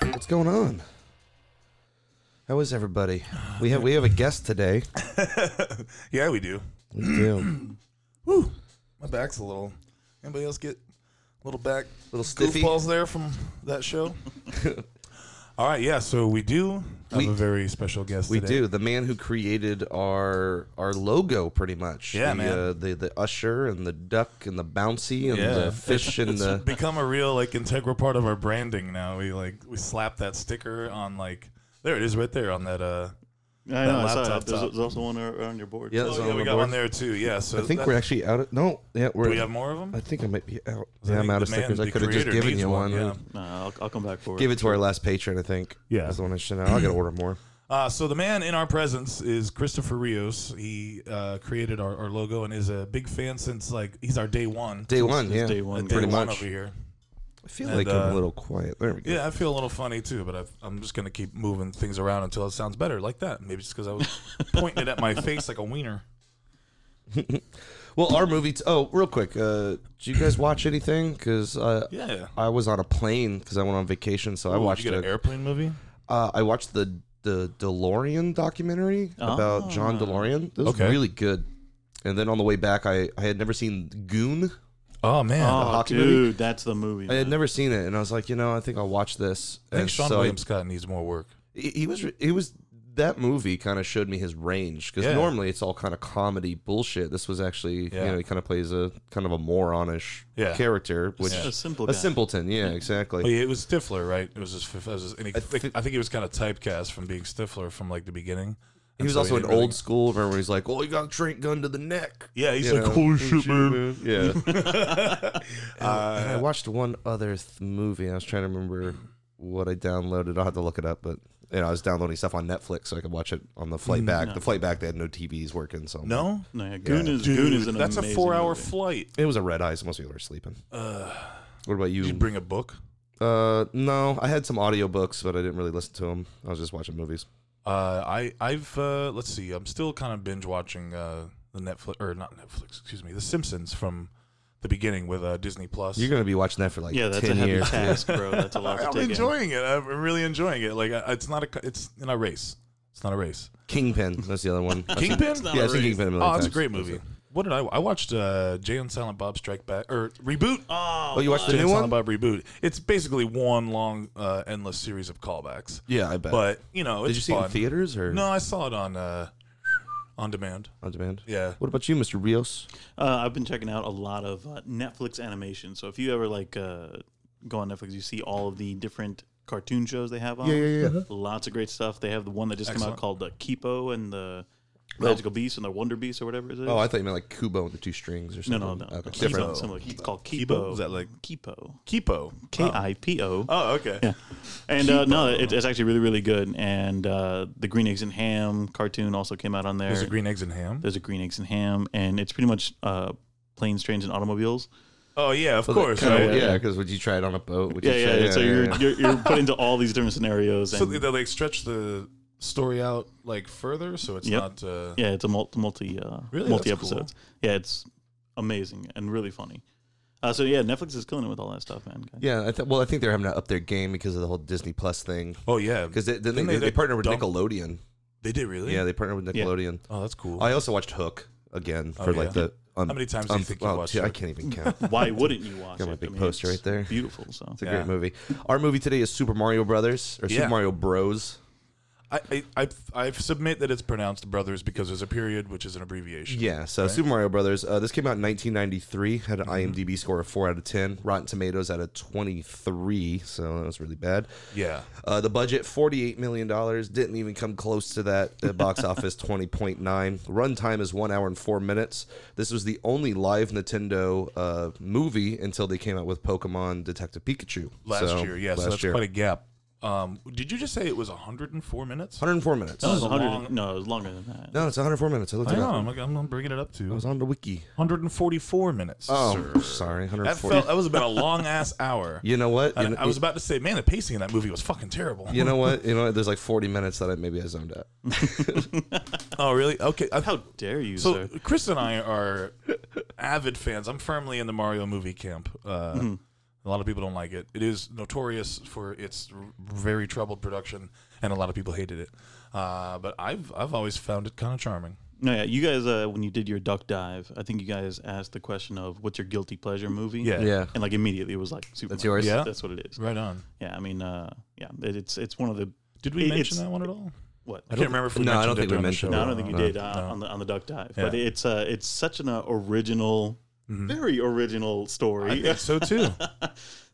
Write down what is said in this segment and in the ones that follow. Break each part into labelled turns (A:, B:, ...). A: what's going on? How is everybody? We have we have a guest today.
B: Yeah, we do.
A: We do.
B: Woo. My back's a little. Anybody else get a little back
A: Little stiffy?
B: goofballs there from that show? All right, yeah. So we do have
A: We-
B: a very special guest.
A: We
B: today.
A: do. The man who created our our logo, pretty much.
B: Yeah,
A: the,
B: man.
A: Uh, the the usher and the duck and the bouncy and
B: Yeah.
A: the fish and
B: It's
A: the
B: become a real like integral part of our branding now. We like we slap that sticker on like there it is right there on that uh
C: I know. I saw
B: laptop
C: it. There's,
B: top.
C: there's also one ar- on your board.
A: Yeah,
B: oh,
A: there's
B: yeah,
A: on
B: we
A: the
B: got
A: board.
B: one there too. Yeah, so
A: I think
B: that-
A: we're actually out of no. Yeah,
B: do
A: we're.
B: we have more of them.
A: I think I might be out.
B: I
A: Yeah, I'm
B: think
A: out of
B: the man-
A: stickers. I
B: the
A: could have just
B: creator
A: given
B: needs
A: you one.
B: yeah.
C: No, I'll, I'll come back for
A: Give
C: it.
A: it to our last patron, I think.
B: Yeah.
A: That's the one I should know. I'll get order more.
B: Uh, so the man in our presence is Christopher Rios. He uh, created our, our logo and is a big fan since like he's our day one.
A: Day one,
C: It's
A: yeah.
C: day one,
B: Day
A: pretty
B: one
A: much.
B: over here.
A: I feel
B: And,
A: like I'm a
B: uh,
A: little quiet. There we go.
B: Yeah, I feel a little funny too, but I've, I'm just gonna keep moving things around until it sounds better, like that. Maybe just because I was pointing it at my face like a wiener.
A: Well, our movie. T- oh, real quick. Uh, did you guys watch anything? Because uh,
B: Yeah.
A: I was on a plane because I went on vacation, so I
B: Ooh, did
A: watched
B: you get an
A: a,
B: airplane movie.
A: uh, I watched the the DeLorean documentary about
B: Ah.
A: John DeLorean. It was
B: Okay.
A: really good. And then on the way back, I, I had never seen Goon.
B: Oh man,
C: Oh,
A: hockey Oh,
C: dude,
A: movie?
C: that's the movie.
A: I had
C: man.
A: never seen it, and I was like, you know, I think I'll watch this.
B: I think
A: and
B: Sean
A: so
B: William Scott needs more work.
A: I, he he was re- he was that movie kind of showed me his range because
B: Yeah.
A: normally it's all kind of comedy bullshit. This was actually you
B: Yeah.
A: know he kind of plays a kind of a moronish
B: Yeah.
A: character, which
C: a simple
A: a
C: guy.
A: simpleton, yeah, exactly.
B: But Oh, yeah, it was Stifler, right? It was his. fif- It was his and he,
A: I thi-
B: I think he was kind of typecast from being Stifler from like the beginning.
A: He was also an old school. Remember, he's like, "Oh, you got a drink gun to the neck."
B: Yeah, he's
A: You
B: like,
A: know?
B: holy shit, man.
A: Yeah. Uh, and I watched one other th- movie. I was trying to remember what I downloaded. I'll have to look it up, but you know, I was downloading stuff on Netflix so I could watch it on the flight back. The flight back, they had no TVs working, so
B: Mm, No,
C: No, yeah, Goon is Goon is an
B: that's a
C: amazing
B: four-hour
C: movie.
B: flight.
A: it was a red eye. So most people were sleeping.
B: Uh,
A: What about you?
B: did you bring a book?
A: uh, no, I had some audiobooks, but I didn't really listen to them. I was just watching movies.
B: Uh, I I've uh, let's see. I'm still kind of binge watching uh, the Netflix or not Netflix, excuse me, The Simpsons from the beginning with uh, Disney Plus.
A: You're gonna be watching that for like
C: yeah, that's a
A: ten
C: heavy
A: years.
C: task, bro. That's a lot to
B: I'm
C: take in.
B: enjoying it. I'm really enjoying it. Like I, it's not a co- it's not a race. It's not a race.
A: Kingpin. That's the other one. I've seen-
B: Kingpin.
C: not
A: Yeah,
C: a
A: I've seen
C: race.
A: Kingpin. A million
B: Oh, that's a
A: times.
B: great movie. What did I? I watched uh, Jay and Silent Bob Strike Back or reboot.
C: Oh,
A: Oh, you watched the
B: Jay
A: new
B: and Silent
A: one?
B: Bob reboot. It's basically one long, uh, endless series of callbacks.
A: Yeah, I bet.
B: But you know, it's
A: Did you see it
B: fun.
A: in theaters or
B: No, I saw it on uh, on demand.
A: on demand?
B: Yeah.
A: What about you, Mr. Rios?
C: Uh, I've been checking out a lot of uh, Netflix animation. So if you ever like uh, go on Netflix, you see all of the different cartoon shows they have on.
A: Yeah, yeah, yeah.
C: Lots of great stuff. They have the one that just came out
B: Excellent.
C: called uh, Kipo and the Magical Beast and the Wonder Beast or whatever it is.
A: Oh, I thought you meant like Kubo and the two strings or
C: no,
A: something.
C: no, no.
A: Okay,
C: Kipo,
A: different.
C: something like- It's called
B: Kipo?
C: Kipo.
B: Is that like-
C: Kipo?
B: Kipo.
C: K I P O.
B: Oh, okay.
C: Yeah. And uh, no, it, it's actually really, really good. And uh, the Green Eggs and Ham cartoon also came out on there.
B: There's a green eggs and ham.
C: There's a Green Eggs and Ham, and it's pretty much uh, planes, trains, and automobiles.
B: Oh yeah, of course.
A: Kinda,
B: right?
A: yeah, because would you try it on a boat? Would
C: Yeah,
A: you
C: yeah.
A: try,
C: so you're,
A: yeah.
C: you're you're put into all these different scenarios, and
B: So they, they like stretch the story out like further, so it's
C: Yep.
B: not. Uh,
C: yeah, it's a multi multi uh,
B: Really?
C: multi
B: That's cool.
C: episodes. Yeah, it's amazing and really funny. Uh, so yeah, Netflix is killing it with all that stuff, man.
A: Yeah, I th- well, I think they're having to up their game because of the whole Disney Plus thing.
B: Oh yeah,
A: Because they, then they,
B: Didn't
A: they,
B: they, like,
A: partnered with
B: dump-
A: Nickelodeon.
B: they did really.
A: Yeah, they partnered with
C: Yeah.
A: Nickelodeon.
B: Oh, that's cool.
A: I also watched Hook again for
B: Oh, yeah.
A: like the. Um,
B: How many times do you think you
A: well,
B: watched
A: gee, I
B: Hook?
A: can't even count.
C: Why wouldn't you watch
A: Got
C: it?
A: my big
C: I mean,
A: poster
C: it's
A: right there.
C: Beautiful. So
A: It's a
B: Yeah.
A: great movie. Our movie today is Super Mario Brothers or Super
B: Yeah.
A: Mario Bros.
B: I, I I I submit that it's pronounced brothers because there's a period, which is an abbreviation.
A: Yeah, so Super Mario Brothers. Uh, this came out in 1993. Had
B: Mm-hmm.
A: an IMDb score of four out of ten. Rotten Tomatoes out of 23. So that was really bad.
B: Yeah.
A: Uh, the budget 48 million dollars didn't even come close to that. The box office 20.9. Runtime is one hour and four minutes. This was the only live Nintendo uh, movie until they came out with Pokemon Detective Pikachu
B: Last
A: So,
B: year, yeah. so
A: last
B: that's
A: year.
B: quite a gap. Um, did you just say it was 104 minutes?
A: 104 minutes.
C: no, it was
B: a
C: 100
B: long-
C: no, it was longer than that.
A: No, it's 104 minutes. I looked
B: I
A: it
B: know.
A: up.
B: I'm, I'm bringing it up to
A: It was on the wiki.
B: 144 minutes.
A: Oh,
B: sir.
A: sorry,
B: that
A: 104.
B: felt that was about a long ass hour.
A: you know what? You
B: And
A: know,
B: I was about to say, man, the pacing in that movie was fucking terrible.
A: you know what? You know what? There's like 40 minutes that I maybe I zoned out.
B: Oh, really? Okay. I-
C: How dare you,
B: so
C: sir?
A: Mm-hmm.
B: Chris and I are avid fans. I'm firmly in the Mario movie camp. Uh, A lot of people don't like it. It is notorious for its r- very troubled production, and a lot of people hated it. Uh, but I've I've always found it kind of charming.
C: No, yeah, you guys, uh, when you did your duck dive, I think you guys asked the question of what's your guilty pleasure movie?
B: Yeah.
A: Yeah.
C: And like immediately it was like Superman.
A: That's yours?
B: Yeah.
C: That's what it is.
B: Right on.
C: Yeah, I mean, uh, yeah, it, it's it's one of the
B: Did we
C: It-
B: mention
C: it's-
B: that one at all?
C: what?
B: I can't remember if we
A: No, I
B: mentioned
A: don't
B: it
A: think we
B: during the
A: mentioned
B: show.
A: it.
C: No, I don't think you
A: No,
C: did uh,
B: no.
C: on the on the duck dive.
B: Yeah. Mm-hmm.
C: But it's uh, it's such an uh, original, very original
B: I
C: story.
B: think so too.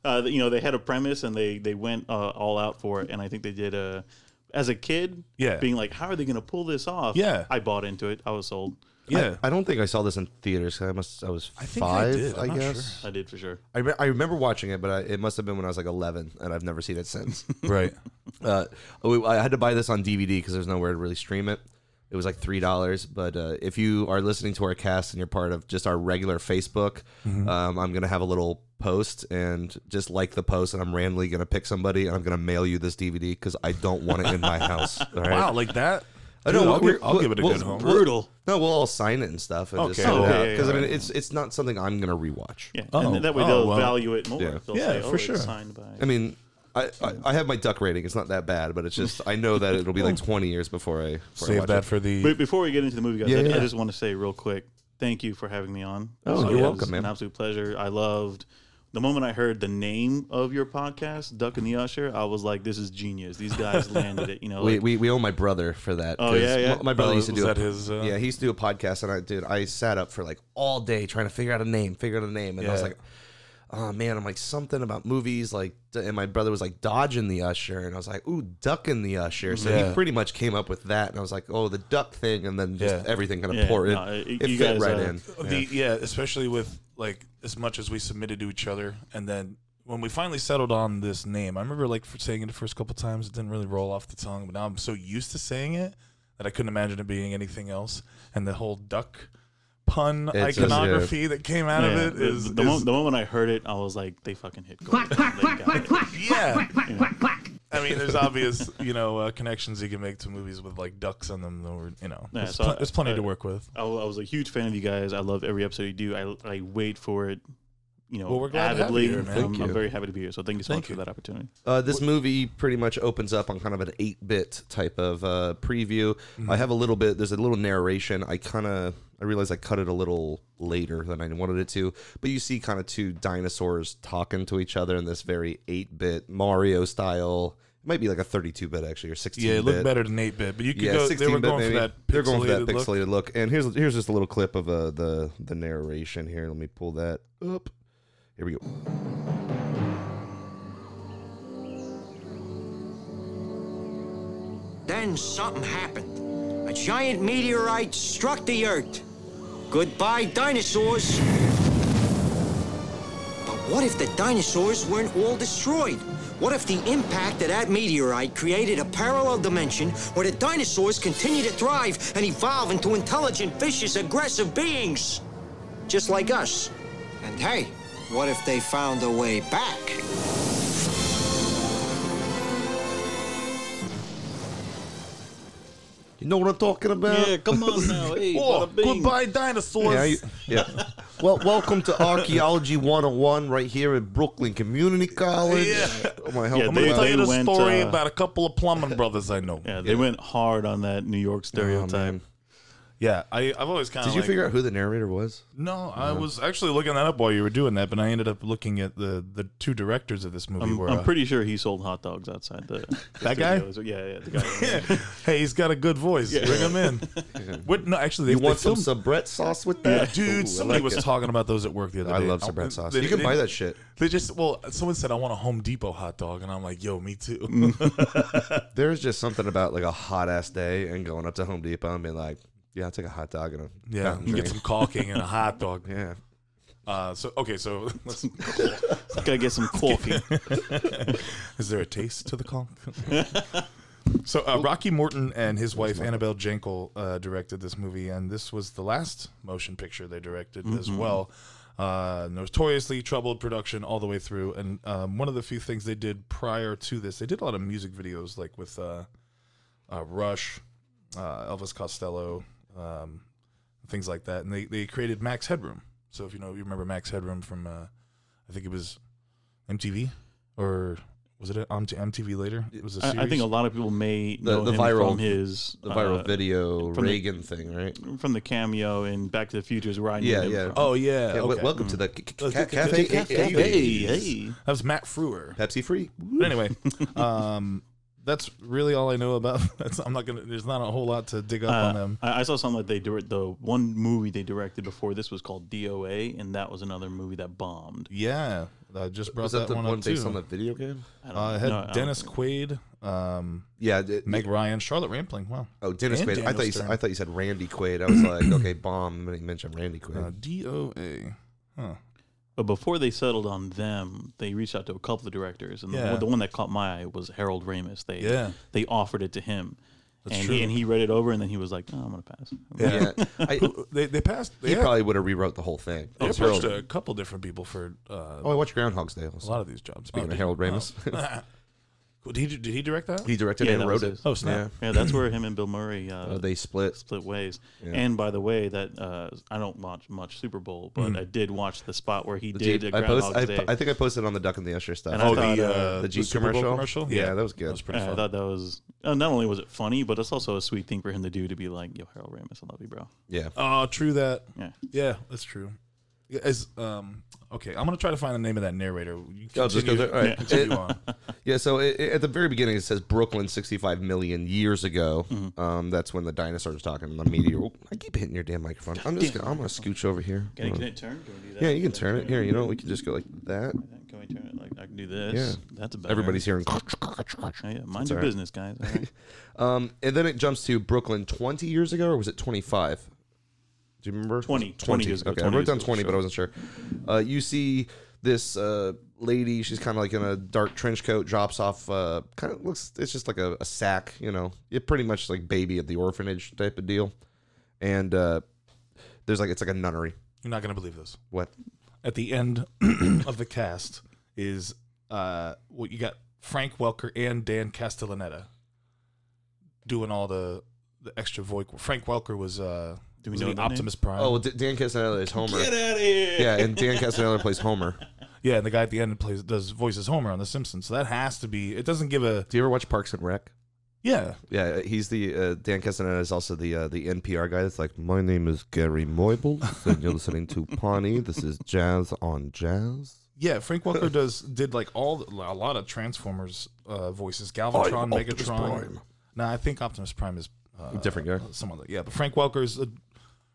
C: uh, you know, they had a premise and they they went uh, all out for it, and I think they did a. As a kid,
B: Yeah.
C: being like, how are they going to pull this off?
B: Yeah.
C: I bought into it. I was sold.
B: Yeah.
A: I don't think I saw this in theaters. 'cause I must. I was
B: I think I
A: five. I,
B: did, I'm not
A: guess.
C: I did for sure.
A: I, re- I remember watching it, but I, it must have been when I was like 11, and I've never seen it since.
B: right.
A: uh, we- I had to buy this on DVD because there's nowhere to really stream it. It was like three dollars, but uh, if you are listening to our cast and you're part of just our regular Facebook,
B: Mm-hmm.
A: um, I'm gonna have a little post and just like the post, and I'm randomly gonna pick somebody and I'm gonna mail you this DVD because I don't want it in my house. All right?
B: Wow, like that.
A: I know,
B: Dude, I'll,
A: we're-
B: give, I'll give it a
A: we'll-
B: good home.
A: Well-
C: Brutal.
A: No, we'll all sign it and stuff, and just
B: Okay.
A: send it
C: Okay,
A: out
C: yeah,
A: because I mean
C: yeah.
A: it's it's not something I'm gonna rewatch.
C: Yeah,
B: Oh,
C: and that way
B: oh,
C: they'll
B: well.
C: value it more.
A: Yeah.
C: They'll
B: Yeah,
C: say,
B: for
C: oh, it's
B: sure.
C: Signed by.
A: I mean, I, I I have my duck rating. It's not that bad, but it's just I know that it'll be like 20 years before I before I
B: Save
A: watch
B: that
A: it.
B: for the.
C: But before we get into the movie, guys,
A: Yeah,
C: I, I
A: yeah.
C: just want to say real quick, thank you for having me on.
A: Oh, you're
C: it was
A: welcome, man.
C: An absolute pleasure. I loved the moment I heard the name of your podcast, Duck and the Usher. I was like, this is genius. These guys landed it. You know,
A: We,
C: like-
A: we, we owe my brother for that.
C: Oh,
A: 'cause
C: yeah, yeah.
A: My, my brother
B: Oh,
A: used to
B: was
A: do
B: that
A: a-
B: his, uh,
A: yeah, he used to do a podcast, and I dude, I sat up for like all day trying to figure out a name, figure out a name, and I was
B: Yeah.
A: like, oh man, I'm like something about movies, like, d- and my brother was like dodging the usher, and I was like, ooh, ducking the usher. So
B: Yeah.
A: he pretty much came up with that, and I was like, oh, the duck thing, and then just
B: Yeah.
A: everything kind of
C: Yeah,
A: poured
C: no,
A: in.
C: it-
A: It
C: you
A: fit
C: guys,
A: right
C: uh,
A: in.
B: The yeah, especially with like as much as we submitted to each other, and then when we finally settled on this name, I remember like for saying it the first couple times, it didn't really roll off the tongue, but now I'm so used to saying it that I couldn't imagine it being anything else. And the whole duck pun
A: It's just-
B: iconography that came out
C: yeah,
B: of it
C: the,
B: is,
C: the,
B: is-
C: moment, the moment I heard it, I was like, they fucking hit gold. They got it.
B: yeah. I mean, there's obvious you know uh, connections you can make to movies with like ducks in them. That were, you know,
C: Yeah,
B: there's,
C: so
B: pl-
C: I-
B: there's plenty
C: I-
B: to work with.
C: I, wa- I was a huge fan of you guys. I love every episode you do. I, I wait for it. You know,
B: Well, we're glad to have you
C: avidly.
B: here,
C: I'm-
B: man.
A: Thank
C: I'm,
A: you.
C: very happy to be here. So thank you so
B: Thank
C: much
B: you.
C: for that opportunity.
A: Uh, this movie pretty much opens up on kind of an 8 bit type of uh, preview.
B: Mm-hmm.
A: I have a little bit, there's a little narration. I kind of, I realized I cut it a little later than I wanted it to, but you see kind of two dinosaurs talking to each other in this very 8 bit Mario style. It might be like a 32 bit actually, or 16 bit.
B: Yeah, it looked better than eight bit, but you could
A: Yeah,
B: go. They
A: 16
B: were
A: bit
B: going
A: maybe.
B: for that.
A: They're going for that
B: pixelated look.
A: pixelated look. And here's here's just a little clip of uh, the the narration here. Let me pull that up. Here we go.
D: Then something happened. A giant meteorite struck the Earth. Goodbye, dinosaurs. But what if the dinosaurs weren't all destroyed? What if the impact of that meteorite created a parallel dimension where the dinosaurs continue to thrive and evolve into intelligent, vicious, aggressive beings? Just like us. And hey, what if they found a way back?
A: You know what I'm talking about?
C: come on now. Hey,
B: Oh, Uh, goodbye, dinosaurs.
A: Yeah, you- yeah. Well, welcome to Archaeology 101 right here at Brooklyn Community College.
B: Yeah.
A: Oh, my help.
C: Yeah,
A: I'm
B: Let me
C: They-
B: tell
A: about-
B: you
C: they
B: the
C: went,
B: story
C: uh,
B: about a couple of plumbing brothers I know. Yeah, Oh,
C: Yeah, they went hard on that New York stereotype.
A: man.
B: I, I've always kind of.
A: Did you figure out who the narrator was?
B: No, I was actually looking that up while you were doing that, but I ended up looking at the the two directors of this movie.
C: I'm,
B: were,
C: I'm
B: uh,
C: pretty sure he sold hot dogs outside the, the
B: That guy?
C: studios. Yeah, yeah, the guy.
B: hey, he's got a good voice. Bring him in. What? No, actually,
A: You
B: they, they
A: want some
B: filmed.
A: subrette sauce with
B: Yeah,
A: that? Ooh, I
B: dude, somebody
A: like
B: was
A: it.
B: talking about those at work the other
A: I
B: day.
A: love
B: Oh,
A: subrette sauce.
B: they-
A: You can
B: they-
A: buy that shit.
B: They just well, someone said I want a Home Depot hot dog, and I'm like, yo, me too.
A: Mm. There's just something about like a hot ass day and going up to Home Depot and being like, yeah, I'll take a hot dog and a
B: yeah,
A: fountain
B: you get
A: drink.
B: some caulking and a hot dog.
A: Yeah.
B: Uh, so okay, so let's
C: Gotta get some coffee.
B: Is there a taste to the conch? so uh, Rocky Morton and his wife Annabelle Jankel uh, directed this movie, and this was the last motion picture they directed
C: Mm-hmm.
B: as well. Uh, notoriously troubled production all the way through, and um, one of the few things they did prior to this, they did a lot of music videos, like with uh, uh, Rush, uh, Elvis Costello, um, things like that, and they they created Max Headroom. So if you know you remember Max Headroom from, uh, I think it was MTV or was it on to MTV later? It was a
C: I,
B: series.
C: I think a lot of people may
A: The-
C: know
A: the
C: him
A: viral-
C: from his
A: The viral
C: uh,
A: video
C: from the- Oh,
A: Reagan thing, right?
C: from the cameo in Back to the Future is where I knew
A: Yeah,
C: him
A: yeah.
C: from.
B: oh yeah.
A: Yeah,
B: okay.
A: wel- welcome to the c- c-
B: Uh,
A: ca-
B: c-
A: cafe.
B: c-
A: A- A-
C: Hey,
A: A-
C: hey.
B: that was Matt Frewer.
A: Pepsi free.
B: But anyway, um, that's really all I know about. That's, I'm not gonna. There's not a whole lot to dig up on
C: Uh,
B: them.
C: I, I saw something like they direct the one movie they directed before this was called DOA, and that was another movie that bombed.
B: Yeah, I just brought
A: Was that, the one,
B: one up
A: based
B: too.
A: on the video game?
C: I don't
B: uh, it
C: know.
B: had
C: No, I don't-
B: Dennis Quaid, um,
A: Yeah. d-
B: Meg Ryan, Charlotte Rampling. Wow.
A: Oh, Dennis
B: And
A: Quaid. I
B: Daniel
A: thought you, said-
B: Stern.
A: I thought you said Randy Quaid. I was like, okay, bomb. Then you mentioned Randy Quaid.
B: Uh, DOA. Huh.
C: But before they settled on them, they reached out to a couple of directors, and the
B: Yeah.
C: one- the, one that caught my eye was Harold Ramis. They
B: Yeah.
C: they offered it to him,
B: That's
C: and
B: true.
C: he, and he read it over, and then he was like, "No, I'm gonna pass."
A: yeah, I,
B: They they passed. They,
A: he
B: had-
A: probably would have rewrote the whole thing.
C: Oh,
B: they
A: It's
B: approached
A: real-
B: a couple different people for uh,
A: oh, I watched Groundhog's Day.
B: a
A: Also.
B: lot of these jobs.
A: Speaking of Oh, Harold Ramis,
B: Cool. Did he did he direct that?
A: he directed
C: Yeah,
A: and
C: that
A: wrote
C: was
A: it.
C: his.
B: Oh snap!
C: Yeah, that's where him and Bill Murray uh,
A: Uh, they split.
C: split ways. And by the way, that uh, I don't watch much Super Bowl,
B: Hmm.
C: but I did watch the spot where he did a
A: I,
C: Groundhog's
A: post, I,
C: Day.
A: I think I posted on the Duck and the Usher stuff.
C: And I Oh, thought, uh,
A: the Jeep
B: Super Bowl
A: commercial? Yeah, that was
B: That
A: good.
B: was pretty
C: And I
B: fun.
C: thought that was uh, not only was it funny, but it's also a sweet thing for him to do to be like, "Yo, Harold Ramis, I love you, bro."
A: yeah.
B: Oh, true that.
C: Yeah.
B: Yeah, that's true. Yeah, As um, okay, I'm gonna try to find the name of that narrator. You
A: Oh, just go
B: continue-
A: there? All right.
B: continue on.
A: Yeah, so it, it- at the very beginning it says Brooklyn 65 million years ago.
C: Mm-hmm.
A: Um, that's when the dinosaurs talking and the meteor. Oh, I keep hitting your damn microphone. I'm just gonna, I'm gonna scooch over here.
C: Can, I,
A: Uh,
C: can it turn? Can we do that?
A: yeah, you can turn it here. You know, we can just go like that.
C: Can we turn it? Like I can do this.
A: Yeah.
C: That's about
A: Everybody's hearing.
C: Oh, Yeah, yeah. Mind your
A: all right.
C: business, guys. All right.
A: Um, and then it jumps to Brooklyn 20 years ago, or was it 25? Do you remember?
C: 20,
A: 20,
C: 20 years ago,
A: Okay,
C: 20
A: I wrote down
C: years ago,
A: 20, but I wasn't sure. Uh, you see this uh, lady. She's kind of like in a dark trench coat. Drops off. Uh, kind of looks. It's just like a, a sack. You know, it pretty much like baby at the orphanage type of deal. And uh, there's like it's like a nunnery.
B: You're not gonna believe this.
A: What?
B: At the end of the cast is uh, what you got Frank Welker and Dan Castellaneta doing all the the extra voice. Frank Welker was uh,
C: Do we
B: was
C: know
B: the
C: that name?
B: Optimus Prime.
A: Oh, D- Dan Castellaneta is Homer.
C: Get out of here.
A: Yeah, and Dan Castellaneta plays Homer.
B: yeah, and the guy at the end plays does voices Homer on The Simpsons. So that has to be. It doesn't give a
A: Do you ever watch Parks and Rec?
B: yeah.
A: Yeah, he's the uh, Dan Castaneda is also the uh, the NPR guy. That's like, my name is Gary Moibles, and you're listening to Pawnee. This is Jazz on Jazz.
B: Yeah, Frank Welker does did like all the- a lot of Transformers uh, voices, Galvatron,
A: I'm Oh, Optimus
B: Megatron.
A: Prime.
B: No, I think Optimus Prime is uh,
A: Different guy.
B: Someone like yeah, but Frank Welker's a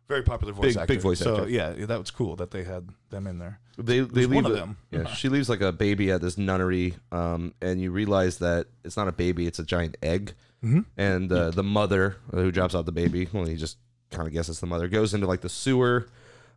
B: very popular voice
A: Big-
B: actor.
A: big voice
B: so,
A: actor.
B: Yeah, yeah, that was cool that they had them in there.
A: They they
B: There's
A: leave
B: one of
A: a-
B: them.
A: Yeah, she leaves like a baby at this nunnery, um, and you realize that it's not a baby; it's a giant egg. Mm-hmm. And uh, the mother uh, who drops out the baby, well, you just kind of guess it's the mother, goes into like the sewer.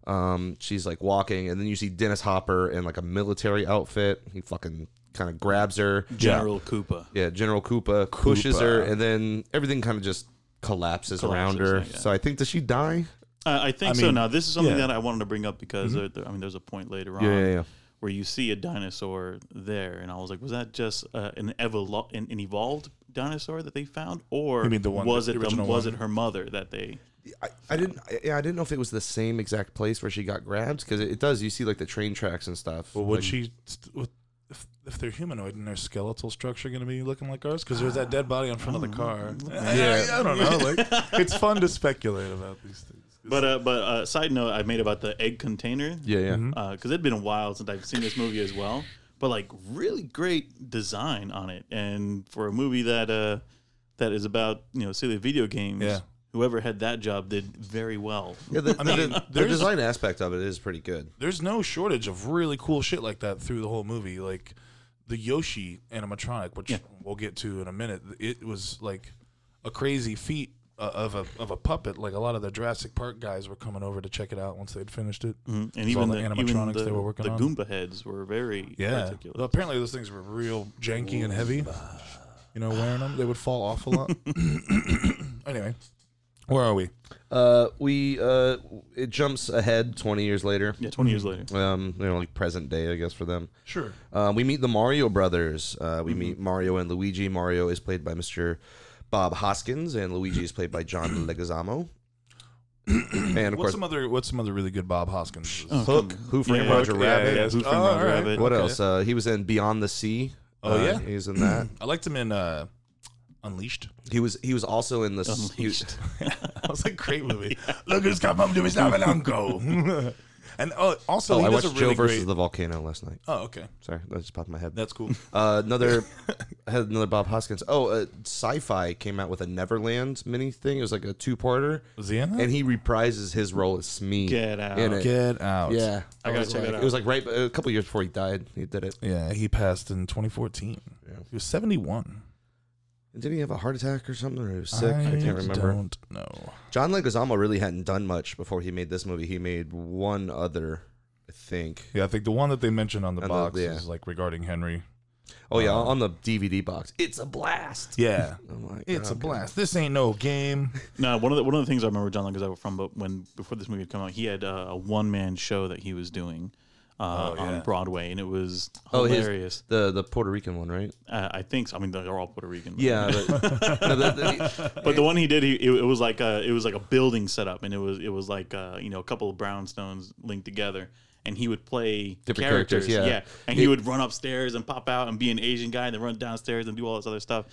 A: Um, she's like walking, and then you see Dennis Hopper in like a military outfit. He fucking kind of grabs her.
C: General Koopa.
A: Yeah, General Koopa, pushes
B: Koopa.
A: her, and then everything kind of just collapses, around her.
C: yeah.
A: So I think does she die?
C: Uh, I think so.
B: mean,
C: Now, this is something
B: yeah.
C: that I wanted to bring up because there, there- I mean, there's a point later on
A: Mm-hmm. yeah, yeah.
C: where you see a dinosaur there, and I was like, was that just uh, an, evol- an an evolved dinosaur that they found, or
B: You mean the one-
C: was
B: the
C: it the,
B: original
C: was
B: one?
C: it her mother that they?
A: I, I didn't. I, yeah, I didn't know if it was the same exact place where she got grabbed because it, it does. You see like the train tracks and stuff.
B: But would
A: Like,
B: she? St- would- if, if they're humanoid and their skeletal structure going to be looking like ours? Because there's that dead body in front of the car. Yeah, I, don't know. Like, it's fun to speculate about these things.
C: But uh, but uh, side note I made about the egg container.
A: Yeah, yeah.
C: because it'd been a while since I've seen this movie as well. But like really great design on it, and for a movie that uh that is about you know silly video games,
B: Yeah.
C: whoever had that job did very well.
A: Yeah, the,
B: I mean,
A: the, the
B: there's-
A: design aspect of it is pretty good.
B: there's no shortage of really cool shit like that through the whole movie. Like the Yoshi animatronic, which we'll get to in a minute. It was like a crazy feat uh, of a of a puppet. Like a lot of the Jurassic Park guys were coming over to check it out once they'd finished it.
C: Mm-hmm. And
B: all
C: even
B: the
C: the, even
B: animatronics
C: the,
B: they were working
C: the
B: on.
C: Goomba heads were very
B: Yeah.
C: articulate.
B: Well, apparently those things were real janky and heavy. You know, wearing them, they would fall off a lot. anyway, where are we?
A: Uh, we uh, it jumps ahead twenty years later.
C: yeah, 20 years later.
A: Um, you know, like present day, I guess, for them.
B: Sure.
A: Uh, we meet the Mario brothers. Uh,
B: Mm-hmm.
A: we meet Mario and Luigi. Mario is played by Mr. Bob Hoskins, and Luigi is played by John Leguizamo. and of
B: What's
A: course,
B: some other What's some other really good Bob Hoskins?
C: Oh,
A: Hook, Who Framed
C: Yeah,
A: Roger
C: Hook, yeah,
A: Rabbit.
C: yeah, Who Framed
B: Oh,
C: Roger
B: alright.
C: Rabbit.
A: What else? Uh, he was in Beyond the Sea.
B: Oh,
A: Uh,
B: yeah?
A: he's in that.
B: I liked him in uh, Unleashed.
A: He was he was also in the s- he-
C: Unleashed.
B: That was a great movie. Look who's come home to his uncle. and uh, also,
A: Oh,
B: he
A: I
B: does
A: watched
B: a
A: Joe
B: really
A: versus
B: great.
A: the volcano last night.
B: oh, okay,
A: Sorry, that just popped in my head.
B: that's cool.
A: Uh, another I had another Bob Hoskins. Oh, uh, Sci-Fi came out with a Neverland mini thing. It was like a two-parter,
B: Was he in that?
A: and he reprises his role as Smee.
C: Get out.
A: In it.
B: Get out.
A: yeah,
C: I gotta
A: was
C: check it
A: like-
C: out.
A: It was like right a couple years before he died. He did it.
B: Yeah, he passed in 2014. He was 71.
A: Did he have a heart attack or something? Or he was sick? I, can't remember.
B: Don't know.
A: John Leguizamo really hadn't done much before he made this movie. He made one other, I think.
B: Yeah, I think the one that they mentioned on the
A: On the-
B: box
A: yeah.
B: is like regarding Henry.
A: Oh yeah, on the DVD box. It's a blast.
B: Yeah.
A: I'm like,
B: It's a
A: okay.
B: blast. This ain't no game.
C: No, one of the one of the things I remember John Leguizamo from, but when before this movie had come out, he had uh, a one man show that he was doing uh,
B: Oh, yeah.
C: on Broadway, and it was
A: Oh, his-
C: hilarious.
A: The the Puerto Rican one, right?
C: uh, I think so. I mean, they're all Puerto Rican. but-
A: Yeah, but, no, the- the-
C: But the one he did, he, it, it was like a, it was like a building setup, and it was it was like uh, you know a couple of brownstones linked together, and he would play
A: Different characters, yeah.
C: and he, would run upstairs and pop out and be an Asian guy, and then run downstairs and do all this other stuff.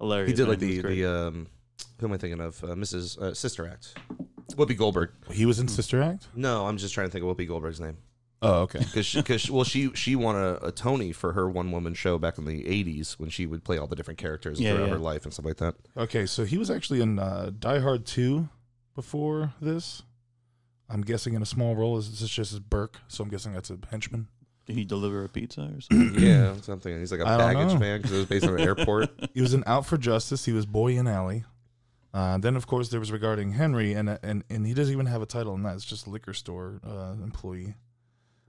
C: Hilarious.
A: he did
C: man.
A: like
C: It was
A: the
C: great.
A: the um, who am I thinking of? Uh, Mrs. Uh, Sister Act. Whoopi Goldberg.
B: He was in Sister Act?
A: No, I'm just trying to think of Whoopi Goldberg's name
B: Oh, okay.
A: because because well she she won a, a Tony for her one woman show back in the 80s when she would play all the different characters
C: Yeah,
A: throughout
C: yeah.
A: her life and stuff like that.
B: Okay, so he was actually in uh, Die Hard 2 before this. I'm guessing in a small role. Is this just as Burke? So I'm guessing that's a henchman.
C: Did he deliver a pizza or something?
A: yeah, something. He's like a
B: I don't
A: baggage
B: know.
A: man because it was based on an airport.
B: He was in Out for Justice. He was Boy in Alley. Uh, then, of course, there was regarding Henry, and uh, and and he doesn't even have a title in that. It's just liquor store uh, employee.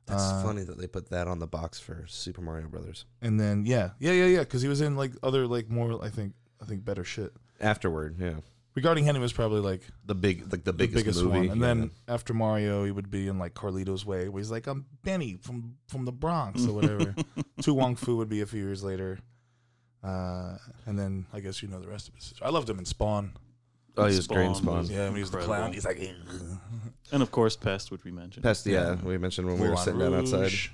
A: That's
B: Uh,
A: funny that they put that on the box for Super Mario Brothers.
B: And then yeah, yeah, yeah, yeah, because he was in like other like more I think I think better shit.
A: Afterward, yeah,
B: Regarding Henry was probably like
A: the big like the biggest,
B: the biggest
A: movie,
B: one, and
A: yeah.
B: then after Mario, he would be in like Carlito's Way, where he's like I'm Benny from from the Bronx or whatever. Tu Wong Fu would be a few years later. Uh, and then I guess you know the rest of his. I loved him in Spawn.
A: oh, he was
C: Spawn
A: Green
C: was-
A: Spawn.
B: Yeah, when he was the clown.
C: Incredible.
B: He's like
C: and of course, Pest, which we mentioned.
A: Pest, yeah, we mentioned when we were
B: Moulin
A: sitting down outside.
B: Rouge.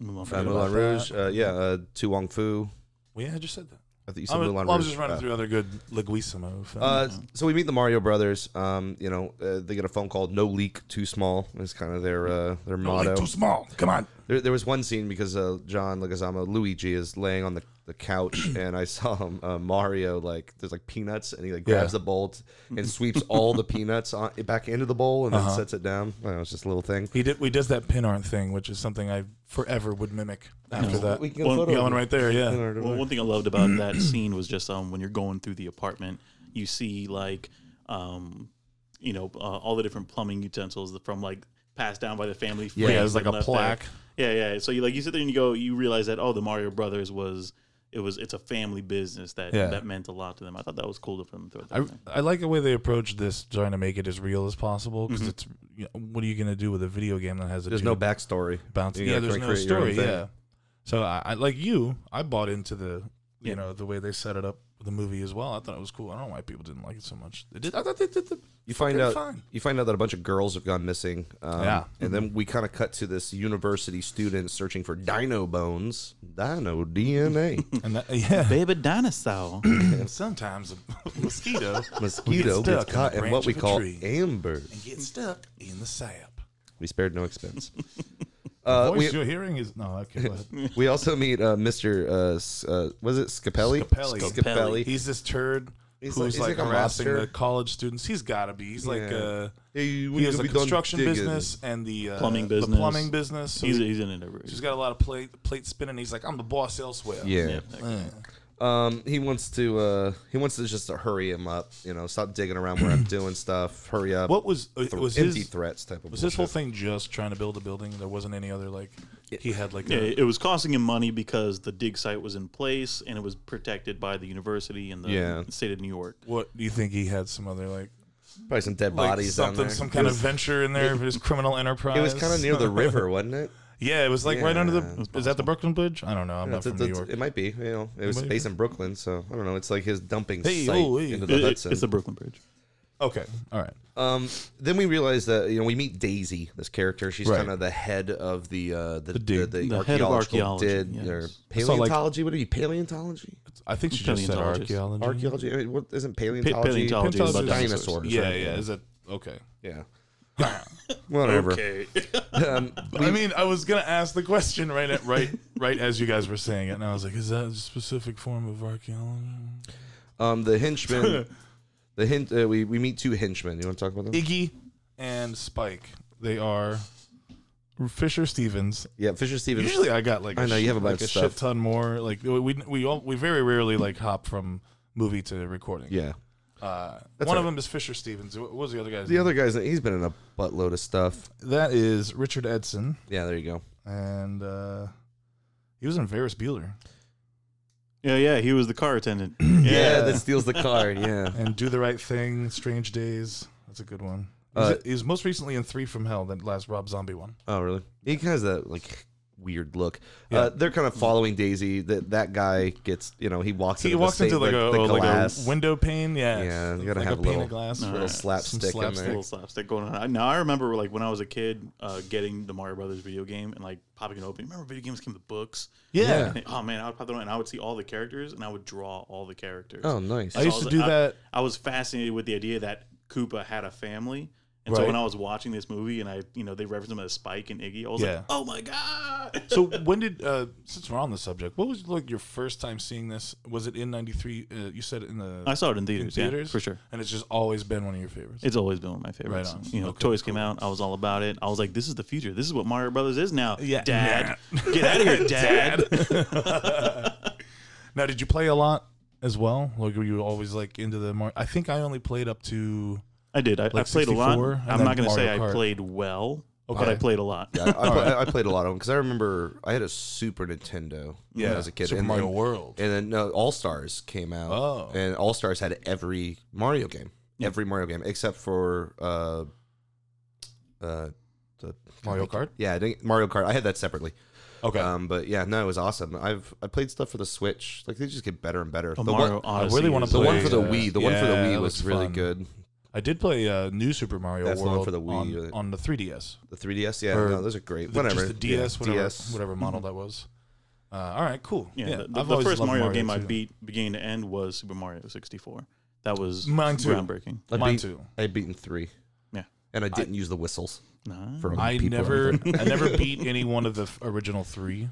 C: Moulin
A: Uh,
C: Rouge.
A: Moulin
B: about
A: Rouge,
B: that.
A: uh, yeah, uh, Tu Wong Fu.
B: Well, yeah, I just said that.
A: I think you said
B: I was,
A: Moulin
B: well, I was
A: Rouge.
B: just running
A: Uh,
B: through other good Leguizamo films.
A: Uh, so we meet the Mario Brothers. Um, you know, uh, they get a phone call. No leak, too small. Is kind of their uh, their
B: Like,
A: motto.
B: too small. Come on.
A: There, there was one scene because uh, John Leguizamo, Luigi, is laying on the, the couch, and I saw him, uh, Mario, like, there's like peanuts, and he like grabs
B: Yeah.
A: the bowl t- and sweeps all the peanuts on, back into the bowl and
B: Uh-huh.
A: then sets it down. I don't know, it's just a little thing.
B: He did. We does that pin art thing, which is something I forever would mimic. After that,
A: We
B: we
A: can get a
C: One-
A: photo
B: that
A: of
B: one
A: it.
B: right there. Yeah.
A: Or-
C: Well, one thing I loved about that scene was just um when you're going through the apartment, you see like um you know uh, all the different plumbing utensils from like passed down by the family.
A: Yeah,
C: friends
B: it's like
C: and
B: a
C: left there.
B: plaque.
C: Yeah, yeah. So you like you sit there and you go, you realize that oh, the Mario Brothers was it was it's a family business that
B: Yeah.
C: that meant a lot to them. I thought that was cool of them to throw that.
B: I,
C: in there.
B: I like the way they approach this, trying to make it as real as possible. Because it's, you know, what are you going to do with a video game that has
A: Mm-hmm.
B: a
A: There's
B: dude
A: no backstory.
B: bounce?
A: You
B: Yeah,
A: gotta
B: there's
A: try
B: no
A: and create your own
B: story.
A: thing.
B: Yeah. So I, I like you. I bought into the, you
C: Yeah.
B: know, the way they set it up with the movie as well. I thought it was cool. I don't know why people didn't like it so much. They did. I thought they did the.
A: You find
B: fucking
A: out
B: fine.
A: you find out that a bunch of girls have gone missing. Um,
B: Yeah.
A: and then we kind of cut to this university student searching for dino bones, dino DNA,
B: And that, yeah.
C: Baby dinosaur.
B: And sometimes a mosquito
A: mosquito
B: Get stuck
A: gets caught
B: in the
A: in what
B: branch
A: we
B: of a
A: call
B: tree.
A: amber.
B: gets stuck in the sap.
A: We spared no expense.
B: The
A: uh,
B: voice
A: we,
B: you're hearing is no. Okay, go ahead.
A: we also meet uh, Mr. Uh, S- uh, was it Scapelli?
B: Scapelli.
A: Scapelli.
B: He's this turd
A: He's like-
B: who's
A: he's
B: like,
A: like a
B: harassing
A: mobster.
B: the college students. He's got to be. He's like
A: Yeah.
B: uh,
A: Hey, you-
B: he has
A: you
B: a
A: be done
B: construction
A: digging.
B: business and the uh,
C: Plumbing
B: The
C: business.
B: plumbing business. So
C: he's,
B: he-
C: he's in it every.
B: he's got a lot of plate plate spinning. He's like, I'm the boss elsewhere.
A: Yeah.
B: Uh,
A: Um, he wants to. Uh, he wants to just to hurry him up. You know, stop digging around where I'm doing stuff. Hurry up.
B: What was it
A: Th-
B: was
A: empty
B: his
A: threats type of
B: was this
A: bullshit.
B: whole thing just trying to build a building? There wasn't any other like he had like
C: Yeah,
B: a,
C: it was costing him money because the dig site was in place and it was protected by the university and the
A: Yeah.
C: state of New York.
B: what do you think he had some other like
A: Probably some dead
B: like
A: bodies down
B: something
A: there.
B: some kind of venture in there for his criminal enterprise?
A: It was kind of near the river, wasn't it?
B: Yeah, it was like right under
A: Yeah.
B: the. Is that the Brooklyn Bridge? I don't know. I'm
A: That's-
B: not from
A: that's-
B: New York.
A: It might be. You know, it was
B: might be.
A: based in Brooklyn, so I don't know. It's like his dumping
B: Hey,
A: site
B: oh, hey.
A: into
C: It-
A: the
C: it-
A: Hudson.
C: it's the Brooklyn Bridge.
B: Okay. All right.
A: Um, then we realize that you know we meet Daisy, this character. She's
B: Right.
A: kind of the head of the uh, the the, the,
B: dig.
C: The head
A: archaeological
C: of archaeology,
A: did
C: yes.
A: or
B: So, like-
A: paleontology. what are you paleontology?
B: I think she just said
C: Paleontologist.
B: archaeology.
A: Archaeology. I mean, what isn't
C: Pa-
A: paleontology?
C: paleontology is about
B: Paleontology
A: dinosaurs.
C: dinosaurs.
B: Yeah, yeah. Is that okay?
A: Yeah. Whatever. Um,
B: I mean, I was gonna ask the question right at right right as you guys were saying it, and I was like, "Is that a specific form of archaeology?"
A: um, the henchman. the hint. Uh, we we meet two henchmen. You want to talk about them?
B: Iggy and Spike, they are Fisher Stevens.
A: Yeah, Fisher Stevens.
B: Usually, I got like
A: I know, you have a
B: shit- like
A: bunch of
B: shit
A: stuff.
B: ton more. Like we we- we all, we very rarely like hop from movie to recording.
A: yeah.
B: Uh, one of
A: right.
B: them is Fisher Stevens. Wh- What was the other guy's?
A: The
B: name?
A: other guy's he's been in a buttload of stuff.
B: that is Richard Edson,
A: Yeah, there you go.
B: and uh, he was in Ferris Bueller
C: Yeah, yeah. He was the car attendant.
A: Yeah, that steals the car. Yeah.
B: and Do the Right Thing, Strange Days. That's a good one. He
A: Uh,
B: was, he was most recently in Three from Hell, that last Rob Zombie one.
A: Oh, really? He kind of has that like weird look.
B: Yeah.
A: Uh, they're kind of following Daisy. That that guy gets, you know, he walks.
B: He
A: into
B: walks
A: the
B: into
A: state,
B: like, a,
A: the
B: oh, like a
A: glass.
B: window pane. Yeah,
A: Yeah,
B: it's
A: you gotta
B: like
A: have a
B: pane
A: little-
B: of glass,
A: little slapstick in there.
C: little slapstick going on. Now I remember like when I was a kid, uh, getting the Mario Brothers video game and like popping it open. Remember video games came with books.
B: Yeah.
C: And, oh man, I would pop it open and I would see all the characters and I would draw all the characters.
A: Oh, nice.
B: I used to
C: was-
B: do that.
C: I was fascinated with the idea that Koopa had a family. And so
B: Right.
C: when I was watching this movie and I, you know, they referenced him as Spike and Iggy, I was
B: Yeah.
C: like, oh my God.
B: So when did uh, since we're on the subject, what was like your first time seeing this? Was it in '93? Uh, you said in the
C: I saw it in theaters. yeah,
B: theaters
C: for sure.
B: and it's just always been one of your favorites.
C: It's always been one of my favorites.
B: Right on.
C: You know,
B: Okay,
C: toys came out. I was all about it. I was like, "This is the future. This is what Mario Brothers is now."
B: Yeah.
C: Dad, get out of here, Dad.
B: now, did you play a lot as well? Like were you always like into the? Mar- I think I only played up to.
C: I did. I, I played a
B: 64,
C: lot.
B: and
C: I'm
B: then
C: not going to say
B: Mario
C: I
B: Kart.
C: played well, but
B: Okay.
C: I played a lot.
A: I, I, pla- I played a lot of them because I remember I had a Super Nintendo when I was a kid.
B: Super
A: and
B: Mario
A: then,
B: World.
A: And then no, All Stars came out.
B: Oh.
A: And All Stars had every Mario game. Every Mario game except for uh uh the
B: Mario Kart.
A: yeah, I think Mario Kart. I had that separately.
B: Okay.
A: Um but yeah, no, it was awesome. I've I played stuff for the Switch. Like they just get better and better.
C: But
A: the
C: Mario
A: one,
C: Odyssey
B: really wanna
C: is-
A: the one for the
B: Yeah.
A: Wii, the one for the
B: Oh, Yeah,
A: Wii
B: that
A: was
B: looks
A: really
B: fun.
A: good.
B: I did play uh, New Super Mario
A: That's the one
B: World
A: for the Wii, uh,
B: on, on the 3DS.
A: The 3DS, yeah,
B: Or
A: no, those are great.
B: The-
A: whatever,
B: just the DS,
A: yeah, Mm-hmm.
B: whatever,
A: DS.
B: whatever model that was. Uh, all right, cool.
C: Yeah, the- the,
B: I've
C: the
B: always
C: first
B: loved
C: Mario, game I
B: too.
C: beat beginning to end was Super Mario 64. That was
B: Mine too.
C: groundbreaking.
A: I
B: Mine
A: beat-
B: too.
A: I had beaten three,
C: Yeah.
A: and I didn't use the whistles.
C: Nah.
A: For
B: I
A: people or
B: never,
A: anything.
B: I never beat any one of the f- original three.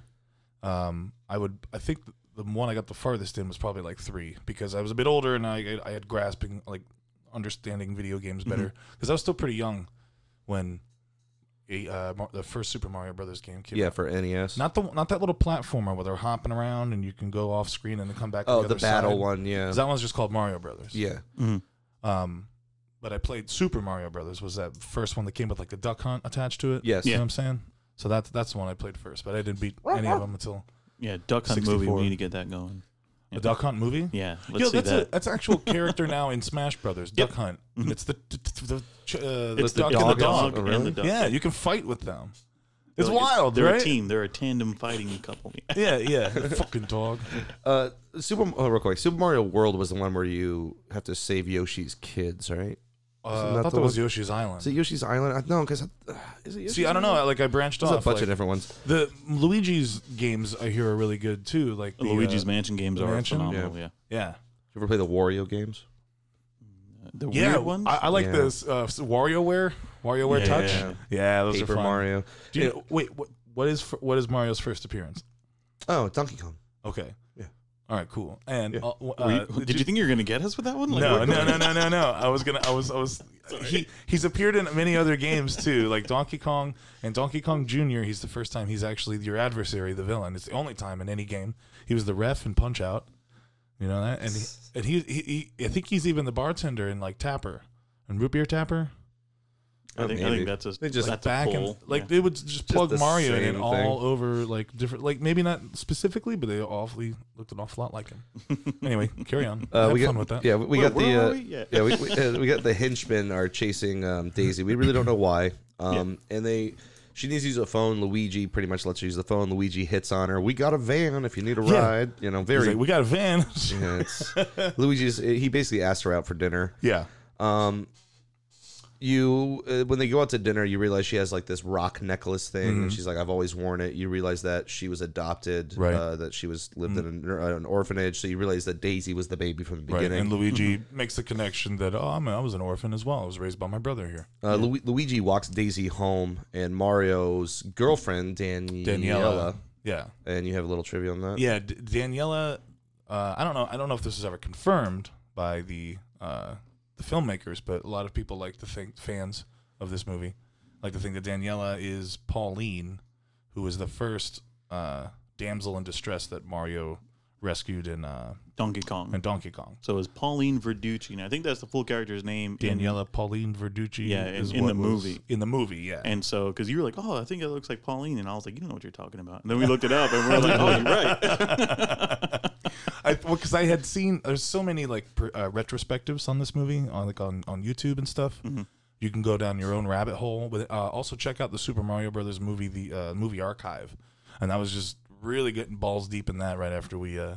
B: Um, I would, I think the one I got the farthest in was probably like three because I was a bit older and I, I had grasping like understanding video games better
A: Mm-hmm.
B: because I was still pretty young when a, uh, Mar- the first Super Mario Brothers game came.
A: Yeah,
B: out.
A: for E NES.
B: not the not that little platformer where they're hopping around and you can go off screen and then come back. to
A: oh,
B: the,
A: the
B: other
A: battle
B: side.
A: one, yeah,
B: 'Cause That one's just called Mario Brothers.
A: yeah.
B: Um, but I played Super Mario Brothers. Was that first one that came with like the Duck Hunt attached to it?
A: Yes.
B: You
C: Yeah.
B: know what I'm saying? So that's that's the one I played first, but I didn't beat any of them until
C: Yeah, Duck Hunt movie.
B: 64.
C: We need to get that going.
B: the Duck Hunt movie.
C: Yeah, let's
B: Yo,
C: see
B: that's
C: that. Mm-hmm.
B: A, that's an actual character now in Smash Brothers. Duck Hunt. And It's the t- t- the, ch- uh,
C: it's the,
B: duck
C: dog,
B: and the dog.
A: Oh,
C: and
A: really?
C: the duck.
B: Yeah, you can fight with them. It's
C: They're like-
B: wild,
C: They're
B: right?
C: a team. They're a tandem fighting couple.
B: Yeah, yeah. Fucking dog.
A: Uh, Super oh, real quick, Super Mario World was the one where you have to save Yoshi's kids, right?
B: Uh, I
A: that
B: thought
A: the
B: that was
A: one-
B: Yoshi's Island.
A: Is it Yoshi's Island? I, no, because uh, is it Yoshi's
B: See, I don't know. I- Like I branched
A: There's
B: off.
A: a bunch
B: like,
A: of different ones.
B: The Luigi's games I hear are really good too. Like the,
C: Luigi's
B: uh,
C: Mansion games
B: the
C: are
B: mansion?
C: phenomenal. Yeah.
B: Yeah.
A: You ever play the Wario games?
C: The
B: Yeah,
C: weird ones.
B: I, I like
A: Yeah.
B: this uh, s- WarioWare, WarioWare
C: Yeah,
B: Touch.
C: yeah, yeah.
B: those
A: Paper
B: are fun.
A: Mario.
B: Do you, wait, what, what is fir- what is Mario's first appearance?
A: Oh, Donkey Kong.
B: Okay.
A: Yeah.
B: All right. Cool. And uh, w-
C: Were you-
B: uh,
C: did, you think you were gonna get us with that one? Like,
B: No,
C: what-
B: no, no, no, no, no. I was gonna. I was. I was. He he's appeared in many other games too, like Donkey Kong and Donkey Kong Jr. He's the first time he's actually your adversary, the villain. It's the only time in any game he was the ref in Punch Out. You know that, and he, and he, he, he I think he's even the bartender in like Tapper and Root Beer Tapper.
C: I think, I
A: Maybe.
C: think that's a
A: They just
C: that's
B: back
C: a
B: and
C: pull.
B: like
C: Yeah.
B: they would just plug
A: the
B: Mario in
A: same
B: and all
A: thing.
B: over like different like maybe not specifically, but they awfully looked an awful lot like him. anyway, carry on.
A: Uh,
B: Have
A: we
B: fun
A: got,
B: with that.
A: Yeah, we, we
C: Where-
A: got
C: where
A: the
C: were
A: uh,
C: we?
A: yeah,
C: Yeah.
A: we we, uh, we got the henchmen are chasing um, Daisy. We really don't know why. Um, and they she needs to use a phone. Luigi pretty much lets her use the phone. Luigi hits on her. We got a van if you need a
B: Yeah.
A: ride. You know,
B: He's
A: very.
B: like, we got a van.
A: yeah, it's- Luigi's he basically asked her out for dinner.
B: yeah.
A: Um, you uh, when they go out to dinner, you realize she has like this rock necklace thing,
B: Mm-hmm.
A: and she's like, "I've always worn it." You realize that she was adopted,
B: Right. Mm.
A: uh, that she was lived in an, uh, an orphanage. So you realize that Daisy was the baby from the
B: Right.
A: beginning. Mm-hmm.
B: And Luigi makes the connection that oh, I'm, I was an orphan as well. I was raised by my brother here.
A: Uh, Lu- Luigi walks Daisy home, and Mario's girlfriend Daniela.
B: Daniela. Yeah.
A: And you have a little trivia on that.
B: Yeah, D- Daniela. Uh, I don't know. I don't know if this was ever confirmed by the uh, the filmmakers, but a lot of people like to think fans of this movie like to think that Daniela is Pauline, who was the first uh, damsel in distress that Mario rescued in uh,
C: Donkey Kong.
B: in Donkey Kong.
C: so it's Pauline Verducci, and I think that's the full character's name. in-
B: Daniela Pauline Verducci.
C: Yeah, in-
B: is
C: in
B: what
C: the
B: was-
C: movie.
B: In the movie, yeah.
C: And so, because you were like, "Oh, I think it looks like Pauline," and I was like, "You don't know what you're talking about." And then we looked it up, and we are like, "Oh, you're right."
B: I because I had seen there's so many like per, uh, retrospectives on this movie on like on, on YouTube and stuff.
C: Mm-hmm.
B: You can go down your own rabbit hole, but uh, also check out the Super Mario Brothers movie the uh, movie archive, and I was just really getting balls deep in that right after we. Uh,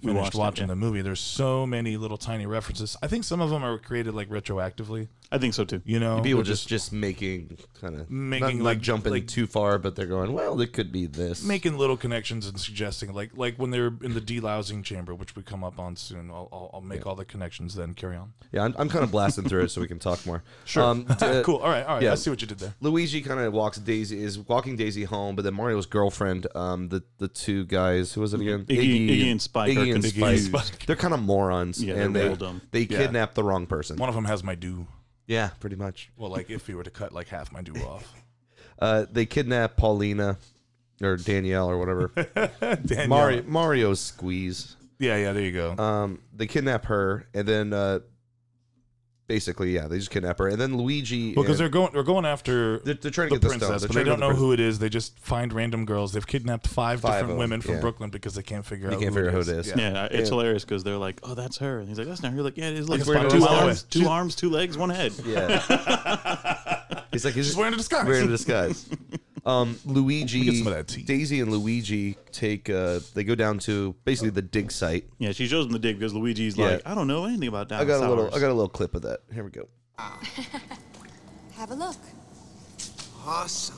B: Finished
C: watched it,
B: watching
C: yeah.
B: the movie. There's so many little tiny references. I think some of them are created like retroactively.
C: I think so too.
B: You know,
A: People
B: They're
A: just just making kind of
B: Making,
A: making like
B: like-
A: jumping
B: like-
A: too far, but they're going well. It could be this.
B: making little connections and suggesting like like when they're in the delousing chamber, which we come up on soon. I'll I'll, I'll make all the connections then. Carry on.
A: yeah, I'm, I'm kind of blasting through it so we can talk more. Um, Sure.
B: cool. All right. All right.
A: uh, yeah.
B: I see what you did there.
A: Luigi kind of walks Daisy is walking Daisy home, but then Mario's girlfriend, um, the the two guys, who was it again?
C: Iggy- Iggy and Spike
A: Iggy
C: are
A: and
C: confused.
A: Spike. They're kind of morons.
C: Yeah,
A: and
C: they're
A: they
C: real dumb.
A: they
B: Yeah.
A: kidnap the wrong person.
B: One of them has my do.
A: Yeah, pretty much.
B: Well, like if he were to cut like half my do off.
A: Uh, they kidnap Paulina or Danielle or whatever.
B: Danielle.
A: Mario Mario's squeeze.
B: Yeah, yeah. There you go.
A: Um, they kidnap her, and then uh, basically, yeah, they just kidnap her, and then Luigi.
B: because
A: and-
B: they're going, they're going after
A: they're, they're trying to
B: the
A: get the stone.
B: princess,
A: They're
B: but
A: trying
B: they
A: to get
B: don't
A: the
B: know
A: prin-
B: who it is. They just find random girls. They've kidnapped five,
A: Five of
B: different
A: 'em,
B: women from
A: yeah.
B: Brooklyn because they can't figure
A: They
B: out
A: can't
B: who
A: figure out who it is.
C: Yeah, it's hilarious hilarious because they're like, "Oh, that's her," and he's like, "That's not her." You're like, "Yeah, it is. Like
B: He's wearing
C: two
B: a disguise.
C: arms, two
B: She's-
C: arms, two legs, one head."
A: Yeah. He's like, he's just
B: wearing a disguise.
A: Wearing a disguise. Um, Luigi,
B: get some of that tea.
A: Daisy, and Luigi take. Uh, they go down to basically the dig site.
C: Yeah, she shows him the dig because Luigi's
A: Yeah.
C: like, "I don't know anything about
A: I
C: dinosaurs."
A: got a little. I got a little clip of that. Here we go.
E: Have a look.
D: Awesome.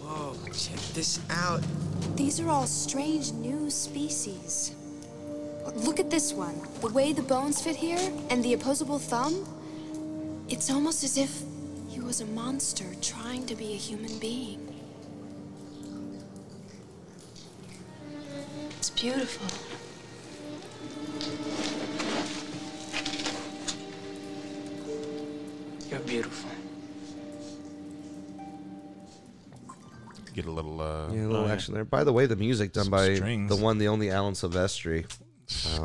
D: Whoa, check this out.
E: These are all strange new species. Look at this one. The way the bones fit here and the opposable thumb. It's almost as if he was a monster trying to be a human being. It's beautiful.
F: You're beautiful.
B: Get a little. Uh,
A: Yeah, a little
C: yeah.
A: action there. By the way, the music done by
B: strings.
A: the one, the only Alan Silvestri.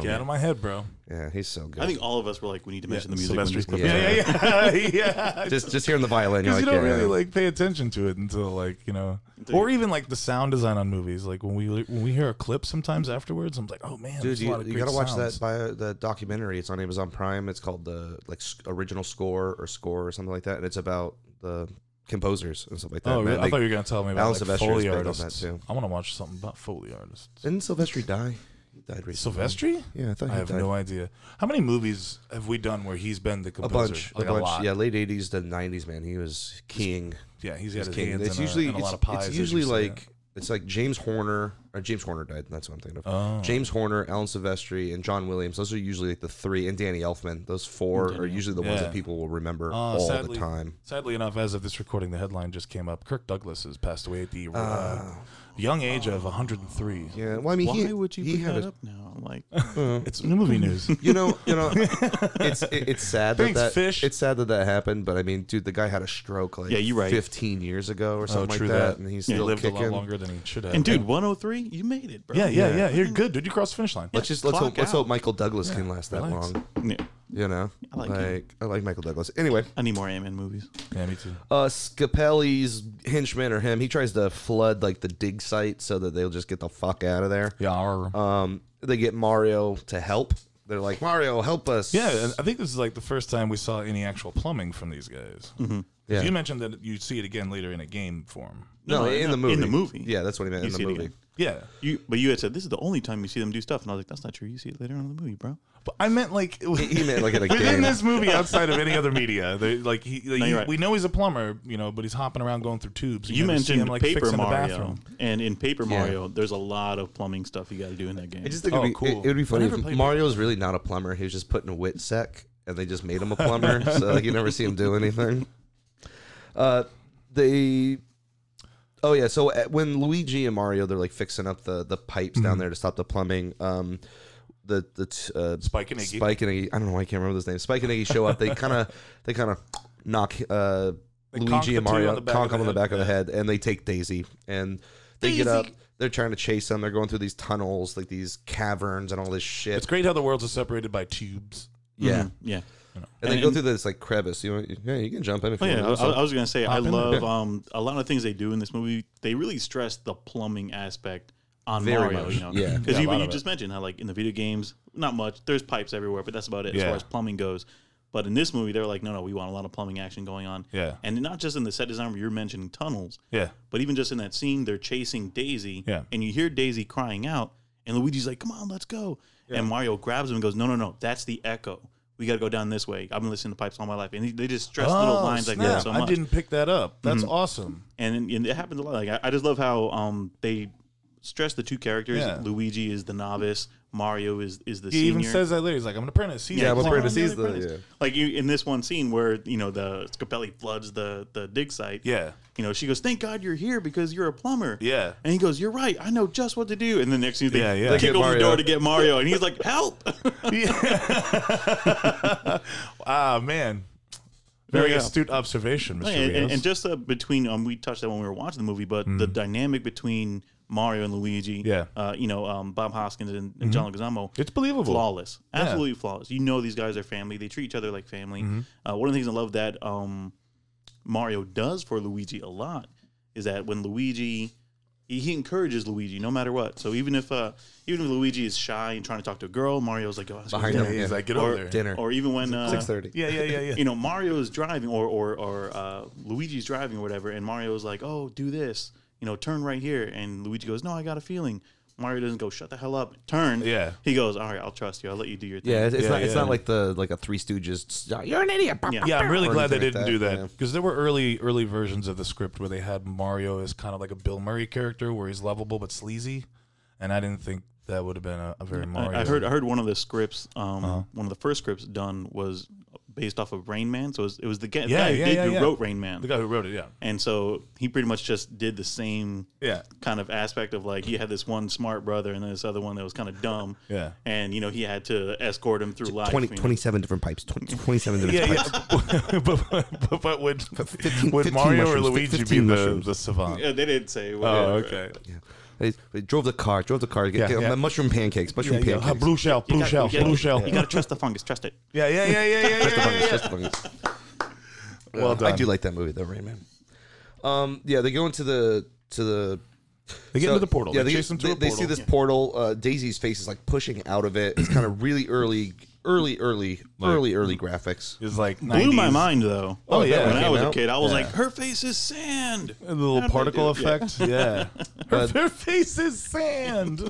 B: Get out of my head, bro.
A: Yeah, he's so good.
C: I think all of us were like, "We need to mention the music." when
B: Sylvester
C: this
B: Stallone.
C: clip
A: comes
B: Yeah, yeah, yeah, yeah.
A: just just hearing the violin, you're
B: Because
A: like,
B: you don't
A: yeah,
B: really like pay attention to it until like you know, or even like the sound design on movies. Like when we when we hear a clip sometimes afterwards, I'm like, oh man,
A: Dude,
B: there's a
A: you,
B: lot of
A: you
B: great
A: gotta watch that
B: sounds.
A: bio, the documentary. It's on Amazon Prime. It's called the like s- original score or score or something like that, and it's about the composers and stuff like that.
B: Oh,
A: And
B: really? I
A: they-
B: thought you were going to tell me
A: Alan
B: about like,
A: Silvestri is
B: Foley
A: big on
B: artists.
A: that, too.
B: I want to watch something about Foley artists.
A: Didn't Silvestri die? He died recently.
B: Silvestri?
A: Yeah, I thought
B: I
A: he
B: have
A: died.
B: no idea. How many movies have we done where he's been the
A: a
B: composer?
A: bunch,
B: Like,
A: a bunch.
B: lot.
A: yeah, late '80s to '90s, man. He was king.
B: yeah. He's
A: He's
B: got his
A: king.
B: hands
A: It's
B: in a-
A: usually
B: in a,
A: it's,
B: lot of pies.
A: it's
B: as
A: usually
B: you say.
A: like it's like James Horner or James Horner died. That's what I'm thinking of.
B: Oh.
A: James Horner, Alan Silvestri, and John Williams. Those are usually like the three, and Danny Elfman. Those four are usually the ones
B: Yeah.
A: that people will remember
B: Uh,
A: all
B: sadly,
A: the time.
B: Sadly enough, as of this recording, the headline just came up. Kirk Douglas has passed away at the uh, young age of 103.
A: Ah. Yeah. Well, I mean,
C: Why
A: he,
C: would you
A: he
C: bring
A: had
C: that
A: a-
C: up now? Like,
B: It's new movie news.
A: You know, you know, it's it, it's sad
B: Thanks,
A: that, that
B: fish.
A: it's sad that that happened. But I mean, dude, the guy had a stroke like
C: Yeah, you're right.
A: 15 years ago or something
B: Oh, true
A: like that,
B: that.
A: and he's
B: he
A: still
B: lived
A: kicking.
B: a lot longer than he should have.
C: and dude, 103, you made it, bro.
B: yeah, yeah, yeah, You're good, dude. You crossed the finish line.
A: Let's just let's
C: Clock
A: hope let's
C: out.
A: hope Michael Douglas can last that
B: relax.
A: long.
C: Yeah.
A: You know,
C: I like him.
A: I like Michael Douglas. Anyway,
C: I need more Ant-Man movies.
B: yeah, me too.
A: uh, Scapelli's henchman or him, he tries to flood like the dig site so that they'll just get the fuck out of there.
B: Yeah, our-
A: Um, they get Mario to help. They're like, Mario, help us.
B: Yeah, and I think this is like the first time we saw any actual plumbing from these guys. 'Cause
A: Mm-hmm. Yeah.
B: You mentioned that you see it again later in a game form.
A: No, in the movie.
C: In the movie.
A: Yeah, that's what he meant
C: You
A: in the
C: see it
A: movie.
C: again.
B: Yeah.
C: You, but you had said this is the only time you see them do stuff, and I was like, "That's not true. You see it later on in the movie, bro."
B: But I meant like
A: He meant like in a
B: within
A: game.
B: this movie outside of any other media. They, like he, like,
C: No,
B: you-
C: you're right.
B: we know he's a plumber, you know, but he's hopping around going through tubes.
C: You
B: never see
C: mentioned Paper
B: fixing the
C: Mario,
B: bathroom.
C: and in Paper Mario, there's a lot of plumbing stuff you got to do in that game.
A: I just think
B: Oh,
A: it'd be,
B: cool.
A: it, would be funny
B: I never
A: if
B: played
A: Mario's really not a plumber. He was just put in a wit sec, and they just made him a plumber. so like, you never see him do anything. Uh, they. Oh yeah, so uh, when Luigi and Mario they're like fixing up the the pipes
B: Mm-hmm.
A: down there to stop the plumbing. Um, the the t- uh,
B: Spike and Iggy.
A: Spike and Iggy. I don't know why I can't remember those names. Spike and Iggy show up. They kind of they kind of knock uh,
B: conk
A: Luigi
B: the
A: and
B: two
A: Mario
B: on the back
A: conk
B: of
A: them on
B: the
A: the back of the
B: head,
A: head, and they take Daisy and they get up. They're trying to chase them. They're going through these tunnels, like these caverns and all this shit.
B: It's great Mm-hmm. how the worlds are separated by tubes.
A: Yeah,
C: Mhm, yeah.
A: and they go through this like crevice. You want- yeah, you can jump in if
C: Oh,
A: you
C: yeah, I,
A: want. to.
C: I was gonna say I
B: Hop in there.
C: love um, a lot of things they do in this movie. They really stress the plumbing aspect on
A: Very
C: Mario,
A: much,
C: you know,
A: yeah.
C: because
B: Yeah, a
C: you,
B: lot
C: you
B: of
C: just mentioned how like in the video games, not much. There's pipes everywhere, but that's about it as
B: Yeah.
C: far as plumbing goes. But in this movie, they're like, no, no, we want a lot of plumbing action going on.
B: Yeah.
C: and not just in the set design where you're mentioning tunnels.
B: Yeah.
C: But even just in that scene, they're chasing Daisy.
B: Yeah.
C: And you hear Daisy crying out, and Luigi's like, come on, let's go. And Mario grabs him and goes, no, no, no, that's the echo. We got to go down this way. I've been listening to pipes all my life. And they- they just stress little lines like that
B: Oh, snap.
C: so
B: I
C: much.
B: didn't pick that up.
A: Mm-hmm.
B: That's awesome.
C: And, and it happens a lot. Like I, I just love how um they stress the two characters.
B: Yeah.
C: Luigi is the novice. Mario is is the
B: He
C: senior.
B: even says that later. He's like, I'm an apprentice. He's
A: Yeah, I'm
B: like,
A: an apprentice.
B: "Oh, I'm
A: He's
B: an
A: the-
B: apprentice."
C: like you in this one scene where you know the Scapelli floods the the dig site.
B: Yeah.
C: You know, she goes, "Thank God you're here because you're a plumber."
B: Yeah.
C: And he goes, "You're right. I know just what to do." And the next thing they,
B: Yeah, yeah.
C: they
B: They
C: kick
A: get
C: open
A: Mario.
C: the door to get Mario, and he's like, "Help!"
B: Ah, man.
C: There
B: Very
C: you go.
B: astute observation, Mr.
C: and, and,
B: Rios.
C: and just uh, between um, we touched that when we were watching the movie, but the dynamic between Mario and Luigi,
B: Hmm. Yeah. Mm-hmm.
C: uh, you know, um, Bob Hoskins and, and John Leguizamo,
B: It's believable.
C: flawless, absolutely flawless. You know, these guys are family; they treat each other like family.
B: Mm-hmm.
C: Uh, one of the things I love that um, Mario does for Luigi a lot is that when Luigi he, he encourages Luigi no matter what. So even if uh, even if Luigi is shy and trying to talk to a girl, Mario's like, "Oh, let's go
A: Behind
C: to
A: him,
B: yeah,
C: dinner."
B: he's
A: Yeah.
B: like, get
C: Or-
B: over there.
A: dinner
C: Or even when uh,
A: six thirty.
B: Yeah, yeah, yeah, yeah.
C: you know, Mario is driving or or or uh, Luigi's driving or whatever, and Mario's like, "Oh, do this, you know, turn right here," and Luigi goes, "No, I got a feeling." Mario doesn't go, "Shut the hell up, turn."
B: Yeah.
C: he goes, "All right, I'll trust you. I'll let you do your thing."
A: Yeah, it's, it's
B: Yeah,
A: not. It's
B: yeah.
A: not like the like a Three Stooges. You're an idiot.
C: Yeah.
B: Yeah, I'm really
A: or
B: glad they
A: anything
B: didn't
A: like
B: do
A: that,
B: that because there were early early versions of the script where they had Mario as kind of like a Bill Murray character where he's lovable but sleazy, and I didn't think that would have been a, a very Mario. Uh-huh.
C: I, I heard I heard one of the scripts, um, one of the first scripts done was based off of Rain Man, so it was, it was the guy,
B: Yeah,
C: guy who,
B: yeah,
C: did,
B: yeah,
C: who
B: yeah.
C: wrote Rain Man,
B: the guy who wrote it. Yeah,
C: and so he pretty much just did the same
B: yeah,
C: kind of aspect of like you had this one smart brother and then this other one that was kind of dumb.
B: Yeah.
C: And you know, he had to escort him through life.
A: 20,
C: you know.
A: 27 different pipes. 20, 27 different
B: yeah,
A: pipes.
B: yeah. but, but, but would
A: 15
B: would Mario or
A: mushrooms, fif-
B: Luigi be
A: 15
B: the,
A: mushrooms.
B: the savant?
C: Yeah, they didn't say.
B: Oh,
C: whatever.
B: okay.
A: Yeah. They, they drove the car. Drove the car. Get,
B: Yeah,
A: get
B: yeah.
A: my Mushroom pancakes.
B: Yeah,
A: Mushroom
B: yeah. Ah,
A: pancakes.
B: Blue shell,
C: You
B: blue
C: got-
B: shell,
C: you got-
B: blue shell.
C: You gotta trust the fungus. Trust it.
B: Yeah, yeah, yeah, yeah, yeah,
A: Just the
B: yeah,
A: bunnies,
B: yeah.
A: just the bunnies.
B: Well
A: I
B: done.
A: do like that movie though, Rain Man. Um, yeah, they go into the to the
B: They get
A: so-
B: into the portal.
A: Yeah,
B: they
A: they,
B: chase them
A: they-
B: through a
A: they
B: portal.
A: see this portal. Uh, Daisy's face is like pushing out of it. It's kind of really early, early, early, early, early graphics.
B: It's like
C: Blew my
B: 90s.
C: mind though.
B: Oh, yeah.
C: When
B: When
C: I
B: it
C: was
A: came
C: a
A: out?
C: kid, I was
B: Yeah.
C: like, her face is sand.
B: A little particle
C: Yeah.
B: effect. Yeah.
A: But-
B: her face is sand.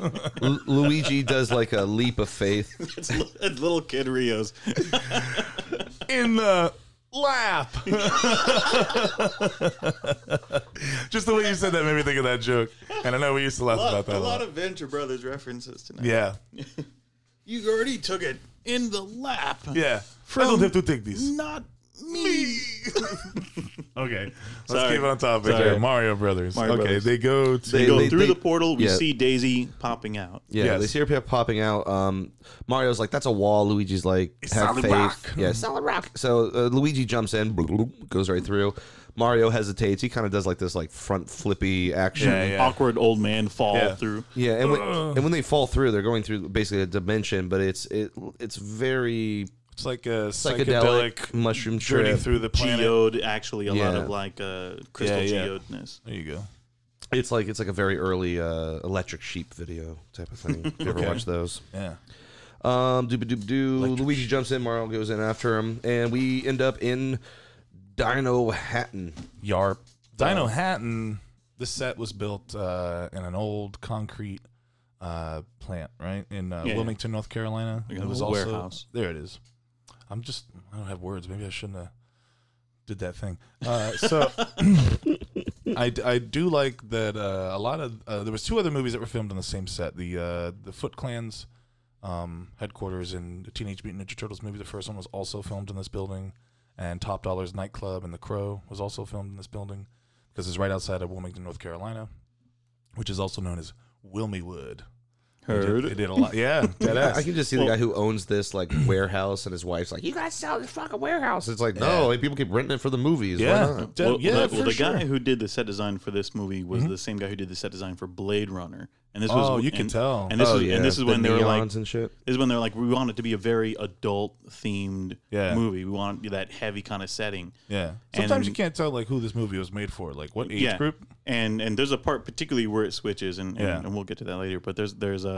A: L- Luigi does like a leap of faith.
C: It's li- it's little kid Rios.
B: in the lap. Just the way you said that made me think of that joke. And I know we used to laugh about that a lot.
C: of Venture Brothers references tonight.
B: Yeah.
C: You already took it in the lap.
B: Yeah. I don't have to take these.
C: Not me.
B: Okay. Let's
C: Sorry.
B: keep on topic
C: Sorry.
B: here. Mario Brothers.
C: Mario
B: okay,
C: Brothers.
B: they go to
C: They go
A: They-
C: through
A: they-
C: the portal. We
A: yeah.
C: see Daisy popping out.
A: Yeah,
B: Yes.
A: they see her pop- popping out. Um, Mario's like, "That's a wall." Luigi's like,
B: It's
A: "Have
B: solid
A: faith."
B: rock.
A: Yeah, solid rock. So uh, Luigi jumps in, goes right through. Mario hesitates. He kind of does like this like front flippy action.
B: Yeah, yeah.
C: Awkward old man fall
B: Yeah.
C: through.
A: Yeah, and when, and when they fall through, they're going through basically a dimension, but it's it it's very
B: It's like a
A: psychedelic,
B: psychedelic,
A: mushroom
B: journey
A: trip.
B: through the planet.
C: Geode, actually, a lot
A: Yeah.
C: of like uh, crystal
B: Yeah, yeah.
C: geodeness.
B: There you go.
A: It's like it's like a very early uh, electric sheep video type of thing. You ever
B: Okay.
A: watch those?
B: Yeah.
A: Um, dooba doob doo. Luigi jumps in, Mario goes in after him, and we end up in Dino Hatton.
B: Yarp. Dino Hatton. This set was built uh, in an old concrete uh, plant, right in uh,
C: Yeah, yeah.
B: Wilmington, North Carolina.
C: Like an
B: it was
C: old
B: also
C: warehouse.
B: there. It is. I'm just. I don't have words. Maybe I shouldn't have did that thing. Uh, so I, d- I do like that uh, a lot of uh, there was two other movies that were filmed on the same set. The uh, the Foot Clan's um, headquarters in the Teenage Mutant Ninja Turtles movie. The first one was also filmed in this building, and Top Dollar's nightclub and The Crow was also filmed in this building because it's right outside of Wilmington, North Carolina, which is also known as Wilmywood. They did- They did, a lot. Yeah, dead
A: I,
B: ass.
A: I can just see the guy who owns this like warehouse, and his wife's like, "You guys sell this fucking warehouse." It's like, no, like, people keep renting it for the movies. Why
B: yeah,
A: not?
B: dead-
C: well,
B: yeah.
C: the, well,
B: for
C: the
B: sure.
C: guy who did the set design for this movie
A: Mm-hmm.
C: was the same guy who did the set design for Blade Runner, and this was
B: Oh, you
C: and,
B: can tell.
C: And this
A: Oh,
C: is
A: yeah.
C: and this is
A: The
C: when they were like,
A: neons and shit.
C: this is when they're like, we want it to be a very adult themed
B: Yeah.
C: movie. We want that heavy kind of setting.
B: Yeah. Sometimes you
C: And-
B: can't tell like who this movie was made for, like what age
C: yeah.
B: group.
C: And and there's a part particularly where it switches, and and,
B: Yeah.
C: and we'll get to that later. But there's there's a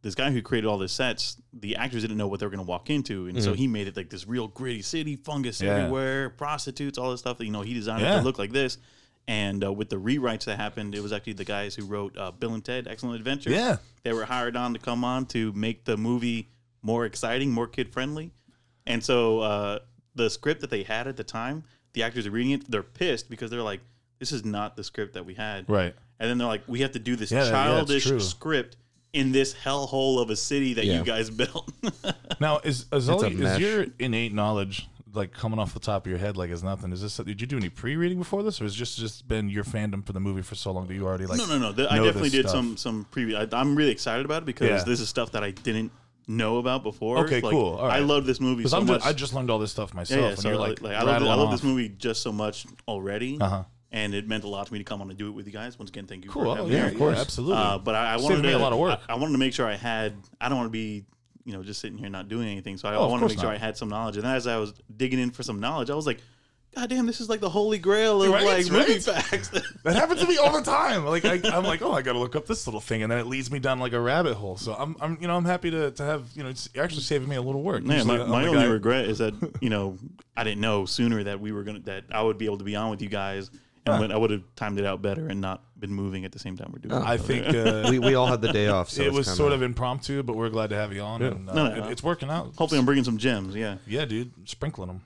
C: this guy who created all the sets. The actors didn't know what they were going to walk into, and so he made it like this real gritty city, fungus
B: Mm-hmm. Yeah.
C: everywhere, prostitutes, all this stuff. You know, he designed it
B: Yeah.
C: to look like this. And uh, with the rewrites that happened, it was actually the guys who wrote uh, Bill and Ted: Excellent Adventure.
B: Yeah.
C: they were hired on to come on to make the movie more exciting, more kid friendly. And so uh, the script that they had at the time, the actors are reading it. They're pissed because they're like, "This is not the script that we had."
B: Right.
C: And then they're like, "We have to do this
B: Yeah, yeah, it's
C: childish
B: true.
C: script in this hellhole of a city that you guys built."
B: Now is is, all-
A: a
B: is
A: mesh.
B: your innate knowledge like coming off the top of your head like is nothing? Is this did you do any pre reading before this, or has just just been your fandom for the movie for so long that you already like?
C: no, no, no. The- I
B: know
C: definitely
B: this
C: did
B: stuff?
C: some some preview. I, I'm really excited about it because
B: Yeah.
C: this is stuff that I didn't know about before.
B: Okay, cool. All
C: I
B: right.
C: love this movie
B: Because
C: so
B: I'm
C: much.
B: just, I just learned all this stuff myself,
C: yeah, yeah,
B: and
C: so
B: you're
C: like,
B: like,
C: like I love, this, I
B: rattling
C: love this
B: off.
C: movie just so much already,
B: Uh-huh.
C: and it meant a lot to me to come on and do it with you guys. Once again, thank you.
B: Cool.
C: for
B: Oh,
C: having
B: yeah,
C: me.
B: of course, absolutely.
C: Uh, but I, I
B: Saves
C: wanted
B: me
C: to,
B: a lot of work.
C: I, I wanted to make sure I had. I don't want to be, you know, just sitting here not doing anything. So I,
B: Oh, of
C: wanted to
B: course
C: make sure
B: not.
C: I had some knowledge. And as I was digging in for some knowledge, I was like, God damn, this is like the holy grail of
B: Right, right?
C: like movie facts.
B: that happens to me all the time. Like I, I'm like, oh, I got to look up this little thing, and then it leads me down like a rabbit hole. So I'm, I'm, you know, I'm happy to, to have, you know, it's actually saving me a little work.
C: Man,
B: Usually
C: my,
B: I'm
C: my
B: the
C: only
B: guy-
C: regret is that you know I didn't know sooner that we were gonna that I would be able to be on with you guys, and when I would have timed it out better and not been moving at the same time we're doing. it.
B: I think uh,
A: we, we all had the day off, so
B: it was
A: kinda-
B: sort of impromptu, but we're glad to have you on. And, uh,
C: No, no, no.
B: it- it's working out.
C: Hopefully, I'm bringing some gems. Yeah.
B: yeah, dude, sprinkling them.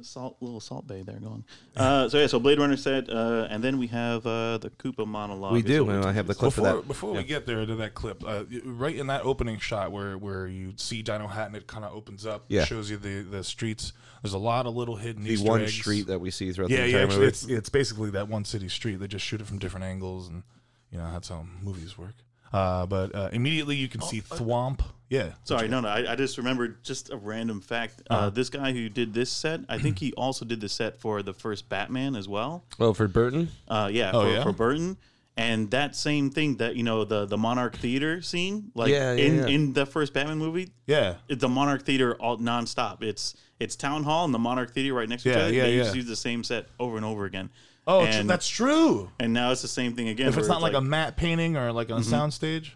C: salt little salt bay there going. Uh, so yeah, so Blade Runner said, uh, and then we have uh, the Koopa monologue.
A: We
C: is
A: do,
C: what
A: and I have the clip
B: Before
A: for that.
B: before we get there to that clip, uh, y- right in that opening shot where where you see Dino Hat and it kind of opens up,
A: Yeah.
B: shows you the the streets. There's a lot of little hidden
A: the
B: Easter
A: one
B: eggs.
A: street that we see throughout the
B: Yeah, yeah,
A: entire
B: actually,
A: movie.
B: it's it's basically that one city street. They just shoot it from different angles, and you know that's how movies work. Uh, but uh, immediately you can
C: Oh,
B: see Thwomp. Yeah,
C: Sorry, no, no. I, I just remembered just a random fact.
B: Uh-huh.
C: Uh, this guy who did this set, I think he also did the set for the first Batman as well.
A: oh, for Burton,
C: Uh, yeah,
B: Oh,
C: for,
B: yeah?
C: for Burton. And that same thing that you know the the Monarch Theater scene, like
A: Yeah, yeah,
C: in
A: yeah.
C: in the first Batman movie,
B: yeah,
C: it's the Monarch Theater all nonstop. It's it's Town Hall and the Monarch Theater right next to each
B: Yeah,
C: other.
B: yeah,
C: they
B: yeah.
C: used to use the same set over and over again.
B: Oh, tr-
C: and,
B: that's true.
C: and now it's the same thing again.
B: If
C: where
B: it's not like, a matte painting or like on
A: Mm-hmm.
B: a soundstage,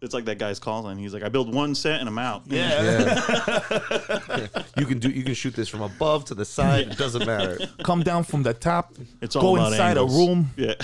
C: it's like that guy's calling. He's like, I build one set and I'm out.
B: yeah,
A: you can do you can shoot this from above to the side. It doesn't matter.
B: come down from the top.
C: It's all
B: go
C: about
B: inside
C: angles.
B: a room.
C: Yeah.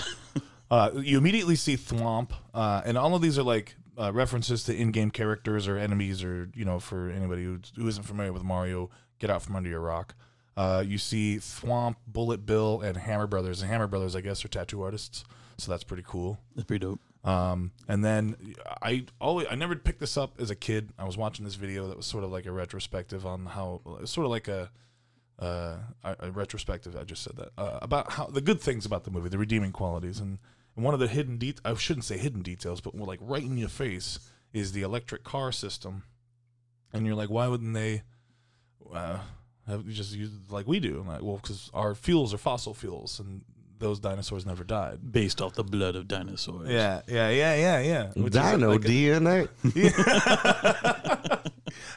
B: Uh, you immediately see Thwomp, uh, and all of these are like uh, references to in-game characters or enemies, or you know, for anybody who, who isn't familiar with Mario, get out from under your rock. Uh, you see Thwomp, Bullet Bill, and Hammer Brothers. And Hammer Brothers, I guess, are tattoo artists, so that's pretty cool.
C: That's pretty dope.
B: Um, and then I always I never picked this up as a kid. I was watching this video that was sort of like a retrospective on how sort of like a uh, a a retrospective. I just said that uh, about how the good things about the movie, the redeeming qualities, and, and one of the hidden det I shouldn't say hidden details, but like right in your face is the electric car system, and you're like, why wouldn't they? Uh, have you just used like we do? I'm like, well, because our fuels are fossil fuels, and those dinosaurs never died.
C: Based off the blood of dinosaurs.
B: Yeah, yeah, yeah, yeah, yeah. Which is
A: Dino
B: like a-
A: DNA.
B: and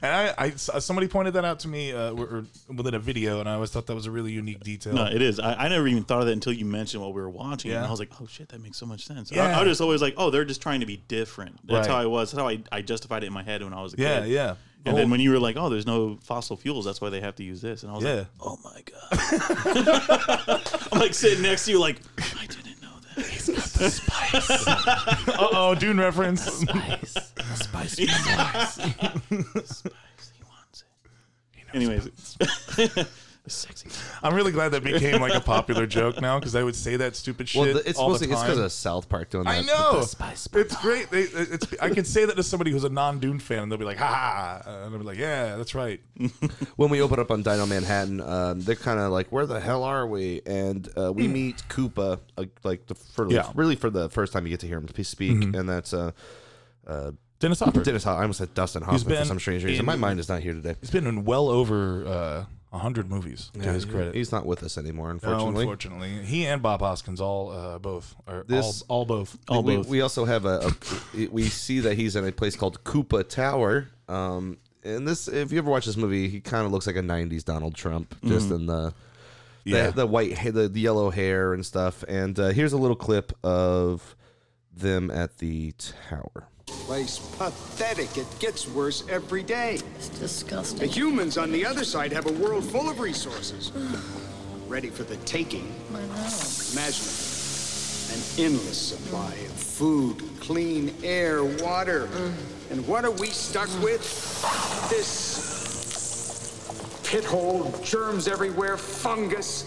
B: I, I- s- somebody pointed that out to me uh, or, or within a video, and I always thought that was a really unique detail.
C: No, it is. I, I never even thought of that until you mentioned while we were watching. it, And
B: Yeah.
C: I was like, oh shit, that makes so much sense. I,
B: Yeah.
C: I was just always like, oh, they're just trying to be different. That's
B: Right.
C: how I was. That's how I, I justified it in my head when I was a
B: yeah,
C: kid.
B: yeah.
C: And then when you were like, oh, there's no fossil fuels, that's why they have to use this. And I was
B: Yeah.
C: like, oh my God. I'm like sitting next to you, like, I didn't know that.
B: Uh oh, Dune reference.
C: Spicy spice. He wants it. Anyways, sexy.
B: I'm really glad that became like a popular joke now because I would say that stupid shit.
A: Well, th- it's
B: all
A: mostly
B: the
A: it's
B: time.
A: because of South Park doing that.
B: I know.
A: Spice Girls.
B: It's great. They, it's, I can say that to somebody who's a non Dune fan, and they'll be like, "Ha!" ha," And I'll be like, "Yeah, that's right."
A: When we open up on Dino Manhattan, um, they're kind of like, "Where the hell are we?" And uh, we meet Koopa, uh, like the, for
B: Hmm. Yeah. Mm-hmm.
A: really for the first time you get to hear him speak, and that's uh,
B: Dennis Hopper.
A: Mm-hmm. Dennis. Ho- I almost said Dustin Hoffman for
B: been
A: some strange reason.
B: in-
A: My mind is not here today.
B: He's been in well over uh, hundred movies to his credit.
A: He's not with us anymore,
B: No,
A: unfortunately.
B: unfortunately, he and Bob Hoskins all uh, both are
A: This-
B: all, all both.
C: All
A: we,
C: both.
A: we also have a, a we see that he's in a place called Koopa Tower. Um, and this, if you ever watch this movie, he kind of looks like a '90s Donald Trump, just in the
B: Mm-hmm. Yeah.
A: the, the white, ha- the, the yellow hair and stuff. And uh, here's a little clip of them at the tower.
F: place pathetic. It gets worse every day.
G: It's
F: The
G: disgusting.
F: humans on the other side have a world full of resources, ready for the taking.
G: I know.
F: Imagine an endless supply of food, clean air, water. And what are we stuck with? This pithole, germs everywhere, fungus.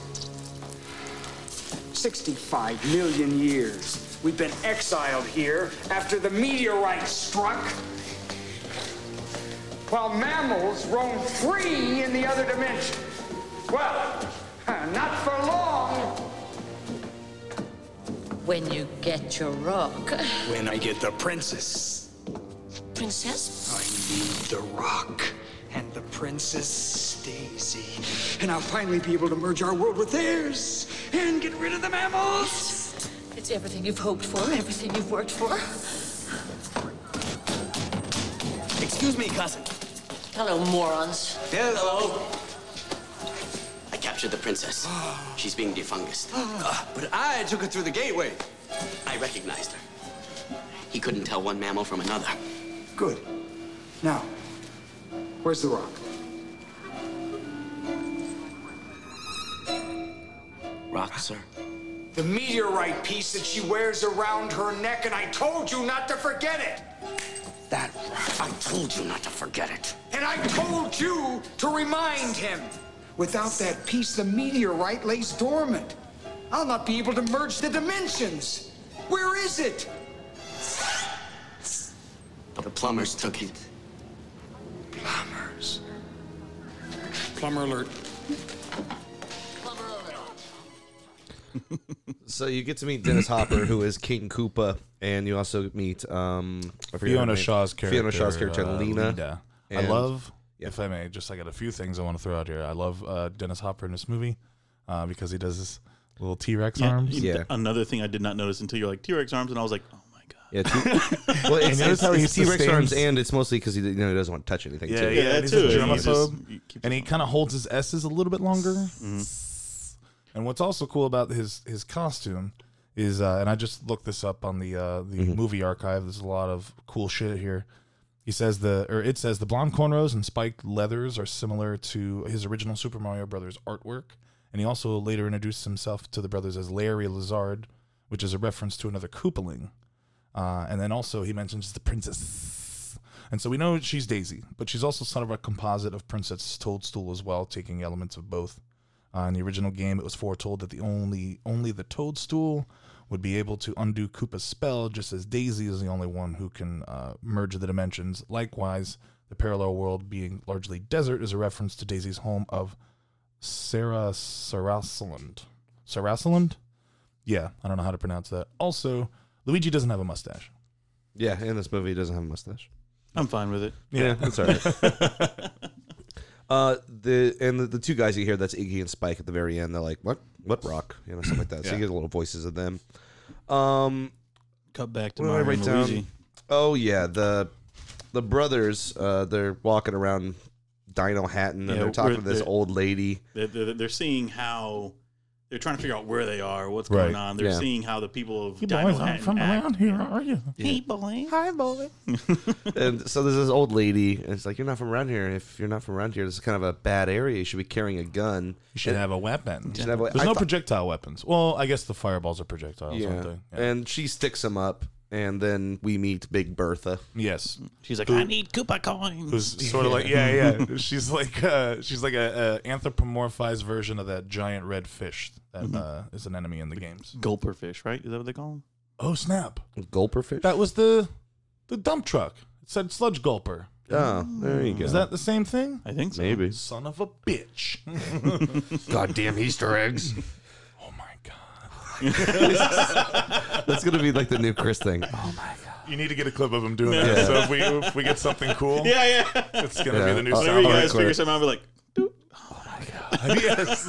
F: 65 million years. We've been exiled here after the meteorite struck. While mammals roam free in the other dimension. Well, not for long.
G: When you get your rock.
F: When I get the princess,
G: Princess?
F: I need the rock and the princess Daisy. And I'll finally be able to merge our world with theirs and get rid of the mammals.
G: It's everything you've hoped for, everything you've worked for.
H: Excuse me, cousin.
G: Hello, morons.
H: Hello. I captured the princess. She's being defungused.
F: But I took it through the gateway.
H: I recognized her. He couldn't tell one mammal from another.
F: Good. Now, where's the rock?
H: Rock, sir.
F: The meteorite piece that she wears around her neck, and I told you not to forget it. That rock.
H: I told you not to forget it.
F: And I told you to remind him. Without that piece, the meteorite lays dormant. I'll not be able to merge the dimensions. Where is it?
H: The plumbers took it.
F: Plumbers. Plumber alert.
A: So you get to meet Dennis Hopper, who is King Koopa, and you also meet um, I forget her
B: Fiona
A: name.
B: Shaw's character.
A: Fiona Shaw's character,
B: uh,
A: Lena.
B: Leda. I
A: And-
B: love,
A: Yeah.
B: if I may, just I got a few things I want to throw out here. I love uh, Dennis Hopper in this movie uh, because he does this little T Rex arms.
A: Yeah.
C: Another thing I did not notice until you're like T Rex arms, and I was like, oh my god.
A: Yeah, two, well, it's,
B: notice
A: it's,
B: how he
A: it's T-Rex arms,
B: sustains-
A: and it's mostly because he, you know, he doesn't want to touch anything. too.
C: yeah,
B: and
C: that
B: he's a
C: too. You just-
B: germaphobe,
C: you keep-
B: and he kind of holds his S's a little bit longer.
C: Mm-hmm.
B: And what's also cool about his his costume is, uh, and I just looked this up on the uh, the
C: Mm-hmm.
B: movie archive. There's a lot of cool shit here. He says the or it says the blonde cornrows and spiked leathers are similar to his original Super Mario Brothers artwork. And he also later introduced himself to the brothers as Larry Lazard, which is a reference to another Koopaling. Uh, and then also he mentions the princess. And so we know she's Daisy, but she's also sort of a composite of Princess Toadstool as well, taking elements of both. Uh, in the original game, it was foretold that the only only the Toadstool would be able to undo Koopa's spell, just as Daisy is the only one who can uh, merge the dimensions. Likewise, the parallel world being largely desert is a reference to Daisy's home of Sarah Sarasaland. Sarasaland? Yeah, I don't know how to pronounce that. Also, Luigi doesn't have a mustache.
A: Yeah, and this movie doesn't have a mustache.
C: I'm fine with it.
A: Yeah, that's all right. uh, the and the, the two guys you hear that's Iggy and Spike at the very end. They're like, "What? What rock?" You know, something like that. So you get little voices of them. Um,
C: Cut back to
A: what did I
C: Mario
A: write
C: and
A: down?
C: Luigi.
A: Oh yeah, the the brothers. Uh, they're walking around Dino Hatton, and
C: Yeah,
A: they're talking to
C: we're-
A: this
C: they're-
A: old lady.
C: They're, they're, they're seeing how they're trying to figure out where they are, what's
B: Right.
C: going on. They're
A: Yeah.
C: seeing how the people of
B: You
C: Dino
B: boys aren't
C: Hatton
B: from
C: act.
B: around here, are you?
C: Hey, boy.
B: Hi, boy.
A: And so there's this old lady, and it's like, You're not from around here. If you're not from around here, this is kind of a bad area. You should be carrying a gun.
B: You should have a weapon.
A: should have a-
B: There's
A: I
B: no
A: thought-
B: projectile weapons. Well, I guess the fireballs are projectiles,
A: Yeah.
B: aren't they? Yeah.
A: And she sticks him up, and then we meet Big Bertha.
B: yes.
C: She's like, I need Koopa coins.
B: Who's sort of like yeah, yeah. She's like uh, she's like a, a anthropomorphized version of that giant red fish that uh, is an enemy in the games.
C: Gulper fish, right? Is that what they call them?
B: Oh snap!
A: Gulperfish?
B: That was the the dump truck. It said sludge gulper.
A: oh, there you go.
B: Is that the same thing?
C: I think so.
A: Maybe.
B: Son of a bitch!
I: Goddamn Easter eggs.
B: oh my god!
A: That's going to be like the new Chris thing.
B: You need to get a clip of him doing that. So if we if we get something cool,
C: Yeah, yeah.
B: it's gonna
A: Yeah. Oh,
B: be the new
A: I'll-
C: Whenever
B: sound.
C: you
A: I'll
C: guys
A: record
C: figure
A: it.
C: something out, be like,
B: yes.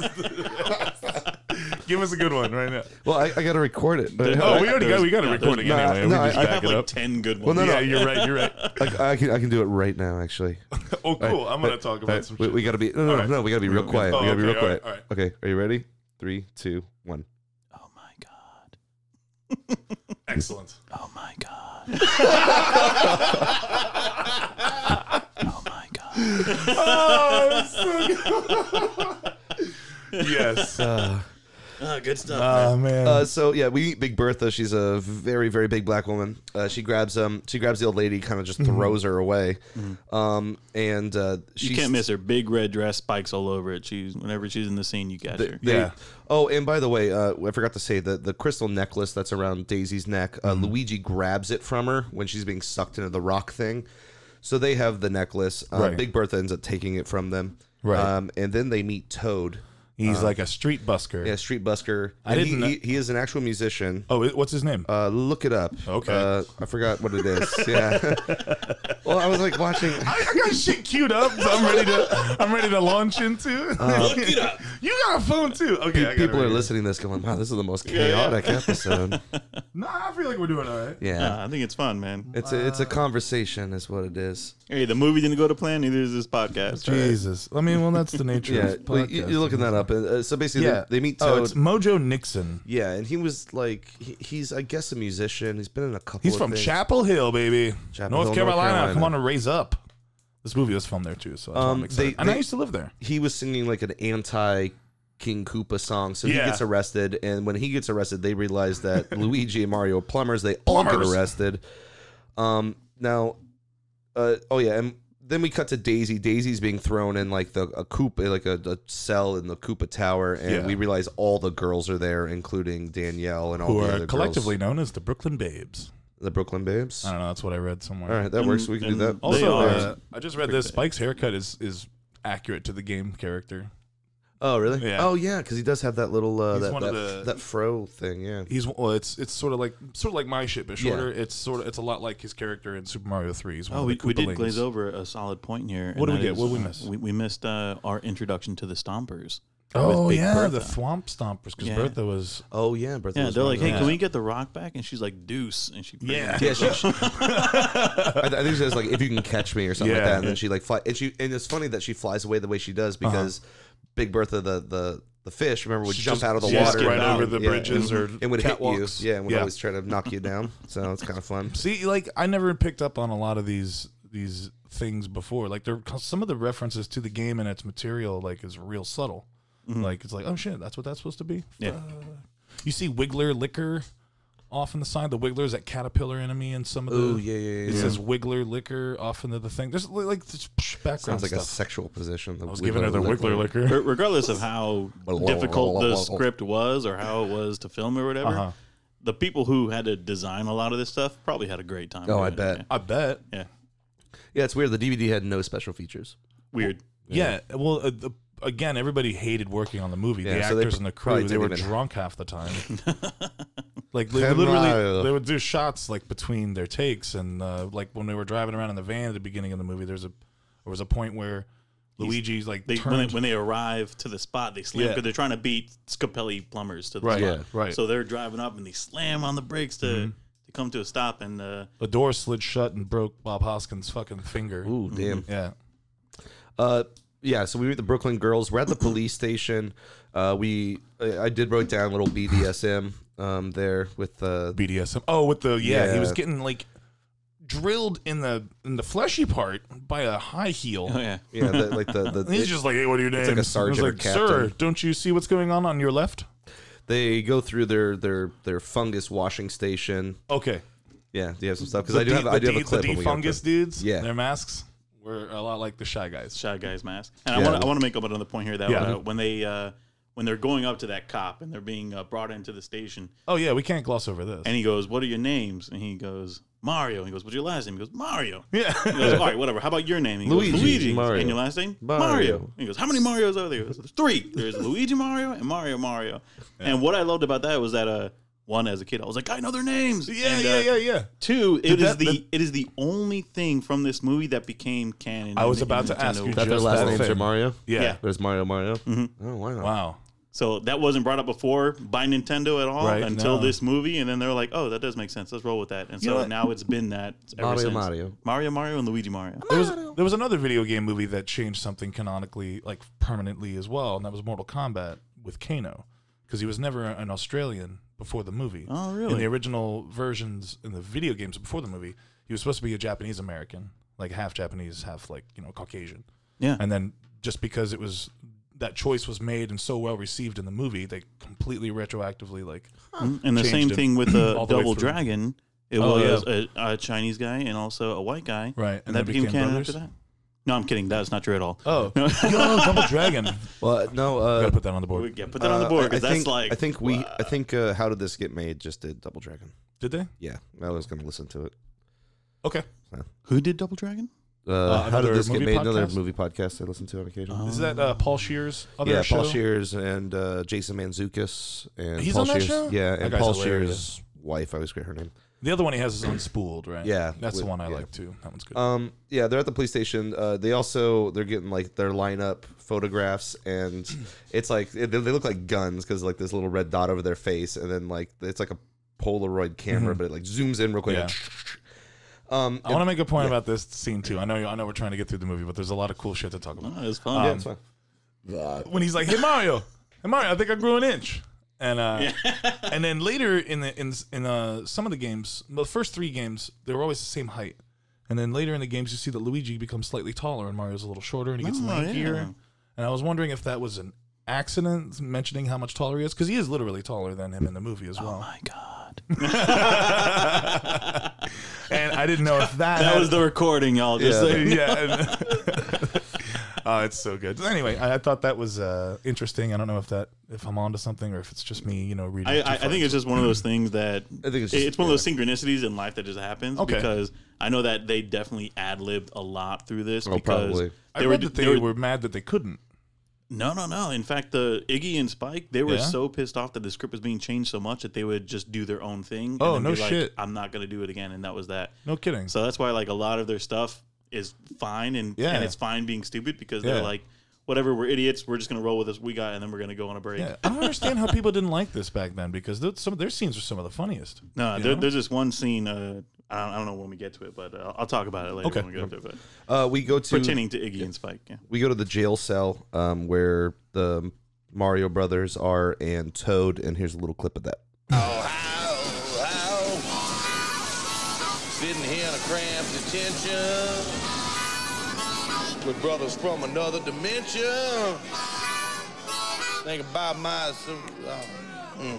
B: Give us a good one right now.
A: Well, I, I got to record it.
B: Oh, we already got we got it
C: No,
B: recording
C: there's-
B: anyway.
A: no,
B: we just
A: I- I
B: back
C: have
B: it
C: like
B: up.
C: 10 good ones.
A: Well, no, no.
B: yeah, you're right. You're right.
A: I, I can I can do it right now, actually.
B: Oh, cool. I'm gonna
A: Alright,
B: talk about
A: alright,
B: some.
A: we,
B: shit.
A: we gotta be no, no, no,
B: Alright.
A: no, we gotta be real
B: Okay.
A: quiet.
B: Oh,
A: we gotta be real
B: okay, alright,
A: quiet.
B: alright.
A: Okay, are you ready? Three, two, one.
C: Oh, my God.
B: Excellent.
C: Oh, my God. oh, my God.
B: Yes.
C: Oh, good stuff.
B: Oh man.
A: Uh, so yeah, we meet Big Bertha. She's a very, very big black woman. Uh, she grabs um, she grabs the old lady, kind of just
B: Mm-hmm.
A: throws her away. Um, and uh, she
C: you can't miss her. Big red dress, spikes all over it. She's Whenever she's in the scene, you catch her.
A: They-
B: Yeah.
A: Oh, and by the way, uh, I forgot to say that the crystal necklace that's around Daisy's neck,
B: Mm-hmm.
A: uh, Luigi grabs it from her when she's being sucked into the rock thing. So they have the necklace. Uh,
B: Right.
A: Big Bertha ends up taking it from them.
B: Right.
A: Um, and then they meet Toad, uh,
B: He's like a street busker.
A: yeah, street busker.
B: I
A: And
B: didn't
A: He,
B: kn-
A: he, he is an actual musician.
B: Oh, it- what's his name?
A: Uh, look it up.
B: Okay.
A: Uh, I forgot what it is. Yeah. well, I was like watching.
B: I, I got shit queued up. So I'm ready to. I'm ready to launch into. Look it up. You got a phone too. Okay. I got it
A: Uh, People
B: right
A: are
B: here.
A: listening to this going, wow, this is the most chaotic episode.
B: No, I feel like we're doing all right.
A: Yeah.
C: Uh, I think it's fun, man.
A: It's a, it's a conversation, is what it is.
C: Hey, the movie didn't go to plan, neither does this podcast. all right?
B: Jesus. I mean, well, that's the nature
A: Yeah,
B: of
A: well, you-
B: podcasting.
A: you're looking that up. Uh, so basically,
B: Yeah.
A: they, they meet
B: Oh,
A: Toad.
B: it's Mojo Nixon.
A: yeah, and he was like, he, he's I guess a musician. He's been in a couple.
B: He's
A: of
B: from
A: things.
B: Chapel Hill, baby.
A: Chapel
B: North,
A: Hill, North
B: Carolina.
A: Carolina.
B: Come on and raise up. This movie was filmed there too, so that's why
A: Um,
B: I'm excited.
A: they-
B: and I
A: they-
B: used to live there.
A: He was singing like an anti King Koopa song, so he
B: Yeah.
A: gets arrested. And when he gets arrested, they realize that Luigi and Mario are plumbers. They all
B: Plumbers.
A: get arrested. Um, now, uh, oh yeah, and then we cut to Daisy. Daisy's being thrown in like the a Koopa, like a, a cell in the Koopa Tower, and
B: Yeah.
A: we realize all the girls are there, including Danielle and all
B: Who
A: Oh, the
B: are
A: other
B: collectively
A: girls.
B: known as the Brooklyn Babes.
A: the Brooklyn Babes.
B: I don't know. That's what I read somewhere.
A: All right, that works. We can do
C: and-
A: that.
C: They
B: Also,
C: are.
B: uh, I just read this. Spike's haircut is is accurate to the game character.
A: oh, really?
B: Yeah.
A: Oh, yeah, because he does have that little uh,
B: He's
A: that
B: one
A: that,
B: of the-
A: that fro thing. Yeah.
B: He's well, it's it's sort of like sort of like my shit, but shorter.
A: Yeah.
B: It's sort of it's a lot like his character in Super Mario Three. He's one
C: Oh,
B: of
C: we,
B: the
C: we did
B: Koopalings.
C: glaze over a solid point here. and
B: What do we
C: that
B: get?
C: is,
B: What did we
C: uh,
B: miss?
C: We, we missed uh, our introduction to the Stompers.
B: Oh
C: with Big
B: yeah,
C: Bertha.
B: the Thwomp Stompers because
C: Yeah.
B: Bertha was
A: Oh, yeah, Bertha.
C: Yeah,
A: was
C: they're
A: one
C: like,
A: of
C: hey,
A: them.
C: can we get the rock back? And she's like, deuce. And she
B: Yeah.
A: Yeah, she, she- I, I think she was like, if you can catch me or something like
B: Yeah.
A: that, and then she like fly, and she and it's funny that she flies away the way she does
C: Uh-huh.
A: because Big Bertha, the the the fish, remember would
B: She
A: jump
B: just-
A: out of the
B: she just
A: water,
B: get right
A: and-
B: over the
A: yeah,
B: bridges
A: and,
B: or
A: and would
B: catwalks.
A: hit you, yeah, and would
B: Yeah.
A: always try to knock you down. So it's kind of fun.
B: See, like I never picked up on a lot of these these things before. Like there, 'cause some of the references to the game and its material, like is real subtle. Like it's like, oh shit, that's what that's supposed to be.
C: Yeah.
B: Fuck. You see Wiggler liquor off in the side. The Wiggler is that caterpillar enemy in some of the.
A: Ooh, yeah, yeah, yeah,
B: It
A: yeah.
B: says Wiggler liquor off into the thing. There's li- like this psh, background
A: Sounds like a
B: stuff.
A: sexual position.
B: I was giving her the Wiggler liquor.
C: Re- Regardless of how difficult the script was or how it was to film or whatever,
B: Uh-huh.
C: the people who had to design a lot of this stuff probably had a great time.
A: Oh,
C: doing
A: I
C: it.
A: bet.
B: I bet.
C: Yeah. Yeah.
A: Yeah, it's weird. The DVD had no special features.
C: Weird.
B: Yeah. Well, uh, the, again, everybody hated working on the movie. the
A: Yeah, so they
B: actors
A: pr-
B: and the
A: probably
B: crew, they
A: didn't
B: were
A: even-
B: drunk half the time. like they would
A: Hello.
B: literally, they would do shots like between their takes, and uh, like when they were driving around in the van at the beginning of the movie, there's a there was a point where Luigi's like
C: They, when,
B: turned.
C: they, when they arrive to the spot, they slam
B: Yeah.
C: because they're trying to beat Scapelli plumbers to the
B: Right,
C: spot.
B: yeah, right. Mm-hmm.
C: So they're driving up and they slam on the brakes to, to come to a stop. And uh,
B: the door slid shut and broke Bob Hoskins' fucking finger.
A: Ooh, damn.
B: Yeah.
A: Uh, yeah, so we meet the Brooklyn girls. We're at the police station. Uh, we I I did wrote down a little BDSM um, there with uh,
B: BDSM. Oh, with the yeah, he was
A: Yeah.
B: getting like drilled in the in the fleshy part by a high heel.
C: Oh yeah.
A: yeah, the, like the, the
B: And he's just like, hey, what are your
A: like
B: names?
A: a
B: And I was
A: sergeant or
B: like, Sir,
A: captain."
B: don't you see what's going on on your left?
A: they go through their their their fungus washing station.
B: Okay.
A: Yeah, do you have some stuff? Because
B: The
A: I do
B: D-
A: have
B: the
A: I do have
B: D-
A: a clip.
B: The
A: when we go through.
B: defungus dudes,
A: Yeah.
B: their masks were a lot like the shy guys.
C: Shy guy's mask. And I
A: Yeah.
C: want to I want to make up another point here that
B: Yeah.
C: uh, when they uh, when they're going up to that cop and they're being uh, brought into the station,
B: Oh yeah, we can't gloss over this.
C: and he goes, "What are your names?" And he goes, "Mario." And he goes, "What's your last name?" He goes, "Mario." He
B: yeah.
C: goes, all right, whatever. How about your name? He
A: Luigi.
C: Goes, Luigi.
A: Mario.
C: And your last name?
A: Mario.
C: And he goes, how many Marios are there? He goes, There's three. There's Luigi Mario and Mario Mario. And what I loved about that was that uh, one as a kid, I was like, I know their names.
B: yeah,
C: And,
B: yeah,
C: uh,
B: yeah, yeah.
C: Two, it is
B: that-
C: the
B: that-
C: it is the only thing from this movie that became canon.
B: I was
C: in- in
B: about to ask
C: Nintendo.
B: you
A: That their
B: Just
A: last
B: that
A: names
B: thing.
A: are Mario.
B: Yeah. Mm-hmm.
C: yeah.
A: There's Mario Mario. Oh wow.
B: Wow.
C: So that wasn't brought up before by Nintendo at all
B: Right,
C: until
B: no.
C: this movie, and then they're like, "Oh, that does make sense. Let's roll with that." And so
B: what?
C: now it's been that ever
A: Mario,
C: since.
A: Mario.
C: Mario Mario and Luigi Mario.
B: There was there was another video game movie that changed something canonically, like permanently as well, and that was Mortal Kombat with Kano, because he was never an Australian before the movie.
C: Oh, really?
B: In the original versions in the video games before the movie, he was supposed to be a Japanese American, like half Japanese, half like you know Caucasian.
C: Yeah.
B: And then just because it was that choice was made and so well received in the movie, they completely retroactively like
C: And the
B: changed
C: same
B: it
C: thing with the
B: all the way
C: Double
B: through.
C: Dragon. It
B: Oh,
C: was a, a Chinese guy and also a white guy.
B: Right,
C: And,
B: and
C: that
B: they
C: became,
B: became
C: canon
B: brothers?
C: after that. No, I'm kidding. That's not true at all.
B: oh no, Double Dragon.
A: Well, no.
B: Gotta
A: Uh,
B: put that on the board.
C: yeah, put that on the
A: uh, I,
C: board
A: I
C: because that's
A: think,
C: like.
A: I think we I think uh, how did this get made? Just did Double Dragon.
B: Did they?
A: Yeah, I was going to listen to it.
B: Okay.
C: Who did Double Dragon?
A: Uh, how did
B: another
A: this get
B: movie
A: made? Another
B: podcast?
A: movie podcast I listen to on occasion.
C: Um,
B: Is that uh, Paul Shear's other
A: yeah,
B: show?
A: Paul Shears and uh, Jason Manzukis and
B: He's
A: Paul
B: on that
A: Shears.
B: show?
A: Yeah,
B: That
A: and
B: guy's
A: Paul
B: hilarious.
A: Shears' wife. I always forget her name.
B: The other one he has is unspooled, right?
A: Yeah,
B: that's the
A: with-
B: one I
A: yeah.
B: like too. That one's good.
A: Um, yeah, they're at the police station. Uh, they also they're getting like their lineup photographs, and it's like it, they look like guns because like this little red dot over their face, and then like it's like a Polaroid camera, but it like zooms in real quick.
B: Mm-hmm. Yeah.
A: Um,
B: I want to make a point about this scene too. I know, I know, we're trying to get through the movie, but there's a lot of cool shit to talk about.
C: Oh, it was fun.
A: it's fine.
B: When he's like, "Hey Mario, hey Mario, I think I grew an inch," and uh, and then later in the in in uh, some of the games, the first three games, they were always the same height, and then later in the games, you see that Luigi becomes slightly taller and Mario's a little shorter and he gets
C: Oh,
B: lankier.
C: yeah.
B: And I was wondering if that was an accident mentioning how much taller he is because he is literally taller than him in the movie as well.
C: Oh my God.
B: and I didn't know if that
C: That
B: had-
C: was the recording, y'all. Just
A: Yeah.
C: like-
B: yeah. oh, it's so good. Anyway, I, I thought that was uh, interesting. I don't know if that if I'm onto something or if it's just me, you know, reading.
C: I,
B: it too
C: I, I
B: far.
C: think it's just one of those things that
A: I think it's
C: it-
A: just-
C: one of those synchronicities in life that just happens.
B: Okay.
C: Because I know that they definitely ad libbed a lot through this.
A: Oh,
C: because
A: probably.
B: I read that they were, mad that they couldn't.
C: No, no, no. In fact, the Iggy and Spike, they were
B: Yeah?
C: so pissed off that the script was being changed so much that they would just do their own thing. and
B: Oh,
C: then
B: no
C: be like,
B: shit.
C: I'm not gonna do it again, and that was that.
B: No kidding.
C: So that's why like a lot of their stuff is fine, and
B: Yeah.
C: and it's fine being stupid because
B: Yeah.
C: they're like, whatever, we're idiots. We're just gonna roll with this we got, and then we're gonna go on a break.
B: yeah, I don't understand how people didn't like this back then because th- some of their scenes are some of the funniest.
C: No,
B: you
C: there,
B: know?
C: there's this one scene. Uh, I, don't, I don't know when we get to it, but uh, I'll talk about it later
B: Okay.
C: when we get to it. But
A: Uh, we go to
C: pertaining to Iggy and Spike, yeah.
A: we go to the jail cell um, where the Mario brothers are and Toad, and here's a little clip of that.
J: Ow, ow. Sitting here in a cramped detention with brothers from another dimension. Think about my. Uh, mm.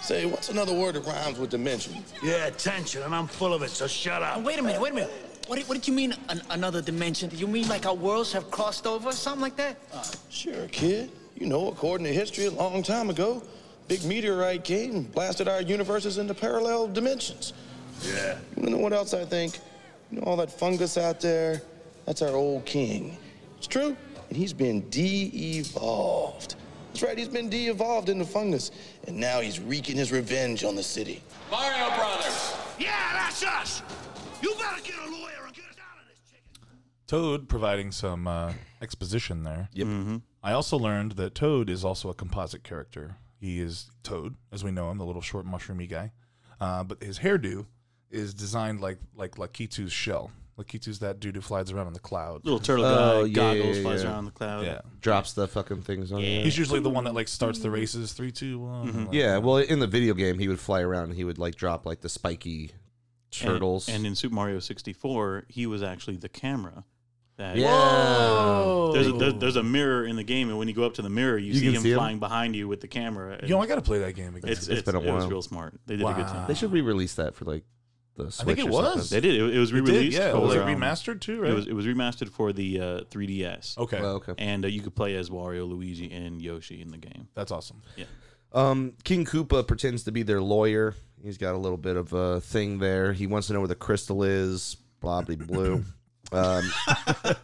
J: Say, what's another word that rhymes with dimension?
K: Yeah, attention, and I'm full of it, so shut up.
L: Wait a minute, wait a minute. What did, what did you mean, an, another dimension? Do you mean like our worlds have crossed over, something like that?
J: Sure, kid. You know, according to history, a long time ago, big meteorite came and blasted our universes into parallel dimensions.
K: Yeah.
J: You know what else I think? You know all that fungus out there? That's our old king. It's true. And he's been de-evolved. That's right, he's been de-evolved into fungus. And now he's wreaking his revenge on the city.
K: Mario Brothers. Yeah, that's us. You better get a lawyer and get us out of this chicken.
B: Toad providing some uh, exposition there. Yep.
C: Mm-hmm.
B: I also learned that Toad is also a composite character. He is Toad, as we know him, the little short mushroomy guy. Uh, but his hairdo is designed like like Lakitu's shell, Lakitu's that dude who flies around in the cloud.
C: Little turtle
A: Oh,
C: guy,
A: yeah,
C: goggles,
A: yeah,
C: flies
A: yeah.
C: around the cloud.
B: Uh, Yeah.
A: Drops the fucking things on.
B: He's usually the one that like starts
C: Mm-hmm.
B: the races. Three, two, one. like-
A: yeah, well, in the video game, he would fly around and he would like drop like the spiky
C: And-
A: turtles.
C: And, in Super Mario 64, he was actually the camera. That
A: Yeah.
B: oh.
A: Whoa.
C: There's a, there's, there's a mirror in the game, and when you go up to the mirror, you,
A: You
C: see
A: can
C: him
A: see him?
C: flying behind you with the camera. and
B: Yo, I gotta play that game again.
C: It's,
A: It's
C: it's been a while. It was
A: while.
C: real smart. They did a good
B: Wow.
C: job.
A: they should re-release that for like the Switch.
B: think it
A: or something.
B: was.
C: They did. It, it was
B: It did,
C: re-released.
B: yeah. Was
C: for, um,
B: it remastered too, right?
C: It was, it was remastered for the uh, 3DS.
B: Okay.
A: Oh, okay.
C: And uh, you could play as Wario, Luigi, and Yoshi in the game.
B: That's awesome.
C: Yeah.
A: Um, King Koopa pretends to be their lawyer. He's got a little bit of a thing there. He wants to know where the crystal is. Blah blah blue. Um,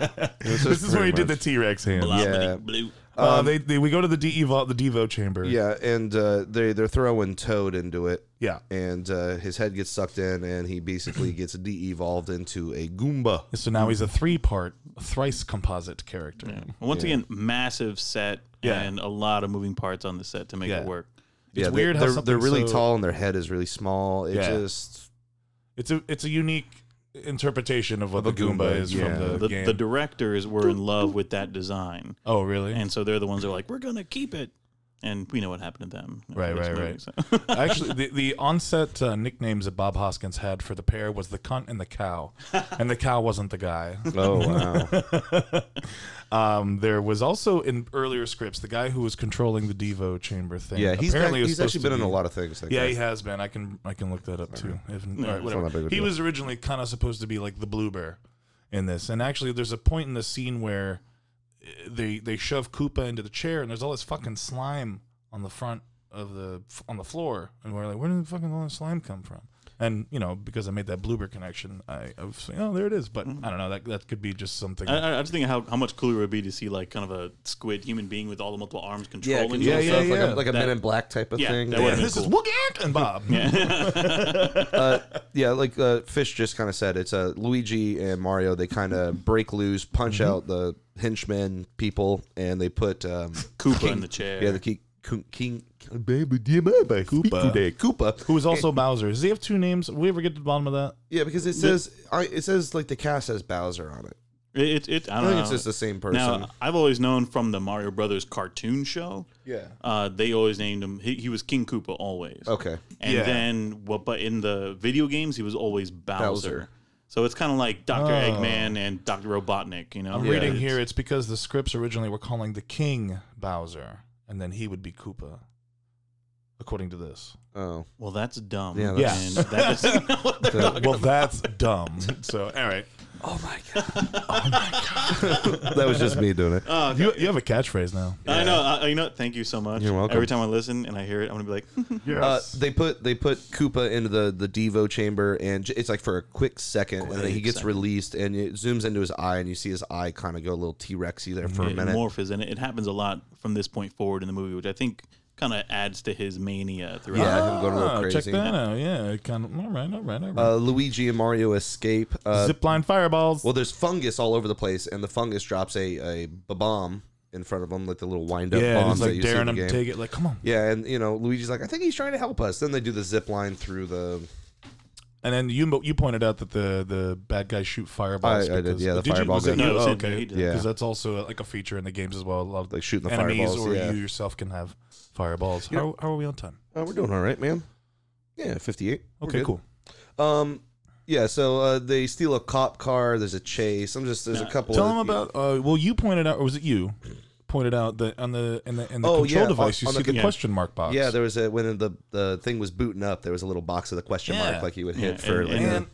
B: This is where he did the T Rex hand.
A: Yeah.
C: Blue.
B: Uh, they, they we go to the DE vault, the Devo chamber.
A: Um, Yeah, and uh, they they're throwing Toad into it.
B: Yeah.
A: and uh, his head gets sucked in, and he basically gets de-evolved into a Goomba.
B: So now he's a three part, thrice composite character.
C: Once again, massive set
B: Yeah.
C: and a lot of moving parts on the set to make
B: Yeah.
C: it work.
A: yeah,
B: It's weird
A: they,
B: how
A: they're,
B: something
A: they're really
B: so-
A: tall and their head is really small. It
B: Yeah.
A: just
B: It's a it's a unique interpretation of
A: Of
B: what
A: a
B: the Goomba,
A: Goomba,
B: is
A: yeah.
B: from the,
C: The,
B: game.
C: the directors were in love with that design.
B: oh, really?
C: And so they're the ones that are like, we're going to keep it. And we know what happened to them.
B: Right,
C: This
B: right,
C: movie,
B: right.
C: so.
B: Actually, the, the onset uh, nicknames that Bob Hoskins had for the pair was the cunt and the cow, and the cow wasn't the guy.
A: oh wow,
B: Um, there was also in earlier scripts the guy who was controlling the Devo chamber thing.
A: yeah. He's
B: Apparently it was
A: he's actually
B: supposed
A: been
B: to
A: in a
B: be-
A: lot of things. Like
B: Yeah,
A: that.
B: he has been. I can I can look that up too. If, all
A: It's not that big
B: right, whatever.
A: of a
B: He
A: deal.
B: was originally kind of supposed to be like the blue bear in this, and actually, there's a point in the scene where uh, they they shove Koopa into the chair, and there's all this fucking slime on the front of the on the floor, and we're like, where did the fucking all this slime come from? And you know, because I made that blue bear connection, I, I was like, oh, there it is. But I don't know. That that could be just something.
C: Mm-hmm. I, I- I just think how, how much cooler it would be to see like kind of a squid human being with all the multiple arms
A: yeah,
C: controlling
A: control
C: you.
B: yeah,
A: stuff, like
B: yeah.
A: a, like a Men
C: That-
A: in Black type of
C: yeah,
A: thing.
C: that would've
B: this
C: cool.
B: is Woogie and Bob.
A: uh, yeah, like uh, Fish just kind of said, it's uh, Luigi and Mario. They kind of break loose, punch
B: Mm-hmm.
A: out the henchmen people, and they put um,
C: Koopa in the chair.
A: Yeah, the key, King, King baby, dear baby, Koopa. Today. Koopa,
B: Who is also Bowser? Does he have two names? Will we ever get to the bottom of that?
A: yeah, because it says I, it says like the cast has Bowser on it.
C: It, it, it, I
A: I
C: don't
A: think
C: know.
A: it's just the same person.
C: Now, I've always known from the Mario Brothers cartoon show.
B: Yeah.
C: Uh, they always named him. He, he was King Koopa always.
A: okay,
C: And
B: Yeah.
C: then what? But in the video games, he was always Bowser. So it's kind of like Doctor Eggman and Doctor Robotnik. You know,
B: I'm
C: Yeah.
B: reading
C: It's-
B: here. It's because the scripts originally were calling the king Bowser, and then he would be Koopa, according to this.
A: oh
C: Well, that's dumb.
A: Yeah,
B: that's-
C: And that is not what they're talking
B: well, that's dumb. So, all right,
A: that was just me doing it.
B: you, you have a catchphrase now.
C: I know. I, you know. what? Thank you so much.
A: You're welcome.
C: Every time I listen and I hear it, I'm gonna be like,
A: Uh, they put they put Koopa into the the Devo chamber, and j- it's like for a quick second, and then he
C: Quick
A: gets
C: second.
A: released, and it zooms into his eye, and you see his eye kind of go a little T Rexy there for a
C: it
A: minute.
C: morphs, and it, it happens a lot from this point forward in the movie, which I think kind of adds to his mania throughout.
A: yeah, him going a little
B: Ah, check
A: crazy.
B: that out. Yeah, it kind of. All right, all right, all right.
A: Uh, Luigi and Mario escape. Uh,
B: Zipline fireballs.
A: well, there's fungus all over the place, and the fungus drops a a b- bomb in front of him, like the little wind up
B: yeah, and
A: bombs
B: it's
A: that
B: like
A: you see in
B: daring
A: the
B: him to
A: game.
B: take it. Like, come on.
A: yeah, and you know Luigi's like, I think he's trying to help us. Then they do the zip line through the.
B: And then you you pointed out that the the bad guys shoot fireballs.
A: I- I did,
B: because-
A: yeah, the
B: did you-
A: fireball
B: was
A: gun.
B: it you?
C: No, it was
B: Oh,
C: him,
B: okay,
C: he did.
B: because
A: Yeah.
B: that's also uh, like a feature in the games as well. A lot of
A: Like shooting the
B: enemies
A: fireballs,
B: or
A: yeah.
B: you yourself can have fireballs. How, how are we on time?
A: Oh, we're doing all right, man. Yeah, fifty eight.
B: Okay, cool.
A: Um, yeah. So uh, they steal a cop car. There's a chase. I'm just there's a couple.
B: Tell
A: of,
B: them about. Uh, well, you pointed out, or was it you pointed out that on the in the in the
A: Oh,
B: control
A: yeah,
B: device
A: on-
B: you
A: on
B: see
A: the
B: the,
A: con-
B: question mark box?
A: Yeah, there was a when the the thing was booting up. There was a little box with a question
B: Yeah.
A: mark, like you would
C: Yeah,
A: hit for.
C: and-
A: like,
C: and-
A: a-
B: and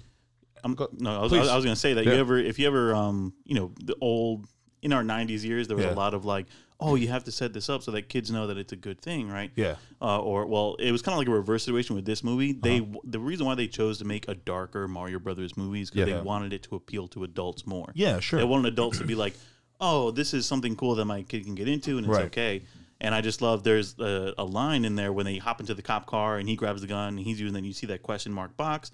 C: I'm, no, I was, I
B: Please.
C: was, I was gonna say that
A: Yeah.
C: you ever, if you ever, um, you know, the old in our '90s years, there was
B: Yeah.
C: a lot of like, oh, you have to set this up so that kids know that it's a good thing, right?
B: Yeah.
C: Uh, or well, it was kind of like a reverse situation with this movie. They
B: Uh-huh.
C: the reason why they chose to make a darker Mario Brothers movie is because
B: Yeah.
C: they wanted it to appeal to adults more.
B: Yeah, sure.
C: They wanted adults to be like, oh, this is something cool that my kid can get into, and it's
B: Right.
C: okay. And I just love there's a, a line in there when they hop into the cop car and he grabs the gun and he's using. Then you see that question mark box.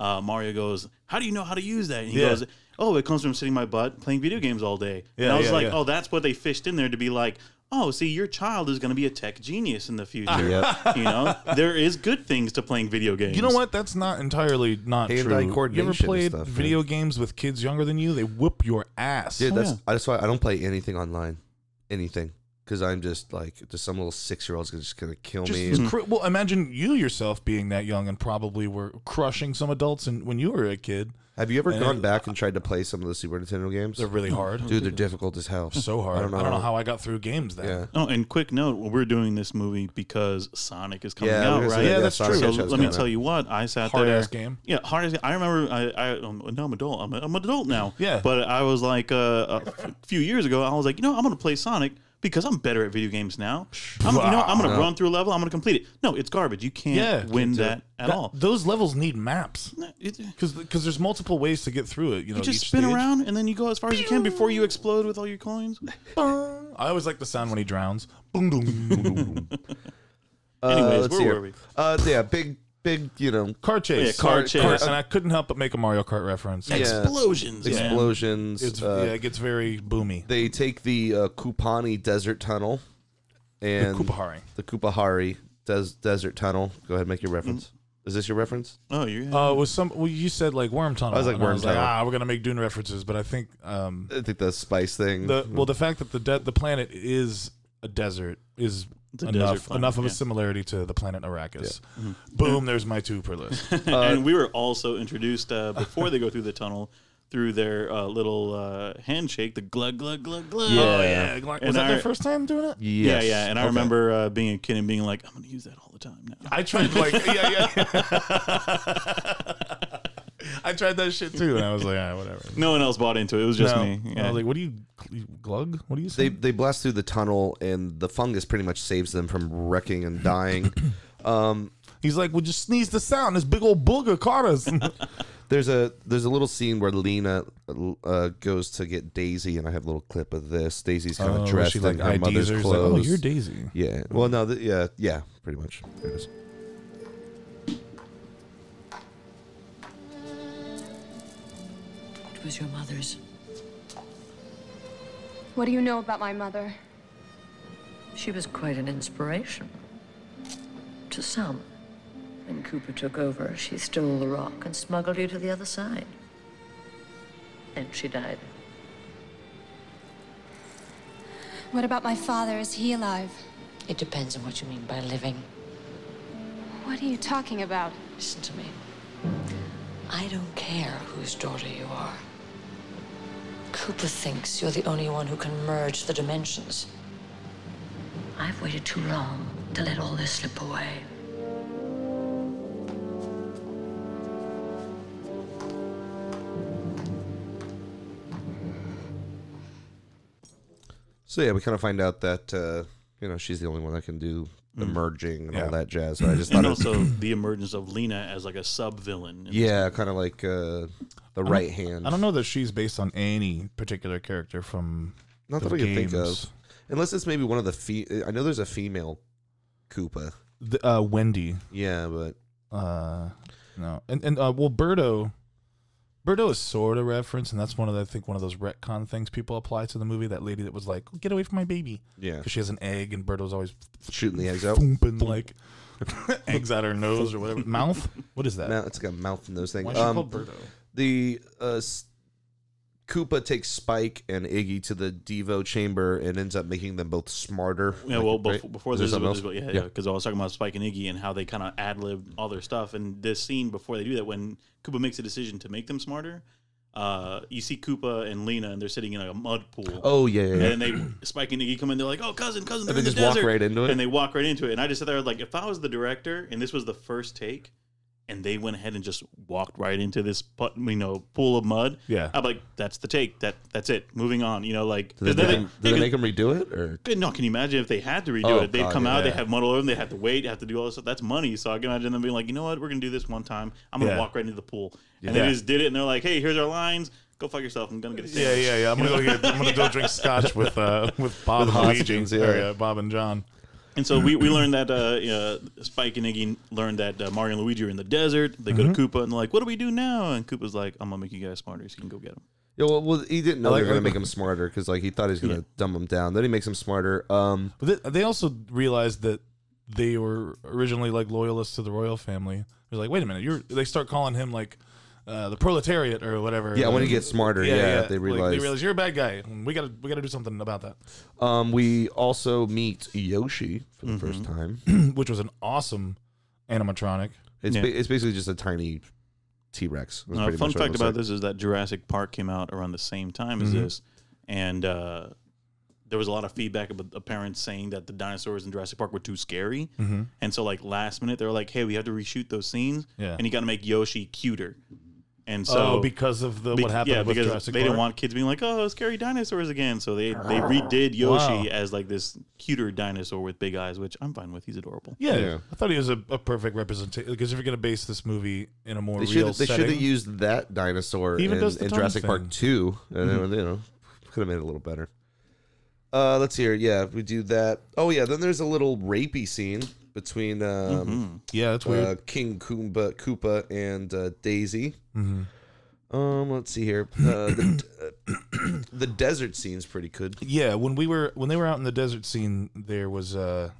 C: Uh, Mario goes, "How do you know how to use that?" And he
B: Mm-hmm. Yeah.
C: goes, "Oh, it comes from sitting my butt playing video games all day."
B: Yeah,
C: and I was
B: yeah,
C: like,
B: yeah.
C: "Oh, that's what they fished in there to be like." oh, see, your child is going to be a tech genius in the future.
B: Yep.
C: You know, there is good things to playing video games.
B: You know what? That's not entirely not
A: Hand-eye
B: true. you
A: coordination
B: ever
A: and
B: played
A: stuff,
B: video games with kids younger than you? They whoop your ass.
A: Dude, that's that's why I don't play anything online, anything, because I'm just like just some little six year old's just gonna kill
B: Just
A: me.
B: the cru- well, imagine you yourself being that young and probably were crushing some adults. And when you were a kid,
A: Have you ever
B: And-
A: gone back and tried to play some of the Super Nintendo games?
B: They're really hard.
A: dude. They're difficult as hell.
B: so hard.
A: Mm. I don't know.
B: how I got through games then.
A: Yeah.
C: Oh, and quick note: well, we're doing this movie because Sonic is coming
A: Yeah, we were
C: out, right?
A: saying, Yeah, yeah, that's Sonic true.
C: So
A: franchise
C: let me
A: coming
C: tell
A: out.
C: you what: I sat
B: Hard
C: there.
B: ass game.
C: Yeah, hard as I remember. I, I um, now I'm adult. I'm, a, I'm an adult now.
B: Yeah.
C: But I was like uh, a f- few years ago. I was like, you know, I'm gonna play Sonic because I'm better at video games now. I'm, you know, I'm gonna
B: Wow.
C: run through a level. I'm gonna complete it. No, it's garbage. You can't
B: Yeah,
C: win
B: can't do
C: that
B: it.
C: at
B: That-
C: all.
B: Oh, Those levels need maps
C: It-
B: because there's multiple ways to get through it. You know,
C: You just
B: each
C: spin
B: stage.
C: around and then you go as far as you can before you explode with all your coins.
B: I always like the sound when he drowns. Boom, boom, boom, boom, boom.
C: Anyways,
A: let's
C: where
A: see
C: were
A: here.
C: we?
A: Uh, yeah, big, big, you know,
B: Car chase.
C: Yeah, car chase.
B: and I couldn't help but make a Mario Kart reference.
A: yeah,
C: Explosions, man.
A: explosions.
B: It's,
A: uh,
B: yeah, it gets very boomy.
A: They take the uh, Kupani Desert Tunnel and
B: Kupahari.
A: The Kupahari des- Desert Tunnel. Go ahead, make your
B: Mm-hmm.
A: reference. Is this your reference?
C: Oh, you.
B: Uh, was some? Well, you said like worm tunnel.
A: I was like
B: and
A: worm tunnel.
B: ah, we're gonna make Dune references, but I think um,
A: I think the spice thing.
B: the well, the fact that the de- the planet is a desert is
C: a
B: enough
C: desert planet,
B: enough of
C: yeah.
B: a similarity to the planet Arrakis.
A: Mm-hmm.
B: Boom! There's my two per list.
A: Oh,
C: and we were also introduced uh, before they go through the tunnel through their uh, little uh, handshake, the glug glug glug glug.
B: Oh yeah, was
C: And
B: that
C: I-
B: their first time doing it?
A: Yes.
C: Yeah, yeah. And I
A: Okay.
C: remember uh, being a kid and being like, I'm going to use that all the time now.
B: I tried like yeah yeah. I tried that shit too, and I was like, ah, whatever.
C: No one else bought into it. It was just
B: No.
C: me.
B: I
C: Yeah.
B: was like, what do you you glug? What do you
A: They
B: say?
A: they blast through the tunnel and the fungus pretty much saves them from wrecking and dying. um,
B: He's like, well, just sneeze the sound. This big old booger caught us.
A: there's a there's a little scene where Lena uh, goes to get Daisy, and I have a little clip of this. Daisy's kind of dressed
B: Oh, she
A: in
B: like
A: her
B: IDs
A: mother's
B: her? She's
A: clothes.
B: like, oh, you're Daisy.
A: Yeah. Well, no. Th- yeah. Yeah. Pretty much. There it is.
G: It was your mother's.
E: What do you know about my mother?
G: She was quite an inspiration. To some. When Cooper took over, she stole the rock and smuggled you to the other side. And she died.
E: What about my father? Is he alive?
G: It depends on what you mean by living.
E: What are you talking about?
G: Listen to me. I don't care whose daughter you are. Cooper thinks you're the only one who can merge the dimensions. I've waited too long to let all this slip away.
A: So yeah, we kind of find out that uh, you know she's the only one that can do the merging and all
B: Yeah.
A: that jazz. So I just thought,
C: Mm. and
A: it was,
C: also the emergence of Lena as like a sub villain.
A: yeah, kind of like uh, the right hand.
B: I don't know that she's based on any particular character from
A: Not
B: the
A: that I can think of,
B: games.
A: unless it's maybe one of the. Fe- I know there's a female Koopa.
B: The, uh, Wendy.
A: Yeah, but
B: Uh, no, and and uh, well, Birdo. Birdo is sort of reference, and that's one of the, I think one of those retcon things people apply to the movie. That lady that was like, "Get away from my baby,"
A: yeah,
B: because she has an egg, and Birdo's always
A: shooting the eggs oh, out.
B: thumping like eggs out her nose or whatever mouth. What is that?
A: Mou- It's like a mouth in those
B: Why
A: things.
B: is she
A: Um,
B: called Birdo?
A: the uh, s- Koopa takes Spike and Iggy to the Devo chamber and ends up making them both smarter.
C: Yeah,
A: Like,
C: well,
A: right?
C: before, before
A: Is there
C: this,
A: something
C: was,
A: else?
C: yeah, yeah, because I was talking about Spike and Iggy and how they kind of ad lib all their stuff. And this scene before they do that, when Koopa makes a decision to make them smarter, uh, you see Koopa and Lena, and they're sitting in like a mud pool.
A: Oh yeah, yeah, yeah.
C: And then they Spike and Iggy come in. They're like, "Oh, cousin,
A: And
C: cousin!" they're
A: they
C: in the
A: just walk
C: desert."
A: right into it?
C: And they walk right into it. And I just sat there like, if I was the director and this was the first take, and they went ahead and just walked right into this, pu- you know, pool of mud.
B: Yeah.
C: I'm like, that's the take. That that's it. Moving on. You know, like
A: Did they,
C: there's
A: make
C: nothing-
A: them, did they make them redo it or?
C: Good. No, can you imagine if they had to redo
A: Oh,
C: it? They'd
A: God,
C: come out,
B: yeah.
C: they have mud all over them, they have to wait, have to do all this stuff. That's money. So I can imagine them being like, you know what, we're gonna do this one time. I'm gonna
B: Yeah.
C: walk right into the pool. And they
B: Yeah.
C: just did it and they're like, Hey, here's our lines, go fuck yourself, I'm gonna get a
B: Yeah,
C: sandwich.
B: yeah, yeah. I'm gonna go get. I'm gonna go drink scotch with uh with Bob
A: With
B: and
A: Hoskins,
B: Luigi,
A: yeah.
B: or, uh, Bob and John.
C: And so we, we learned that uh, uh, Spike and Iggy learned that uh, Mario and
B: Mm-hmm.
C: Luigi are in the desert. They go to Koopa and they're like, What do we do now? And Koopa's like, I'm gonna make you guys smarter so you can go get them.
A: Yeah, well, well, he didn't know they
B: I like-
A: were going
B: like-
A: to Oh, make him smarter because like he thought he was going to dumb him down. Then he makes him smarter. Um,
B: But they, they also realized that they were originally like loyalists to the royal family. They're like, wait a minute, you're. They start calling him like uh, the proletariat or whatever.
A: Yeah, when he gets smarter, yeah, they
B: Like,
A: realize-
B: they realize you're a bad guy. and We gotta we gotta do something about that.
A: um, we also meet Yoshi for the first time.
B: Which was an awesome animatronic.
A: It's ba- it's basically just a tiny T Rex.
C: Uh, fun fact about this is that Jurassic Park came out around the same time as
B: Mm-hmm.
A: Mhm.
C: this, and uh, there was a lot of feedback about the parents saying that the dinosaurs in Jurassic Park were too scary,
B: Mhm.
C: and so like last minute they were like, "Hey, we have to reshoot those scenes,
B: Yeah.
C: and you got to make Yoshi cuter." And so
B: Oh, because of the- what happened
C: yeah,
B: with
C: because
B: Jurassic
C: they didn't
B: Park?
C: want kids being like, "Oh, scary dinosaurs again." So they they redid
B: Wow.
C: Yoshi as like this cuter dinosaur with big eyes, which I'm fine with. He's adorable.
B: Yeah, I thought he was a, a perfect representation because if you're gonna base this movie in a more
A: They should
B: real
A: they should
B: setting,
A: have used that dinosaur
B: He even
A: in,
B: does the
A: in
B: tongue
A: Jurassic
B: thing.
A: Park Two, and
B: Mhm.
A: then, you know could have made it a little better. Uh, let's hear. Yeah, we do that. Oh yeah, then there's a little rapey scene between um,
B: yeah, that's
A: uh,
B: weird.
A: King Koopa, Koopa and uh, Daisy.
B: Mhm.
A: Um, let's see here. Uh, the, the desert scene's pretty good.
B: Yeah, when we were when they were out in the desert scene, there was uh,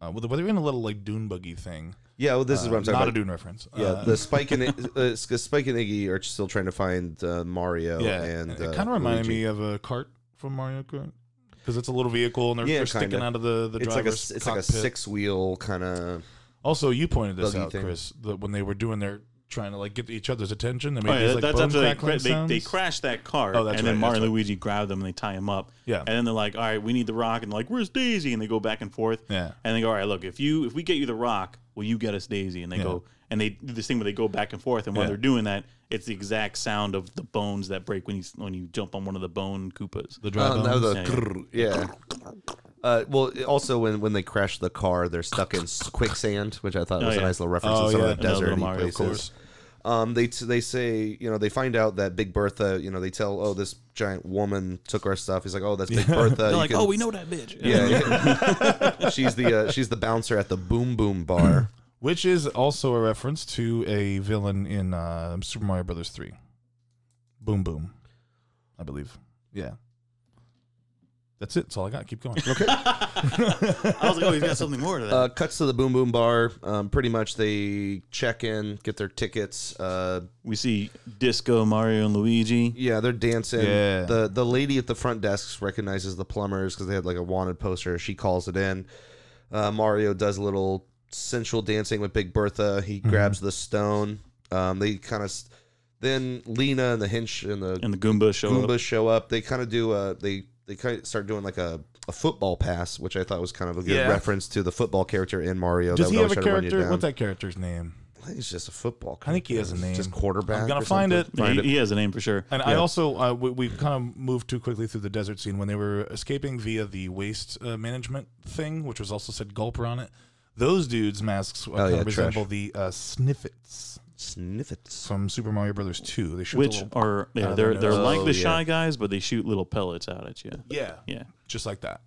B: uh well, they were in a little like dune buggy thing.
A: Yeah, well, this is
B: Uh,
A: what I'm talking
B: not
A: about.
B: a Dune reference.
A: Yeah,
B: Uh,
A: the Spike and uh, 'cause Spike and Iggy are still trying to find uh, Mario.
B: yeah,
A: and
B: it
A: uh,
B: kind of reminded
A: Luigi.
B: me of a cart from Mario Kart because it's a little vehicle and they're, they're sticking
A: kinda.
B: out of the the
A: It's like a s-
B: driver's
A: it's
B: cockpit.
A: like a six wheel kind of.
B: Also, you pointed this
A: buggy
B: out,
A: thing.
B: Chris, that when they were doing their trying to like get each other's attention, they
C: Oh,
B: made
C: yeah,
B: these like
C: that's
B: bone
C: after they,
B: crackling
C: cra- they,
B: sounds.
C: they crash that car,
B: Oh, that's
C: and
B: right,
C: then Mario
B: that's
C: and Luigi grab them and they tie them up.
B: Yeah.
C: and then they're like, "All right, we need the rock," and they're like, "Where's Daisy?" And they go back and forth.
B: Yeah.
C: and they go, "All right, look, if you if we get you the rock, will you get us Daisy?" And they
B: Yeah.
C: go and they do this thing where they go back and forth, and while
B: Yeah.
C: they're doing that, it's the exact sound of the bones that break when you when you jump on one of the bone Koopas.
B: The
A: Oh, no, the
C: Yeah, yeah.
A: grrr, yeah. Uh, well, also when, when they crash the car, they're stuck in s- quicksand, which I thought
C: Oh,
A: was
C: yeah.
A: a nice little reference
B: Oh,
A: to some
B: yeah.
A: of the
B: Another
A: desert
B: Mario, of
A: places.
B: course.
A: Um, they t- they say you know they find out that Big Bertha you know they tell oh this giant woman took our stuff. He's like oh that's Big Bertha.
C: They're
A: You
C: like,
A: can-
C: "Oh, we know that bitch."
A: Yeah, yeah. she's the uh, she's the bouncer at the Boom Boom Bar.
B: which is also a reference to a villain in uh, Super Mario Brothers Three. Boom boom, I believe. Yeah, that's it. That's all I got. Keep going. Okay.
C: I was like, "Oh, he's got something more to that."
A: Uh, cuts to the Boom Boom Bar. Um, pretty much they check in, get their tickets. Uh,
C: we see Disco Mario and Luigi.
A: Yeah, they're dancing.
B: Yeah.
A: The the lady at the front desk recognizes the plumbers because they had like a wanted poster. She calls it in. Uh, Mario does a little sensual dancing with Big Bertha. He
B: Mm-hmm.
A: grabs the stone. Um, they kind of then Lena and the Hinch and the
C: And the Goomba show up.
A: Goombas show up. They kind of do a they they kind of start doing like a, a football pass, which I thought was kind of a good
B: Yeah.
A: reference to the football character in Mario.
B: Does he
A: would
B: have a
A: always try to run you
B: character?
A: down.
B: What's that character's name?
A: I think it's just a football.
B: I think he has a
A: character. It's Just
B: name.
A: quarterback.
B: I'm gonna
A: or
B: find
A: something.
B: it.
C: Yeah, he, he has a name for sure.
B: And I
C: Yeah.
B: also uh, we, we kind of moved too quickly through the desert scene when they were escaping via the waste uh, management thing, which was also said gulper on it. Those dudes' masks uh,
A: Oh, yeah,
B: kind of
A: trash.
B: resemble the uh, sniffets
A: Sniffets.
B: from Super Mario Brothers Two. They shoot
C: which
B: the little-
C: are
B: out
C: yeah,
B: of
C: they're
B: their
C: they're
B: nose.
C: like
A: Oh,
C: the
A: yeah.
C: shy guys, but they shoot little pellets out at you.
B: yeah,
C: Yeah.
B: just like that.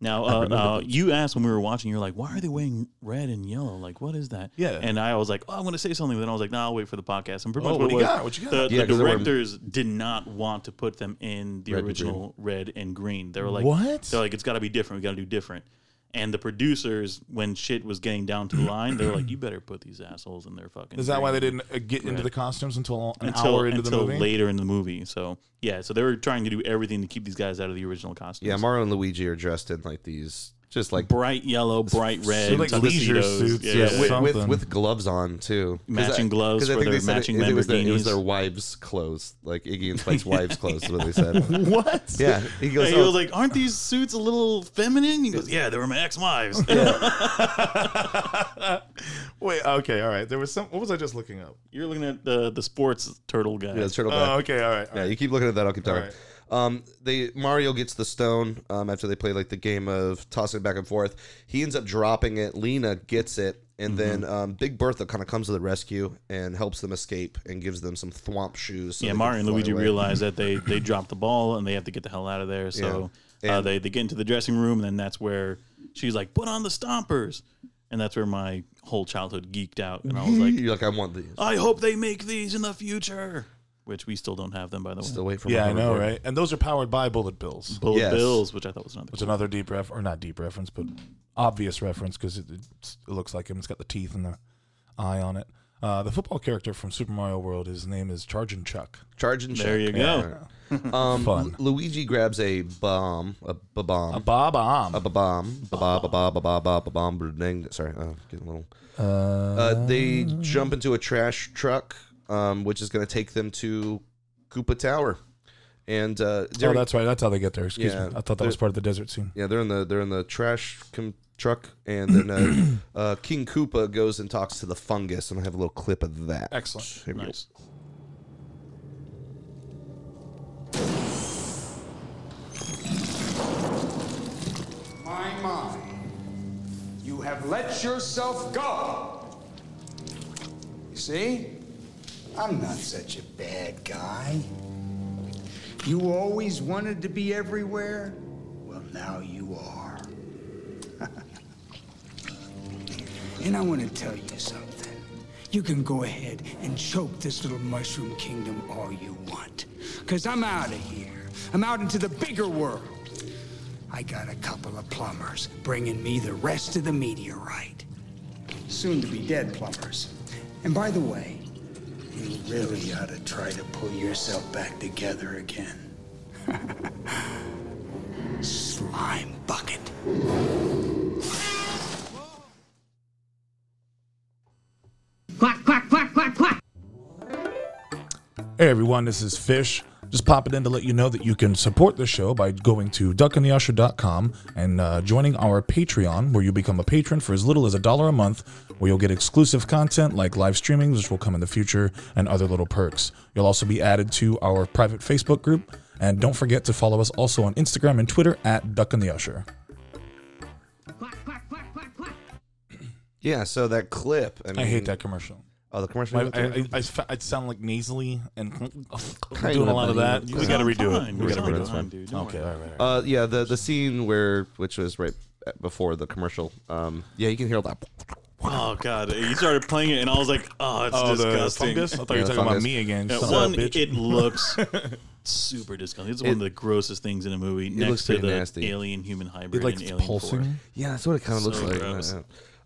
C: Now,
B: I
C: uh,
B: remember
C: uh,
B: those.
C: you asked when we were watching, you're like, "Why are they wearing red and yellow? Like, what is that?"
B: Yeah.
C: And I was like, "Oh, I'm going to say something," but then I was like, "No, I'll wait for the podcast." And pretty
B: Oh, what
C: much what,
B: do
C: it
B: you
C: was,
B: got? What you got?
C: the,
A: Yeah,
C: the
A: 'cause they were-
C: directors did not want to put them in the
A: Red and
C: original red and green. They were like,
B: What?
C: They're like, "It's got to be different. We got to do different." And the producers, when shit was getting down to the line, they were like, "You better put these assholes in their fucking."
B: Is that why
C: green."
B: they didn't uh, get into
C: Red.
B: the costumes until an hour into the
C: until
B: movie?
C: later in the movie. So yeah, so they were trying to do everything to keep these guys out of the original costumes.
A: Yeah, Mario and Luigi are dressed in like these, just like
C: bright yellow, bright red,
B: They're like leisure
C: tuxedos.
B: suits,
C: Yeah,
B: yeah.
C: yeah,
A: with,
C: yeah.
A: with
B: Something.
A: with gloves on too, 'Cause
C: Matching
A: I-
C: gloves
A: 'cause I
C: for
A: think
C: their
A: they said
C: matching
A: it, it was their, it was
C: Lamborghinis.
A: their wives' clothes, like Iggy and Spike's wives' clothes. Is what they said.
B: what?
A: Yeah, he
C: And
A: goes.
C: he
A: "Oh,
C: was like, "Aren't these suits a little feminine?" He goes, "Yeah, they were my ex-wives."
B: Wait. Okay. All right. There was some. What was I just looking up?
C: You're looking at the the sports turtle guy.
A: yeah, turtle back.
B: Oh, okay. All right. all
A: yeah,
B: right.
A: you keep looking at that. I'll keep talking.
B: Alright.
A: Um, they Mario gets the stone um, after they play like the game of tossing it back and forth. He ends up dropping it. Lena gets it, and then
C: Mm-hmm.
A: um, Big Bertha kind of comes to the rescue and helps them escape and gives them some thwomp shoes. so
C: yeah,
A: they can
C: Mario and
A: fly
C: Luigi
A: away.
C: realize that they they dropped the ball and they have to get the hell out of there. So
A: Yeah.
C: uh,
A: And-
C: they they get into the dressing room and then that's where she's like, "Put on the stompers," and that's where my whole childhood geeked out and I was like,
A: You're like, I want these.
C: "I hope they make these in the future." which we still don't have them by the way.
A: Still wait for
B: yeah, I
A: my
B: know,
A: report.
B: right? And those are powered by bullet bills.
C: Bullet Yes. bills, which I thought was another
B: It's another deep ref or not deep reference, but obvious reference because it, it's, it looks like him. It's got the teeth and the eye on it. Uh, the football character from Super Mario World, his name is Charging Chuck.
A: Charging
B: There
A: Chuck.
B: you go.
A: Yeah. um,
B: Fun.
A: Lu- Luigi grabs a bomb, a bomb, a a
B: bomb,
A: bomb, a bomb, a bomb, a bomb, a bomb. Sorry, uh, getting a little.
B: Uh,
A: Uh, they jump into a trash truck, um, which is going to take them to Koopa Tower. And uh,
B: oh,
A: during-
B: that's right. That's how they get there. Excuse
A: Yeah.
B: me. I thought that was part of the desert scene.
A: Yeah, they're in the they're in the trash com- truck, and then uh, uh, King Koopa goes and talks to the fungus, and I have a little clip of that.
B: Excellent.
A: Here we go.
F: My, my. You have let yourself go. You see? I'm not such a bad guy. You always wanted to be everywhere? Well, now you are. and I want to tell you something. You can go ahead and choke this little mushroom kingdom all you want. Because I'm out of here. I'm out into the bigger world. I got a couple of plumbers bringing me the rest of the meteorite. Soon to be dead plumbers. And by the way, you really ought to try to pull yourself back together again. Slime bucket.
K: Quack, quack, quack, quack, quack.
B: Hey everyone, this is Fish. Just popping in to let you know that you can support the show by going to duckandtheusher.com and uh, joining our Patreon, where you become a patron for as little as a dollar a month, where you'll get exclusive content like live streaming, which will come in the future, and other little perks. You'll also be added to our private Facebook group, and don't forget to follow us also on Instagram and Twitter at Duck and the Usher.
A: Yeah, so that clip. I, mean,
B: I hate that commercial.
A: Oh, the commercial.
B: I, I, I, I fa- I'd sound like nasally and
A: Kind
B: doing a
A: of,
B: lot of
A: but
B: that.
A: you-
B: We got to
A: We're
B: redo it.
A: fine,
B: We
A: we're
B: got to
A: fine,
B: redo
A: we're fine,
B: it.
A: dude,
B: Okay, all right, all right.
A: Uh, yeah, the the scene where which was right before the commercial. Um, yeah, you can hear all that.
C: Oh god, you started playing it, and I was like, "Oh, it's
B: Oh, the
C: disgusting."
B: fungus? I thought you were Yeah, the talking about fungus. me again,
C: Yeah,
B: son of a
C: one,
B: bitch.
C: it looks super disgusting. It's one
A: It-
C: of the grossest things in a movie.
A: it
C: next
A: looks
C: to
A: pretty
C: the
A: nasty.
C: alien human hybrid.
B: like,
C: and
B: it's
C: alien
B: pulsing?
C: Four.
A: Yeah, that's what it kind of looks
C: So
A: like.
C: gross.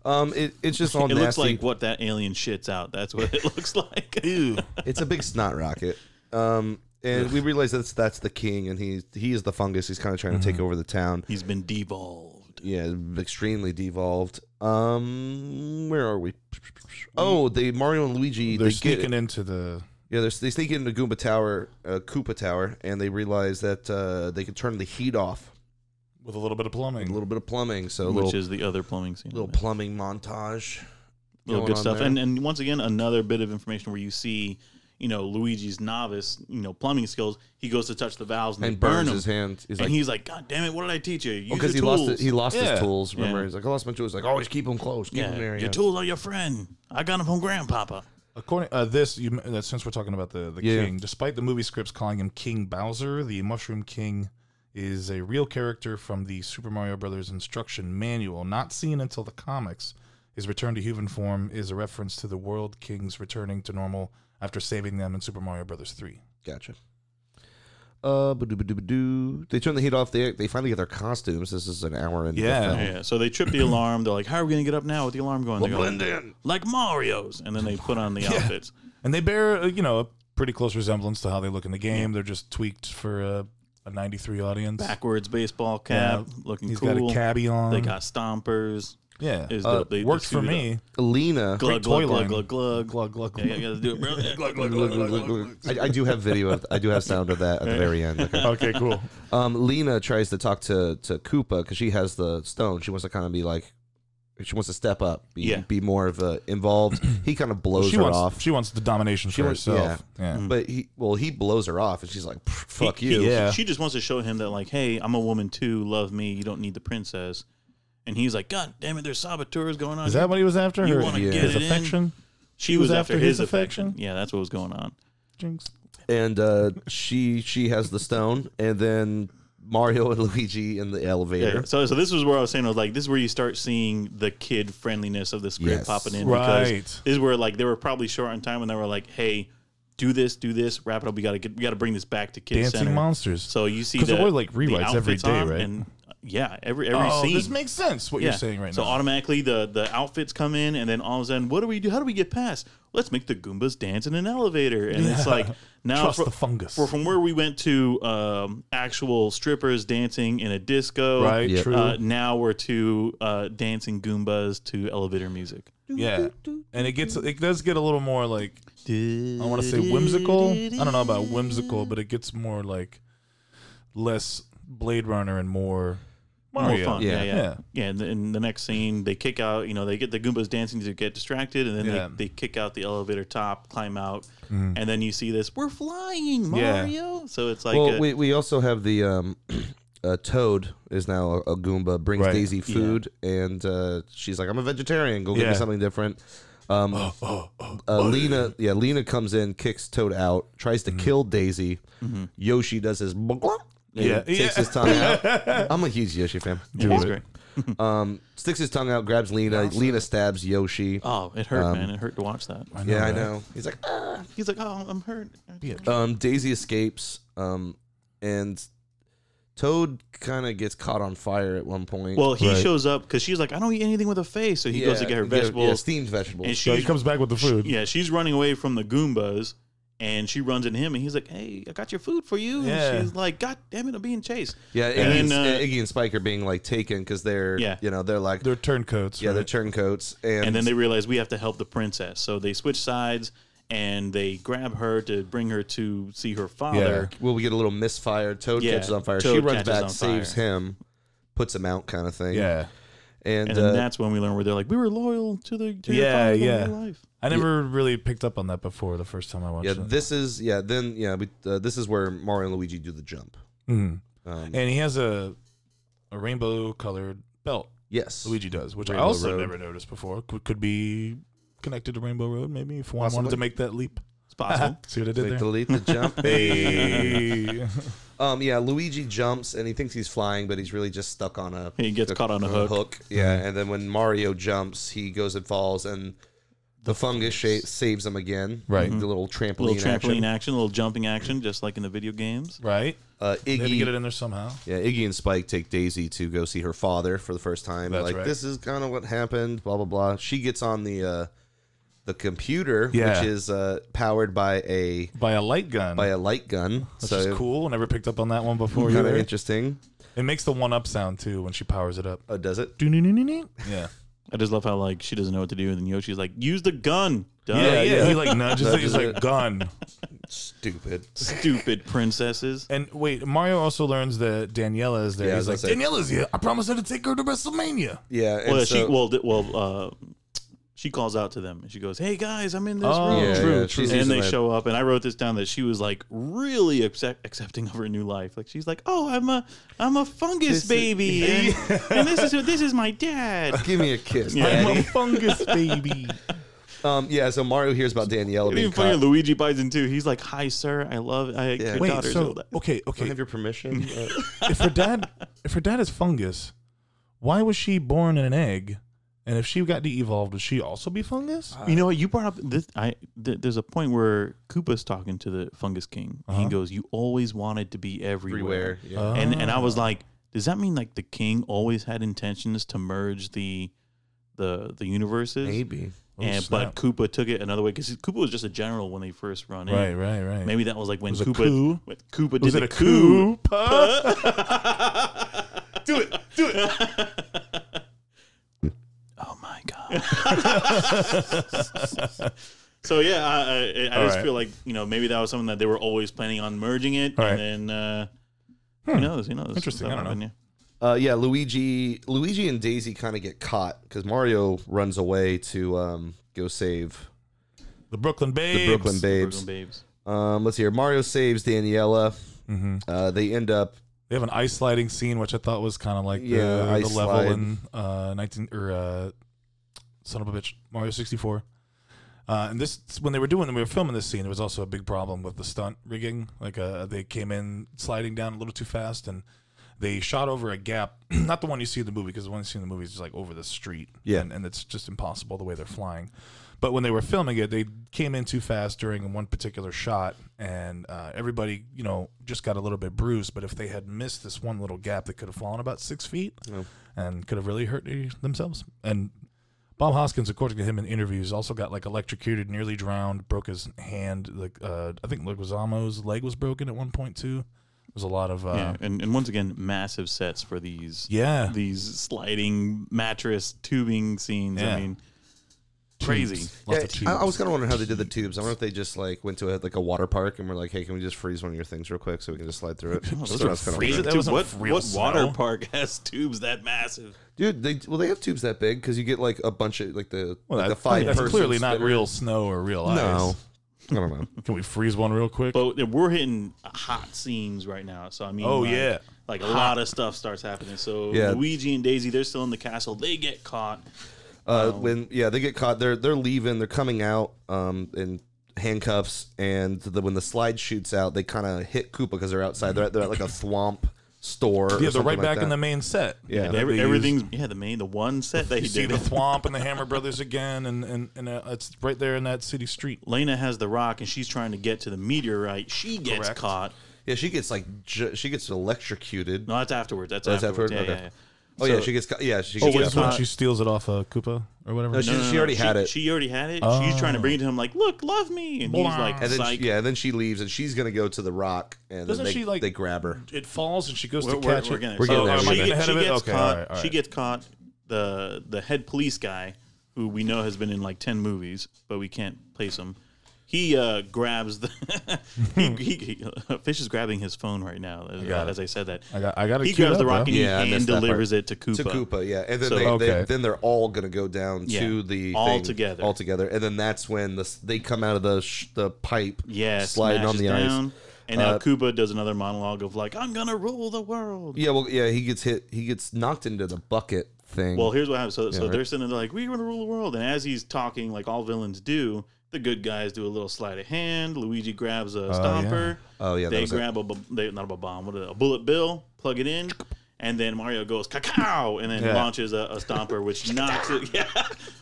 A: Um, it, it's just all
C: it looks
A: nasty.
C: like what that alien shits out. That's what it looks like.
A: it's a big snot rocket. Um, and we realize that's that's the king, and he he is the fungus. He's kind of trying to
C: Mm-hmm.
A: take over the town.
C: He's been devolved.
A: Yeah, extremely devolved. Um, where are we? Oh, they Mario and Luigi.
B: They're
A: they get-
B: sneaking into the
A: Yeah, they're, they sneak into Goomba Tower, uh, Koopa Tower, and they realize that uh, they can turn the heat off.
B: with a little bit of plumbing.
A: A little bit of plumbing, so a
C: Which
A: little,
C: is the other plumbing scene.
A: little plumbing montage.
C: little
A: going
C: good
A: on
C: stuff.
A: there.
C: And and once again, another bit of information where you see, you know, Luigi's novice, you know, plumbing skills. He goes to touch the valves and,
A: And
C: they burn
A: burns
C: him.
A: his hand. He's
C: and
A: like-
C: he's like, "God damn it! What did I teach you? Use
A: because he
C: your
A: lost it,
C: tools."
A: he lost
C: Yeah.
A: his tools. Remember,
C: Yeah.
A: he's like, I lost my tools. Like, always keep them close. Keep
C: Yeah,
A: them there.
C: your tools are your friend. I got them from grandpapa.
B: According uh, this, you, uh, since we're talking about the, the
A: Yeah.
B: king, despite the movie scripts calling him King Bowser, the Mushroom King is a real character from the Super Mario Brothers instruction manual, not seen until the comics. His return to human form is a reference to the World Kings returning to normal after saving them in Super Mario Brothers Three.
A: Gotcha. Uh, ba-doo-ba-doo-ba-doo. they turn the heat off. They they finally get their costumes. This is an hour into
B: Yeah.
A: the film.
C: Yeah. So they trip the alarm. They're like, "How are we gonna get up now with the alarm going?"
A: We'll
C: They go,
A: blend in.
C: like Mario's, and then they put on the outfits.
B: And they bear, uh, you know, a pretty close resemblance to how they look in the game. They're just tweaked for a, a '93 audience.
C: Backwards baseball cap,
B: Yeah.
C: looking
B: He's
C: cool.
B: got a cabbie on.
C: They got stompers.
B: Yeah.
C: It was
B: Uh,
C: dope. They- they
B: works for
C: suited up.
B: me.
A: Lena.
C: Glug
B: Great toy
C: glug glug
B: line.
C: glug glug
B: glug glug.
C: Yeah, you gotta do it, bro. Yeah, glug glug glug glug. glug.
A: I, I do have video. Of, I do have sound of that at the very end.
B: Okay, cool.
A: Um, Lena tries to talk to to Koopa because she has the stone. She wants to kind of be like, she wants to step up, be,
B: Yeah.
A: be more of a involved. He kind of blows
B: she
A: her
B: wants,
A: off.
B: She wants the domination for herself. Yeah.
A: But he, well, he blows her off, and she's like, "Pff, "Fuck
C: He-
A: you."
C: he- She just wants to show him that, like, hey, I'm a woman too. Love me. You don't need the princess. And he's like, God damn it, there's saboteurs going on.
B: Is that what he was after?
C: Mm. You
B: Her-
C: wanna
B: Yeah.
C: get
B: his
C: it in?
B: affection?
C: She was, after, his, affection? Yeah, that's what was going on.
B: Jinx.
A: and uh, she she has the stone, and then Mario and Luigi in the elevator.
C: Yeah. So, so this was where I was saying I was like, this is where you start seeing the kid friendliness of the script
A: Yes.
C: popping in
B: Right.
C: because this is where like they were probably short on time and they were like, hey, do this, do this, wrap it up. We gotta get, we gotta bring this back to kids.
B: Dancing
C: Center.
B: monsters.
C: So you see
B: 'Cause there
C: the-
B: were, like,
C: the
B: rewrites every
C: outfits
B: day,
C: on
B: right?
C: And uh, yeah, every every
B: Oh,
C: scene.
B: this makes sense, what you're saying right
C: so
B: now.
C: automatically the the outfits come in, and then all of a sudden, what do we do? How do we get past? Let's make the Goombas dance in an elevator, and it's
B: Yeah.
C: like now
B: Trust
C: fro-
B: the fungus.
C: fro- from where we went to um, actual strippers dancing in a disco,
B: Right, Yep.
C: Uh,
B: true.
C: now we're to uh, dancing Goombas to elevator music.
B: Yeah, and it gets it does get a little more like I want to say whimsical. I don't know about whimsical, but it gets more like less Blade Runner and more Mario.
C: More fun. Yeah, yeah.
B: Oh, yeah.
C: yeah. and th- in the next scene, they kick out, you know, they get the Goombas dancing to get distracted, and then
B: Yeah.
C: they, they kick out the elevator top, climb out,
A: Mhm.
C: and then you see this, we're flying,
A: Yeah.
C: Mario. So it's like,
A: well,
C: a-
A: we, we also have the um, uh, Toad is now a, a Goomba, brings
B: Right.
A: Daisy
B: Yeah.
A: food, and uh, she's like, "I'm a vegetarian. Go get
B: Yeah. Oh,
A: me something different." Um, uh, Lena, yeah, Lena comes in, kicks Toad out, tries
B: Mm-hmm.
A: to kill Daisy.
B: Mhm.
A: Yoshi does his, and
B: Yeah.
A: takes
B: Yeah.
A: his tongue out. I'm a huge Yoshi fan.
C: Yeah, he's great.
A: um, sticks his tongue out, grabs Lena. Lena stabs Yoshi.
C: oh, it hurt,
A: Um,
C: man. It hurt to watch that.
A: yeah, I know. He's like, "Ah."
C: He's like, oh, I'm hurt.
A: Um, Daisy escapes, um, and Toad kind of gets caught on fire at one point.
C: Well, he shows up because she's like, I don't eat anything with a face. So he goes to
A: Yeah,
C: get her
A: yeah, yeah,
C: vegetables.
A: steamed vegetables.
C: And
A: So he
C: she's-
A: comes back with the
C: she-
A: food.
C: yeah, she's running away from the Goombas and she runs into him and he's like, Hey, I got your food for you.
A: Yeah.
C: And she's like, God damn it, I'm being chased.
A: Yeah, Iggy
C: and
A: and,
C: then, uh,
A: Iggy and Spike are being like taken because they're
C: Yeah.
A: you know they're like they're
B: turncoats.
A: Yeah, they're
C: right?
A: turncoats, and,
C: and, then they realize we have to help the princess. So they switch sides and they grab her to bring her to see her
A: yeah.
C: father.
A: Well, we get a little misfire. Toad
C: Yeah,
A: catches on fire. she
C: Toad
A: runs
C: catches
A: back,
C: on
A: saves
C: fire.
A: him, puts him out, kind of thing.
B: Yeah.
A: and,
C: And then
A: uh,
C: that's when we learn where they're like, we were loyal to the to your
B: yeah,
C: father the
B: yeah.
C: whole life.
B: I never really picked up on that before the first time I watched
A: yeah,
B: it.
A: this is yeah. Then yeah, we, uh, this is where Mario and Luigi do the jump.
B: Mhm.
A: Um,
B: and he has a a rainbow colored belt.
A: Yes,
B: Luigi does, which I
A: Rainbow
B: also
A: Road.
B: never noticed before. Could, could be connected to Rainbow Road, maybe if one wanted
A: Possibly.
B: to make that leap.
C: It's possible.
B: See what I did
A: Like
B: there?
A: the leap, the jump.
B: Hey.
A: um, yeah, Luigi jumps and he thinks he's flying, but he's really just stuck on a.
C: He gets caught on a hook. Mm-hmm.
A: Yeah, and then when Mario jumps, he goes and falls, and the fungus sha- saves him again.
B: Right.
A: the little trampoline,
C: Mm-hmm. little trampoline action.
A: action.
C: a little jumping action, just like in the video games.
B: Right.
A: Uh,
B: They had to
A: Iggy-
B: get it in there somehow.
A: Yeah, Iggy and Spike take Daisy to go see her father for the first time.
B: That's
A: like
B: right.
A: this is kind of what happened. Blah blah blah. She gets on the uh, the computer,
B: Yeah.
A: which is uh, powered by a
B: by a light gun.
A: By a light gun,
B: Which
A: so
B: is cool. I never picked up on that one before.
A: Kinda
B: either.
A: interesting.
B: It makes the one up sound too when she powers it up.
A: Oh, does it?
B: Yeah.
C: I just love how like she doesn't know what to do, and then Yoshi's like, "Use the gun." Duh.
B: Yeah, yeah. He like nudges it. He's like, gun.
A: Stupid.
C: Stupid princesses.
B: And wait, Mario also learns that Daniela is there.
C: Yeah, I
B: He's like,
C: was gonna say-
B: Daniela's here. I promised her to take her to WrestleMania.
A: Yeah.
C: Well, she well di- well uh, she calls out to them and she goes, "Hey guys, I'm in this
B: Oh,
C: room."
B: Yeah,
A: True, yeah, true. she's
C: And
A: using
C: they
A: that.
C: show up, and I wrote this down that she was like really accept- accepting of her new life. Like she's like, "Oh, I'm a I'm a fungus baby, and, and this is who this is my dad."
A: Give me a kiss.
C: Yeah.
A: Daddy.
B: fungus baby.
A: Um, yeah, so Mario hears about Daniela
C: Even
A: being
C: funnier,
A: caught.
C: Luigi buys in too. He's like, "Hi, sir. I love. I your
B: Wait,
C: daughter's
B: so
C: ill-
B: okay, okay.
A: have your permission?
B: if her dad, if her dad is fungus, why was she born in an egg? And if she got de-evolved, would she also be fungus?
C: You know what? You brought up this. I th- there's a point where Koopa's talking to the Fungus King. and
B: Uh-huh.
C: He goes, "You always wanted to be everywhere."
A: Everywhere, yeah.
C: And and I
B: Ah.
C: was like, "Does that mean like the king always had intentions to merge the the the universes?"
A: Maybe. Oh,
C: And
A: snap.
C: but Koopa took it another way because Koopa was just a general when they first run
B: Right,
C: in.
B: right, right.
C: Maybe that was like when
B: It was a
C: Koopa
B: coup.
C: when Koopa
B: Was
C: did
B: it
C: the
B: a coup,
C: do it, do it. oh my god. so yeah, I, I, I
B: All
C: just
B: right.
C: feel like you know maybe that was something that they were always planning on merging it,
B: All right.
C: and then uh,
B: Hmm.
C: who knows? Who knows?
B: Interesting,
C: That
B: I don't know.
C: happened, yeah.
A: Uh, yeah, Luigi, Luigi and Daisy kind of get caught because Mario runs away to um, go save
B: the Brooklyn Babes.
A: The Brooklyn Babes.
C: Brooklyn Babes.
A: Um, let's hear. Mario saves Daniela. Uh, they end up.
B: They have an ice sliding scene, which I thought was kind of like
A: Yeah,
B: the, the
A: ice
B: level
A: slide.
B: in uh, nineteen or uh, son of a bitch Mario sixty four. Uh, and this when they were doing we were filming this scene, there was also a big problem with the stunt rigging. Like uh, they came in sliding down a little too fast, and they shot over a gap. Not the one you see in the movie, because the one you see in the movie is just like over the street.
A: Yeah.
B: and, and it's just impossible the way they're flying. But when they were filming it, they came in too fast during one particular shot, and uh, everybody, you know, just got a little bit bruised. But if they had missed this one little gap, they could have fallen about six feet and could have really hurt the- themselves. And Bob Hoskins, according to him in interviews, also got like electrocuted, nearly drowned, broke his hand. Like uh, I think Leguizamo's leg was broken at one point too. There's a lot of uh,
C: yeah, and, and once again, massive sets for these
B: Yeah.
C: these sliding mattress tubing scenes.
A: Yeah.
C: I mean, crazy.
A: Yeah, I, I was kind of wondering how they did the tubes. I wonder if they just like went to a, like a water park and were like, "Hey, can we just freeze one of your things real quick so we can just slide through it?"
C: Oh,
A: Just
C: those
A: thought
C: are
A: that was kinda
C: free-
A: weird.
C: Dude, what what water park has tubes that massive?
A: Dude, they well they have tubes that big because you get like a bunch of like the
B: Well,
A: like
B: that-
A: the five.
B: that's
A: persons
B: clearly not
A: that are-
B: real snow or real ice.
A: No, I don't know.
B: Can we freeze one real quick?
C: But we're hitting hot scenes right now, so I mean,
B: Oh,
C: like-
B: yeah.
C: like a
B: Hot.
C: lot of stuff starts happening. So
A: Yeah.
C: Luigi and Daisy, they're still in the castle. They get caught.
A: Uh,
B: Um,
A: when yeah, they get caught. They're they're leaving. They're coming out um, in handcuffs, and the, when the slide shoots out, they kind of hit Koopa because they're outside. They're at, they're at like a swamp store. or
B: yeah, they're
A: something
B: right
A: like
B: back
A: that.
B: in the main set.
A: Yeah,
B: that
C: Every,
B: they
C: everything's
B: used.
C: yeah the main the one set that
B: You
C: he
B: see
C: did.
B: the Thwomp and the Hammer Brothers again, and and, and uh, it's right there in that city street.
C: Lena has the rock and she's trying to get to the meteorite. She gets
B: Correct.
C: caught.
A: Yeah, she gets like ju- she gets electrocuted.
C: No, that's afterwards. That's,
A: Oh, that's
C: afterwards.
A: afterward?
C: Yeah,
A: Okay.
C: yeah,
A: Oh,
C: yeah.
A: yeah, she gets ca- yeah, she
B: Oh,
A: gets
B: wait,
A: caught.
C: Uh,
B: when she steals it off of Koopa or whatever.
A: No, she- she already had it.
C: She already had it. She's trying to bring it to him like, look, love me, and he's like,
A: and then
C: psych.
A: she, yeah, and then she leaves, and she's gonna go to the rock, and then
B: Doesn't
A: they,
B: she, like-
A: they grab her.
B: it falls and she goes
C: We're,
B: to
C: we're,
B: catch
C: we're
B: it.
C: getting
A: We're getting
C: so
A: there.
C: She,
A: We're
C: get-
A: getting
B: ahead
C: she
B: of it?
C: gets
B: Okay,
C: caught.
B: all right, all
C: She
B: right.
C: gets caught. The the head police guy, who we know has been in like ten movies, but we can't place him. He uh, grabs the. he, he, he- Fish is grabbing his phone right now. As,
B: got it.
C: as I said that,
B: I got- I got it
C: He
B: queued
C: grabs the
B: up,
C: rock
B: bro.
C: and, he
A: Yeah, I
C: hand
A: missed that
C: delivers
A: part.
C: it to Koopa.
A: To Koopa, yeah, and then
C: So-
A: they,
B: Okay.
A: they then they're all gonna go down to
C: Yeah,
A: the
C: all
A: thing
C: together.
A: all together, and then that's when the s- they come out of the sh- the pipe,
C: yeah,
A: sliding on the
C: smashes down,
A: ice.
C: And now
A: Uh,
C: Koopa does another monologue of like, "I'm gonna rule the world."
A: yeah, well, yeah, he gets hit, he gets knocked into the bucket thing.
C: Well, here's what happens. So,
A: Yeah,
C: so
A: right.
C: they're sitting there like, we're going to rule the world. And as he's talking, like all villains do, the good guys do a little sleight of hand. Luigi grabs a
A: yeah.
C: stomper.
A: Oh, yeah, that
C: They
A: was it.
C: grab a, bu- they, not a bomb, what is it, a bullet bill, plug it in. And then Mario goes cacao, and then
B: Yeah.
C: launches a, a stomper, which knocks it, yeah,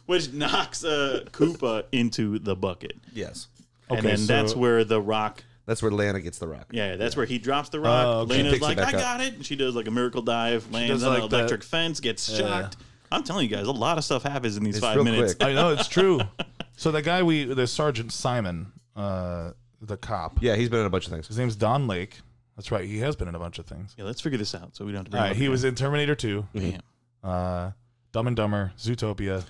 C: which knocks uh, Koopa into the bucket.
A: yes,
C: and then that's where the rock.
A: that's where Lana gets the rock.
C: Yeah, that's where he drops the rock.
B: Oh,
A: Picks
B: okay.
C: Lena's
A: it
C: like,
A: back
C: I
A: up.
C: got it. And she does like a miracle dive, lands
B: does
C: on
B: like
C: an
B: that-
C: electric fence, gets
B: Yeah.
C: shocked. I'm telling you guys, a lot of stuff happens in these
A: It's
C: five
A: real
C: minutes.
A: quick.
B: I know it's true. So the guy we the Sergeant Simon, uh, the cop.
A: yeah, he's been in a bunch of things.
B: His name's Don Lake. That's right. He has been in a bunch of things.
C: Yeah, let's figure this out so we don't have to
B: All
C: bring
B: right. He was in Terminator Two,
C: Damn.
B: uh, Dumb and Dumber, Zootopia,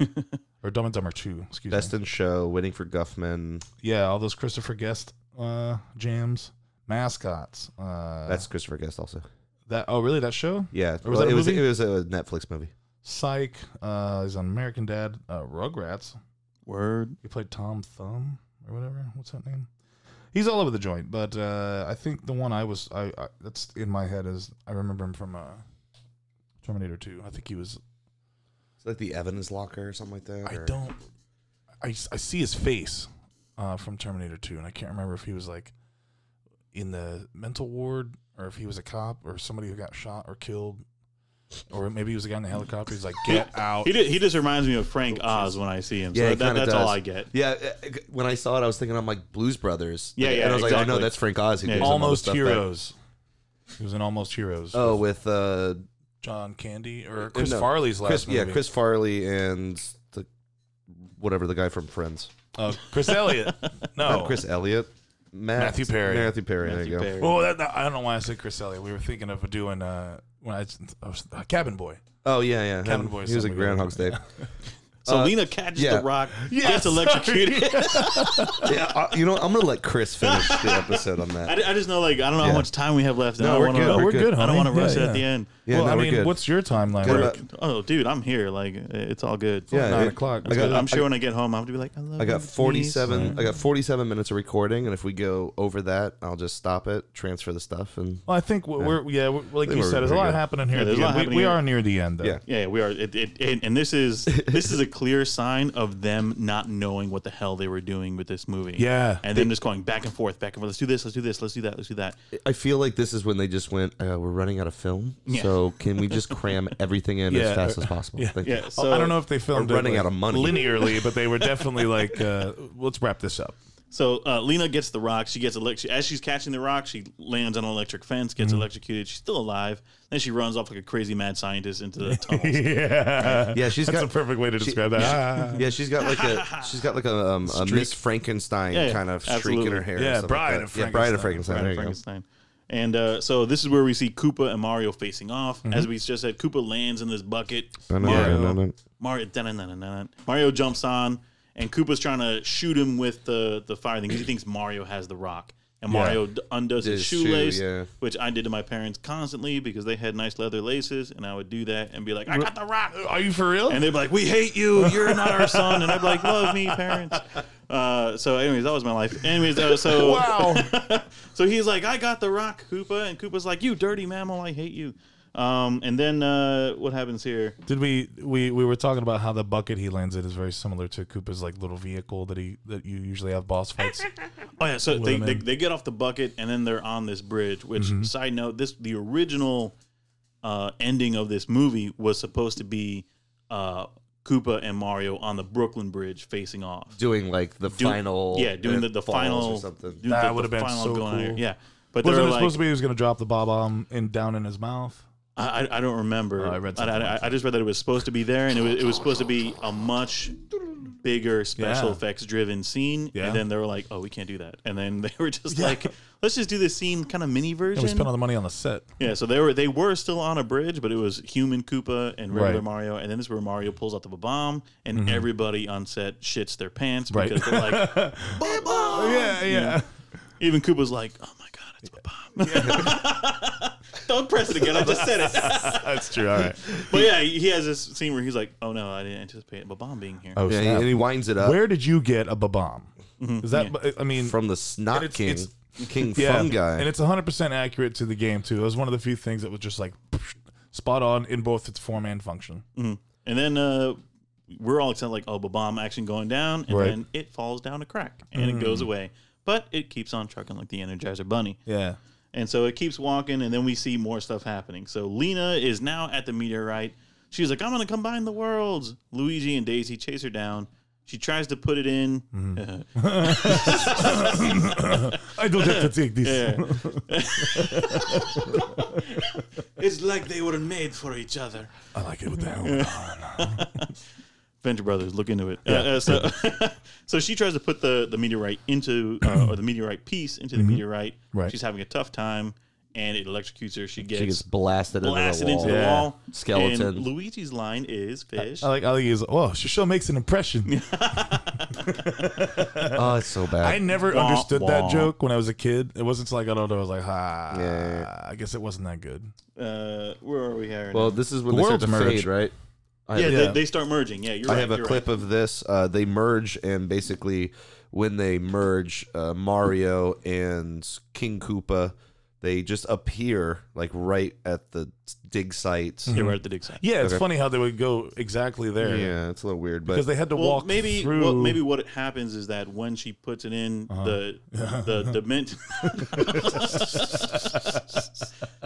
B: or Dumb and Dumber Two. Excuse me.
A: Best in show, waiting for Guffman.
B: Yeah, all those Christopher Guest uh, jams, mascots. Uh,
A: That's Christopher Guest also.
B: that. Oh, really? That show?
A: Yeah,
B: Or
A: well,
B: was that a
A: it was
B: movie?
A: it was a Netflix movie.
B: Psych. Uh, he's on American Dad. Uh, Rugrats.
C: Word.
B: He played Tom Thumb or whatever. What's that name? He's all over the joint, but uh, I think the one I was I, I that's in my head is I remember him from uh, Terminator Two. I think he was.
A: It's like the Evans Locker or something like that.
B: I
A: or-
B: don't. I, s- I see his face uh, from Terminator Two, and I can't remember if he was like in the mental ward or if he was a cop or somebody who got shot or killed, or maybe he was the guy in the helicopter. He's like, get out.
C: He, did, he just reminds me of Frank Oz when I see him. So
A: Yeah,
C: yeah,
A: it
C: that,
A: kinda
C: that's all
A: does.
C: I get.
A: Yeah, uh, uh, when I saw it, I was thinking I'm like Blues Brothers.
C: Yeah,
A: Like,
C: yeah,
A: And I was like, oh no,
C: exactly.
A: that's Frank Oz. who
C: Yeah.
A: did some of the
B: Almost
A: stuff
B: Heroes. He was in Almost Heroes.
A: That, oh, with uh,
B: John Candy or Chris
A: no,
B: Farley's last
A: Chris,
B: movie.
A: yeah, Chris Farley and the whatever the guy from Friends.
B: Uh, Chris Elliott. No.
A: Not Chris Elliott. Matt-
B: Oh. Matthew Perry.
A: Matthew Perry.
C: Matthew
A: there you go.
C: Perry.
B: Well, that, that- I don't know why I said Chris Elliott. We were thinking of doing uh, when I, I was, uh, Cabin Boy.
A: Oh yeah, yeah.
B: Cabin
A: him.
B: Boy
A: He was a
B: something.
A: Groundhog's Day.
C: So Lena catches
A: uh, yeah.
C: the rock,
B: Yeah,
C: gets electrocuted.
A: yeah, I- you know, what? I'm gonna let Chris finish the episode on
C: I,
A: that.
C: d- I just know, like, I don't know
A: Yeah.
C: how much time we have left. and
A: No,
C: I don't
A: we're
C: wanna-
A: good,
C: I don't
A: we're good,
C: I don't
B: homie.
C: want to rush
B: Yeah,
C: it at the
B: yeah.
C: end.
A: Yeah,
B: well,
A: no,
B: I
A: we're
B: mean,
A: good.
B: what's your timeline?
A: Got
B: Rick?
A: about-
C: Oh, dude, I'm here. Like, it's all good.
A: Yeah,
B: Nine
A: it-
B: o'clock.
A: I got-
C: I'm sure when I get home, I'm gonna be like, I love.
A: I got
C: you, please.
A: 47. I got 47 minutes of recording, and if we go over that, I'll just stop it, transfer the stuff, and
B: Well, I think we're, we're yeah, we're, like
A: think
B: you
A: we're
B: said, there's a
A: pretty
B: lot
A: good.
B: happening here.
C: Yeah,
B: at
C: there's
B: the
C: a lot
B: end. we,
C: happening
B: we
C: here.
B: are near the end, though.
A: Yeah.
C: Yeah, yeah, we are. It, it, and, and this is this is a clear sign of them not knowing what the hell they were doing with this movie.
A: Yeah.
C: and then just going back and forth, back and forth. Let's do this. Let's do this. Let's do that. Let's do that.
A: I feel like this is when they just went, uh, we're running out of film,
C: Yeah.
A: so can we just cram everything in
B: Yeah.
A: as fast as possible?
B: Yeah.
A: Thank
B: Yeah,
A: you.
B: so- I don't know if they filmed
A: We're
B: it,
A: running
B: like,
A: out of money
B: linearly, but they were definitely like, uh, let's wrap this up.
C: So uh, Lena gets the rock. She gets electrocuted. As she's catching the rock, she lands on an electric fence, gets
B: Mhm.
C: electrocuted. She's still alive. Then she runs off like a crazy mad scientist into the tunnels.
B: yeah,
A: yeah, she's
B: That's
A: got
B: a perfect way to
A: she-
B: describe that.
A: she- yeah, she's got like a she's got like a, um, a
B: Streak.
A: Miss Frankenstein
C: Yeah, yeah,
A: kind of streak
C: absolutely.
A: in her hair. and
C: Yeah,
A: stuff like
C: Bride
A: that.
C: of
A: Yeah, Bride of
C: Frankenstein.
A: Frankenstein.
C: Bride
A: There
C: of
A: you go.
C: Frankenstein. And uh, so this is where we see Koopa and Mario facing off.
A: Mm-hmm.
C: As we just said, Koopa lands in this bucket.
A: Dun- dun-
C: Mario,
A: dun-
C: Mario, dun- dun- dun- dun- dun. Mario jumps on, and Koopa's trying to shoot him with the, the fire thing because he thinks Mario has the rock. And
A: Yeah.
C: Mario d- undoes his
A: His shoe,
C: shoelace,
A: yeah.
C: which I did to my parents constantly because they had nice leather laces, and I would do that and be like, "I got the rock."
B: Are you for real?
C: And they'd be like, "We hate you. You're not our son." And I'd be like, "Love me, parents." Uh, so, anyways, that was my life. Anyways, uh, so
B: Wow.
C: so he's like, "I got the rock, Koopa," and Koopa's like, "You dirty mammal, I hate you." Um, and then uh, what happens here?
B: Did we, we we were talking about how the bucket he lands in is very similar to Koopa's like little vehicle that he that you usually have boss fights.
C: Oh yeah, so
B: with
C: they,
B: him
C: they,
B: in.
C: they get off the bucket and then they're on this bridge. Which
B: Mhm.
C: side note, this the original uh, ending of this movie was supposed to be uh, Koopa and Mario on the Brooklyn Bridge facing off,
A: Doing like the
C: Do-
A: final,
C: yeah, doing the, the
A: falls
C: final
A: or something.
C: do the-
B: that
C: the
B: would have been
C: final
B: so
C: going on here.
B: cool.
C: Yeah, but
B: wasn't
C: they're
B: it
C: like,
B: supposed to be he was going to drop the bob bomb um, in down in his mouth?
C: I, I- I don't remember. I,
B: Oh, read
C: I,
B: something
C: I, just read that it was supposed to be there, and it was, it was supposed to be a much bigger special
B: Yeah.
C: effects driven scene.
B: Yeah.
C: And then they were like, "Oh, we can't do that." And then they were just like, "Let's just do this scene kind of mini
B: Yeah,
C: version."
B: we spent all the money on the set.
C: Yeah, so they were they were still on a bridge, but it was human Koopa and regular
B: Right.
C: Mario, and then this is where Mario pulls out the bomb, and
B: Mhm.
C: everybody on set shits their pants
B: Right.
C: because they're like, "Bomb!"
B: Oh, Yeah,
C: You know?
B: yeah.
C: Even Koopa's like, "Oh my god, it's a bomb!" Don't press it again. I just said it.
B: That's true. All right.
C: but yeah, he has this scene where he's like, "Oh no, I didn't anticipate a bomb being here."
B: Oh,
A: Yeah,
B: snap.
A: and he winds it up.
B: Where did you get a bomb?
C: Mhm.
B: Is that?
C: Yeah.
B: I mean,
A: from the Snot
B: it's-
A: King,
B: it's-
A: King
B: yeah,
A: Fun Guy.
B: and it's 100 percent accurate to the game too. It was one of the few things that was just like spot on in both its form and function.
A: Mm-hmm.
C: Mhm. And then uh, we're all excited, like, "Oh, a bomb action going down," and
B: Right.
C: then it falls down a crack and
B: Mm.
C: it goes away, but it keeps on trucking like the Energizer Bunny.
B: Yeah.
C: And so it keeps walking, and then we see more stuff happening. So Lena is now at the meteorite. She's like, I'm going to combine the worlds. Luigi and Daisy chase her down. She tries to put it in.
B: Mm-hmm. I don't have to take this.
C: it's like they were made for each other.
B: I like it with the helmet
C: Venture Brothers, look into it. Uh,
B: Yeah.
C: uh, so, so she tries to put the, the meteorite into, uh, or the meteorite piece into the
A: Mm-hmm.
B: Mhm.
C: meteorite.
B: Right.
C: She's having a tough time, and it electrocutes her. She gets,
A: she gets blasted,
C: blasted into the wall.
A: Yeah.
C: And
A: Skeleton.
C: Luigi's line is fish.
B: I like. I like. He's like, oh, she sure makes an impression.
A: oh, it's so bad.
B: I never
C: Wah,
B: understood that
C: wah.
B: joke when I was a kid. It wasn't until I got older I was like, ah, I guess it wasn't that good.
C: uh, where are we here?
A: Well,
C: now?
A: this is when they
B: The
A: start
B: world's
A: to
B: merge.
A: fade, right? I
C: yeah,
A: have-
C: They, they start merging. Yeah, you're
A: I
C: right.
A: have a
C: you're
A: clip of this. Uh, they merge, and basically, when they merge, uh, Mario and King Koopa, they just appear like right at the dig site.
C: Right. You're right at the dig site.
B: Yeah, it's
A: Okay.
B: funny how they would go exactly there.
A: Yeah, it's a little weird, but
B: Because they had to
C: Well,
B: walk
C: maybe
B: through. Uh-huh.
C: well, maybe what happens is that when she puts it in the the dimension,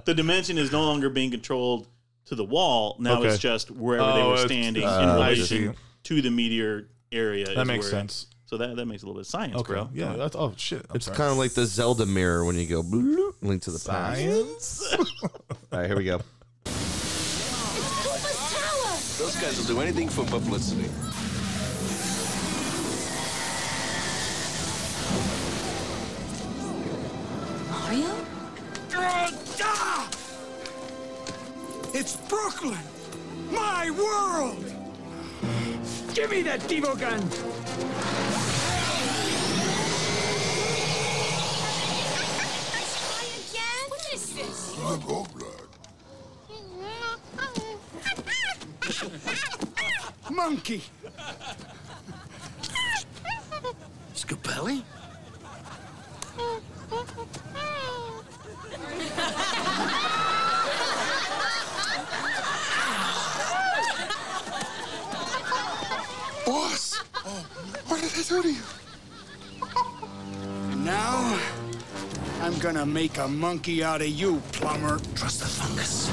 C: the dimension is no longer being controlled to the wall. Now
B: Okay.
C: it's just wherever they
B: Oh,
C: were
B: it's-
C: standing
B: it's-
C: in
B: uh, I see.
C: relation to the meteor area.
B: That
C: is
B: makes
C: where it-
B: sense.
C: So that that makes a little bit of science,
B: Okay.
C: bro.
B: Yeah. That's, oh shit. I'm
A: it's
B: sorry.
A: kind of like the Zelda mirror when you go bloop, link to the past. All right, here we go.
M: Those guys will do anything for publicity.
G: Mario?
F: It's Brooklyn! My world! Give me that Devo gun!
N: What is this?
F: Monkey!
N: Scapelli?
F: I'm gonna make a monkey out of you, plumber. Trust the fungus.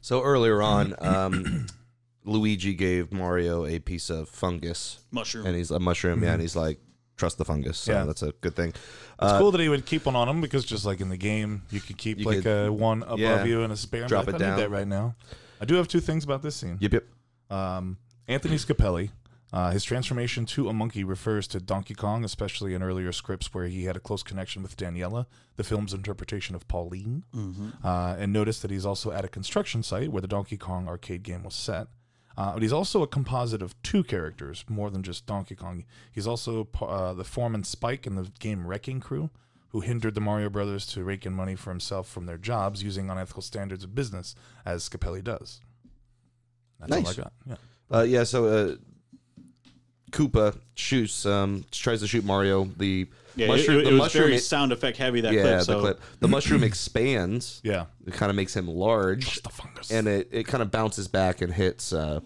A: So earlier on, um, Luigi gave Mario a piece of fungus
C: Mushroom.
A: and he's a mushroom. Yeah, and he's like, trust the fungus. So
B: Mm-hmm. Yeah.
A: that's a good thing.
B: It's
A: Uh,
B: cool that he would keep one on him because just like in the game, you could keep
A: You
B: like
A: could-
B: a one above
A: yeah.
B: you and a spare.
A: Drop
B: but
A: it
B: I need
A: down.
B: that right now. I do have two things about this scene.
A: Yep, yep.
B: Um, Anthony Scapelli, uh, his transformation to a monkey refers to Donkey Kong, especially in earlier scripts where he had a close connection with Daniela, the film's interpretation of Pauline.
K: Mhm.
B: Uh, and notice that he's also at a construction site where the Donkey Kong arcade game was set. Uh, but he's also a composite of two characters, more than just Donkey Kong. He's also pa- uh, the foreman Spike in the game Wrecking Crew, who hindered the Mario Brothers to rake in money for himself from their jobs using unethical standards of business, as Scapelli does. That's all I got. Yeah.
A: Uh, yeah. So uh, Koopa shoots, um, tries to shoot Mario. The
C: Yeah, it-
A: mushroom,
C: it- it
A: the
C: was
A: mushroom e-
C: very sound effect heavy, that clip,
A: the
C: so-
A: The mushroom expands.
B: Yeah,
A: it kind of makes him large, and it, it kind of bounces back and hits uh,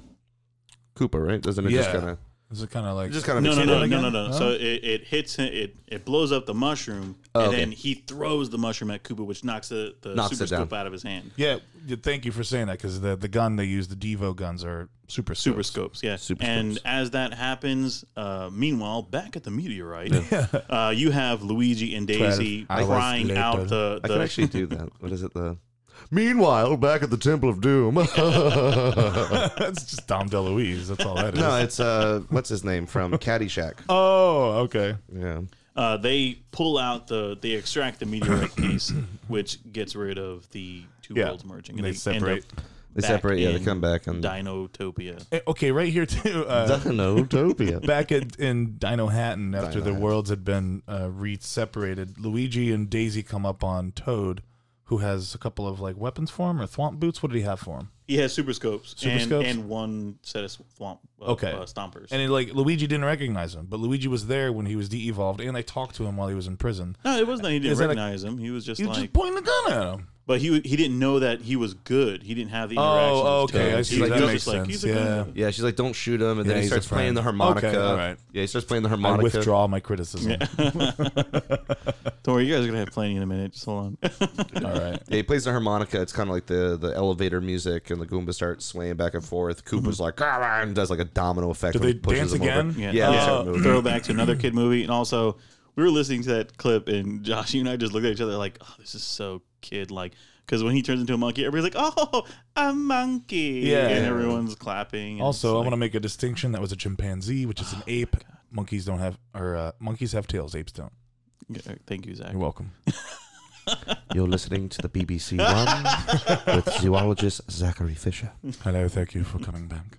A: Koopa, right? Doesn't it just
B: Yeah.
A: kind of?
B: Is it kinda like-
A: just kind of
C: no, no,
B: Explain
C: no,
B: that
C: no, no,
B: again.
C: no,
B: Huh?
C: So it, it hits him, it it blows up the mushroom,
A: Oh,
C: and
A: okay.
C: then he throws the mushroom at Koopa, which knocks the, the
B: Knocks
C: super
B: it down.
C: scope out of his hand.
B: Yeah, yeah, thank you for saying that because the, the gun they use, the Devo guns, are super scopes.
C: Super scopes, yeah.
B: Super
C: and as that happens, uh, meanwhile, back at the meteorite, uh, you have Luigi and Daisy crying out the,
A: I
C: the
A: can actually do that. What is it? The Meanwhile, back at the Temple of Doom. That's
B: just Dom DeLuise. That's all that is.
A: No, it's uh, what's his name from Caddyshack.
B: Oh, okay.
A: Yeah.
C: uh, they pull out the they extract the meteorite piece, which gets rid of the two
B: Yeah,
C: worlds merging,
B: they separate.
A: They
C: back
A: separate, yeah, they
C: in
A: come back and-
C: Dinotopia.
B: Eh, Okay, right here too. Uh,
A: Dinotopia.
B: Back at, in Dino Hatton, after the
A: Dino
B: worlds had been uh, re-separated, Luigi and Daisy come up on Toad, who has a couple of like weapons for him or thwomp boots. What did he have for him?
C: He has super scopes,
B: Super
C: and,
B: scopes?
C: and one set of swamp uh,
B: okay
C: uh, stompers.
B: and it, like luigi didn't recognize him but luigi was there when he was de-evolved and they talked to him while he was in prison
C: no, it wasn't that he didn't
B: Is that a-
C: recognize him. He was just
B: you
C: like
B: just pointing the gun at him
C: But he he didn't know that he was good. He didn't have the interaction.
B: Oh, okay, I see.
A: She's like,
B: That
A: don't-
B: makes sense,
A: a good
B: yeah.
A: guy. yeah. She's like, don't shoot him, and
B: Yeah,
A: then he
B: he's a
A: starts playing
B: friend.
A: the harmonica.
B: Okay, all right.
A: Yeah, he starts playing the
B: I
A: harmonica.
B: withdraw my criticism.
C: Don't worry, you guys are gonna have plenty in a minute. Just hold on.
B: All right.
A: Yeah, he plays the harmonica. It's kind of like the the elevator music, and the Goomba starts swaying back and forth. Koopa's like, "Come on," and does like a domino effect.
B: Mm-hmm. Do
A: when he
B: they
A: pushes him
B: dance
A: over.
B: again?
A: Yeah,
C: Yeah,
A: yeah. they
C: yeah.
A: start moving.
C: throwback to another kid movie, and also we were listening to that clip, and Josh you and I just looked at each other like, "Oh, this is so kid like." Because when he turns into a monkey, everybody's like, "Oh, a monkey!"
B: Yeah.
C: and everyone's clapping. and
B: also
C: it's
B: i
C: like- Oh,
B: want to make a distinction that was a chimpanzee which is an ape monkeys don't have or uh, monkeys have tails apes don't
C: Yeah, thank you zach
B: you're welcome
A: You're listening to the BBC One with zoologist Zachary Fisher.
B: hello thank you for coming back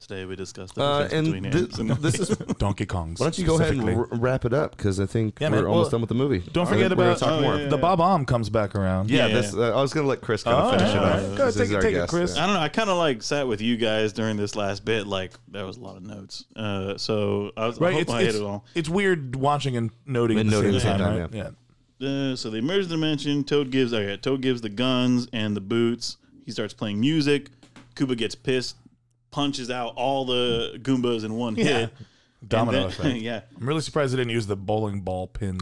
C: Today we discussed the
A: Uh,
C: difference
A: and
C: between
A: thi-
C: ants and
A: this is
B: Donkey Kongs.
A: Why don't you go ahead and
B: specifically.
A: r- wrap it up? Because I think
B: Yeah,
A: we're
B: man.
A: almost
B: Well,
A: done with the movie.
B: don't
A: I
B: forget
A: think we're gonna
B: about uh,
A: talk more.
B: the bob omb comes back around
A: Yeah, this, uh, I was gonna let Chris kind
B: Oh,
A: of finish
B: all
A: it
B: right.
A: up.
B: Go
A: This
B: take
A: is
B: it-
A: our
B: take it,
A: guest.
B: Chris.
C: I don't know. I kind of like sat with you guys during this last bit. Like there was a lot of notes. Uh, so I was
B: right
C: I hope
B: it's,
C: I
B: it's,
C: hit it all.
B: it's weird watching and noting
A: And
B: at the
A: noting
B: same
A: at the same time,
B: time, right?
A: yeah.
B: yeah
C: Uh, so they merge the dimension. Toad gives. Oh yeah, Toad gives the guns and the boots. He starts playing music. Koopa gets pissed, punches out all the Goombas in one
B: Yeah.
C: hit. And
B: Domino
C: then-
B: effect.
C: yeah.
B: I'm really surprised they didn't use the bowling ball pin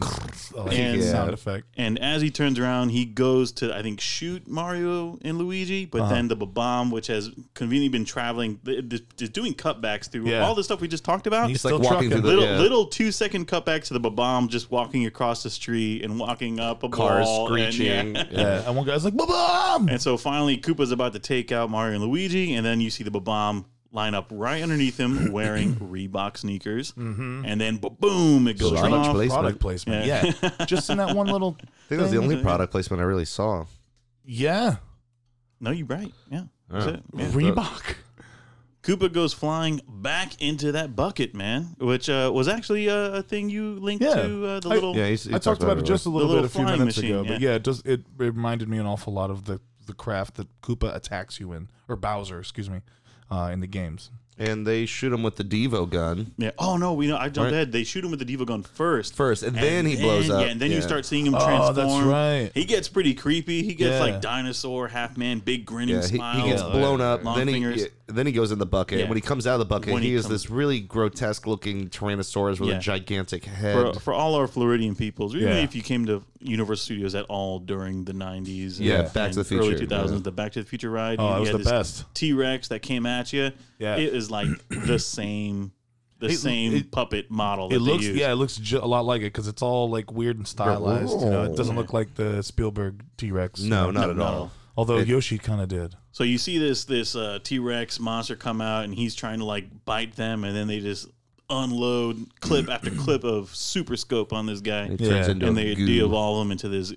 B: like,
C: And-
B: sound effect.
C: And as he turns around, he goes to I think shoot Mario and Luigi, but
B: Uh-huh.
C: then the bomb, which has conveniently been traveling, th- th- just doing cutbacks through
B: Yeah.
C: all the stuff we just talked about.
B: And he's, like, walking through the-
C: little
B: yeah.
C: little two second cutbacks to the bomb, just walking across the street and walking up a
A: Cars
C: wall
A: screeching.
C: And, yeah.
B: Yeah, and one guy's like, "Ba-bomb!"
C: And so finally, Koopa's about to take out Mario and Luigi, and then you see the bomb line up right underneath him wearing Reebok sneakers.
B: Mhm.
C: And then boom, it goes
A: Product
C: off.
A: placement.
B: Product placement. Yeah. Just in that one little. I
A: I think that was the only product placement I really saw.
B: Yeah.
C: No, you're right. Yeah. That's
A: Yeah.
C: it. Yeah.
B: Reebok.
C: Koopa goes flying back into that bucket, man, which uh, was actually uh, a thing you linked
B: Yeah.
C: to uh, the little.
A: Yeah, he's- he
B: I
A: talked
B: talked
A: about
B: about
A: it
B: it just a
C: earlier.
B: little bit
C: The little
B: a few
C: flying
B: minutes
C: machine,
B: ago, but
C: yeah.
B: yeah, it does. It reminded me an awful lot of the the craft that Koopa attacks you in, or Bowser, excuse me, uh, in the games.
A: and they shoot him with the Devo gun.
C: Yeah. Oh no, we know. I jumped
A: Right.
C: ahead. They shoot him with the diva gun first.
A: First, and then he blows up.
C: Yeah, and then you
A: Yeah.
C: start seeing him
A: Oh,
C: transform.
A: that's right.
C: He gets pretty creepy. He gets
A: Yeah.
C: like dinosaur, half man, big grinning
A: Yeah, he,
C: smile.
A: he gets blown up.
C: long
A: Then he
C: fingers.
A: yeah, then he goes in the bucket.
C: Yeah.
A: When he comes out of the bucket,
C: When
A: he,
C: he
A: is
C: comes-
A: this really grotesque looking Tyrannosaurus with
C: Yeah.
A: a gigantic head.
C: For, for all our Floridian peoples, even
A: Yeah.
C: if you came to Universal Studios at all during the '90s, and-
A: Yeah, Back
C: and
A: to the
C: early
A: Future,
C: 2000s,
A: yeah.
C: the Back to the Future ride.
B: Oh,
C: you
B: that was
C: had
B: the
C: this
B: best.
C: T-Rex that came at you.
B: Yeah.
C: it is like the same, the
B: It-
C: same
B: it-
C: puppet model. That
B: It looks,
C: they use.
B: yeah, it looks ju- a lot like it because it's all like weird and stylized. You know, it doesn't look like the Spielberg T Rex.
A: No, not at all.
B: Although
A: It-
B: Yoshi kind of did.
C: So you see this this uh, T Rex monster come out, and he's trying to like bite them, and then they just unload clip after clip of super scope on this guy,
A: It turns into
C: and
A: a
C: they
A: goo.
C: de-evolve him into this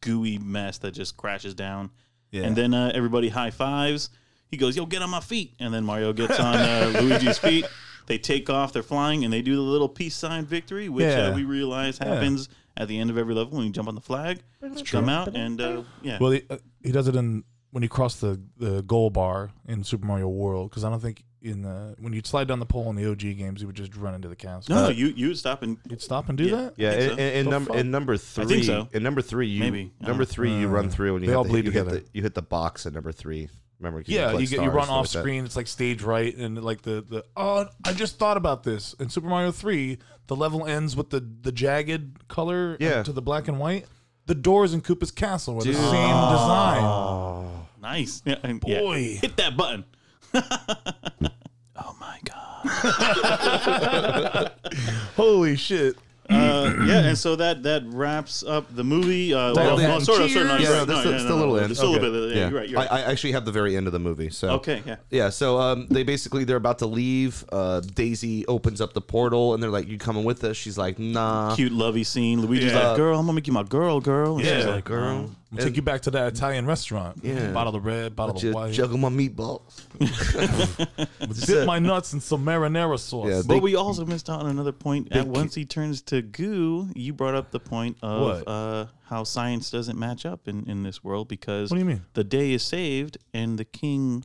C: gooey mess that just crashes down.
B: Yeah.
C: And then uh, everybody high fives. He goes, "Yo, get on my feet!" And then Mario gets on uh, Luigi's feet. They take off. They're flying, and they do the little peace sign victory, which
B: Yeah.
C: uh, we realize
B: Yeah.
C: happens at the end of every level when you jump on the flag. Come out and uh, yeah.
B: Well, he, uh, he does it in when you cross the, the goal bar in Super Mario World because I don't think in the when you slide down the pole in the OG games, you would just run into the castle.
C: No, no, you you would stop and
B: you'd stop and do that?
A: Yeah,
C: I think
A: in,
C: so.
A: in, in
B: The
A: number
B: fuck?
A: in number
B: I
A: three,
B: think so.
A: in number three, you
B: Maybe. I
A: number
B: don't-
A: three, you run
B: Uh,
A: through and you
B: they
A: hit
B: all
A: the-
B: bleed
A: you hit
B: together.
A: the you hit the box in number three. Remember? 'cause
B: Yeah,
A: collect
B: you get you
A: stars,
B: run
A: stuff
B: off
A: like that.
B: screen. It's like stage right, and like the the oh, I just thought about this in Super Mario Three. The level ends with the the jagged color uh,
A: Yeah.
B: to the black and white. The doors in Koopa's castle were
C: Dude.
B: the same design.
A: Ah.
C: Nice. Yeah, and- yeah.
B: Boy.
C: Hit that button.
B: Holy shit!
C: Uh, yeah, and so that that wraps up the movie. Uh, well, well, sort of, sort of. No,
A: Yeah,
C: you're right.
A: that's
C: No,
A: the-
C: no,
A: that's
C: no,
A: the
C: no.
A: little end.
C: It's a little bit. Yeah,
A: Yeah.
C: you're right. You're right.
A: I, I actually have the very end of the movie. So
C: Okay, yeah.
A: yeah. So um, they basically they're about to leave. Uh, Daisy opens up the portal and they're like, "You coming with us?" She's like, "Nah."
C: Cute lovey scene. Luigi's
A: Yeah.
C: like, "Girl, I'm gonna make you my girl, girl." And she's
B: Yeah.
C: like, "Girl."
A: Um,
B: I'll take you back to that Italian restaurant.
A: Yeah.
B: bottle of red, bottle
A: Just
B: of white.
A: juggle my meatballs.
B: Dip my nuts in some marinara sauce.
A: Yeah,
C: But we also missed out on another point.
B: They
C: At once he turns to goo, you brought up the point of
B: What?
C: uh, how science doesn't match up in, in this world because
B: What do you mean?
C: the day is saved and the king.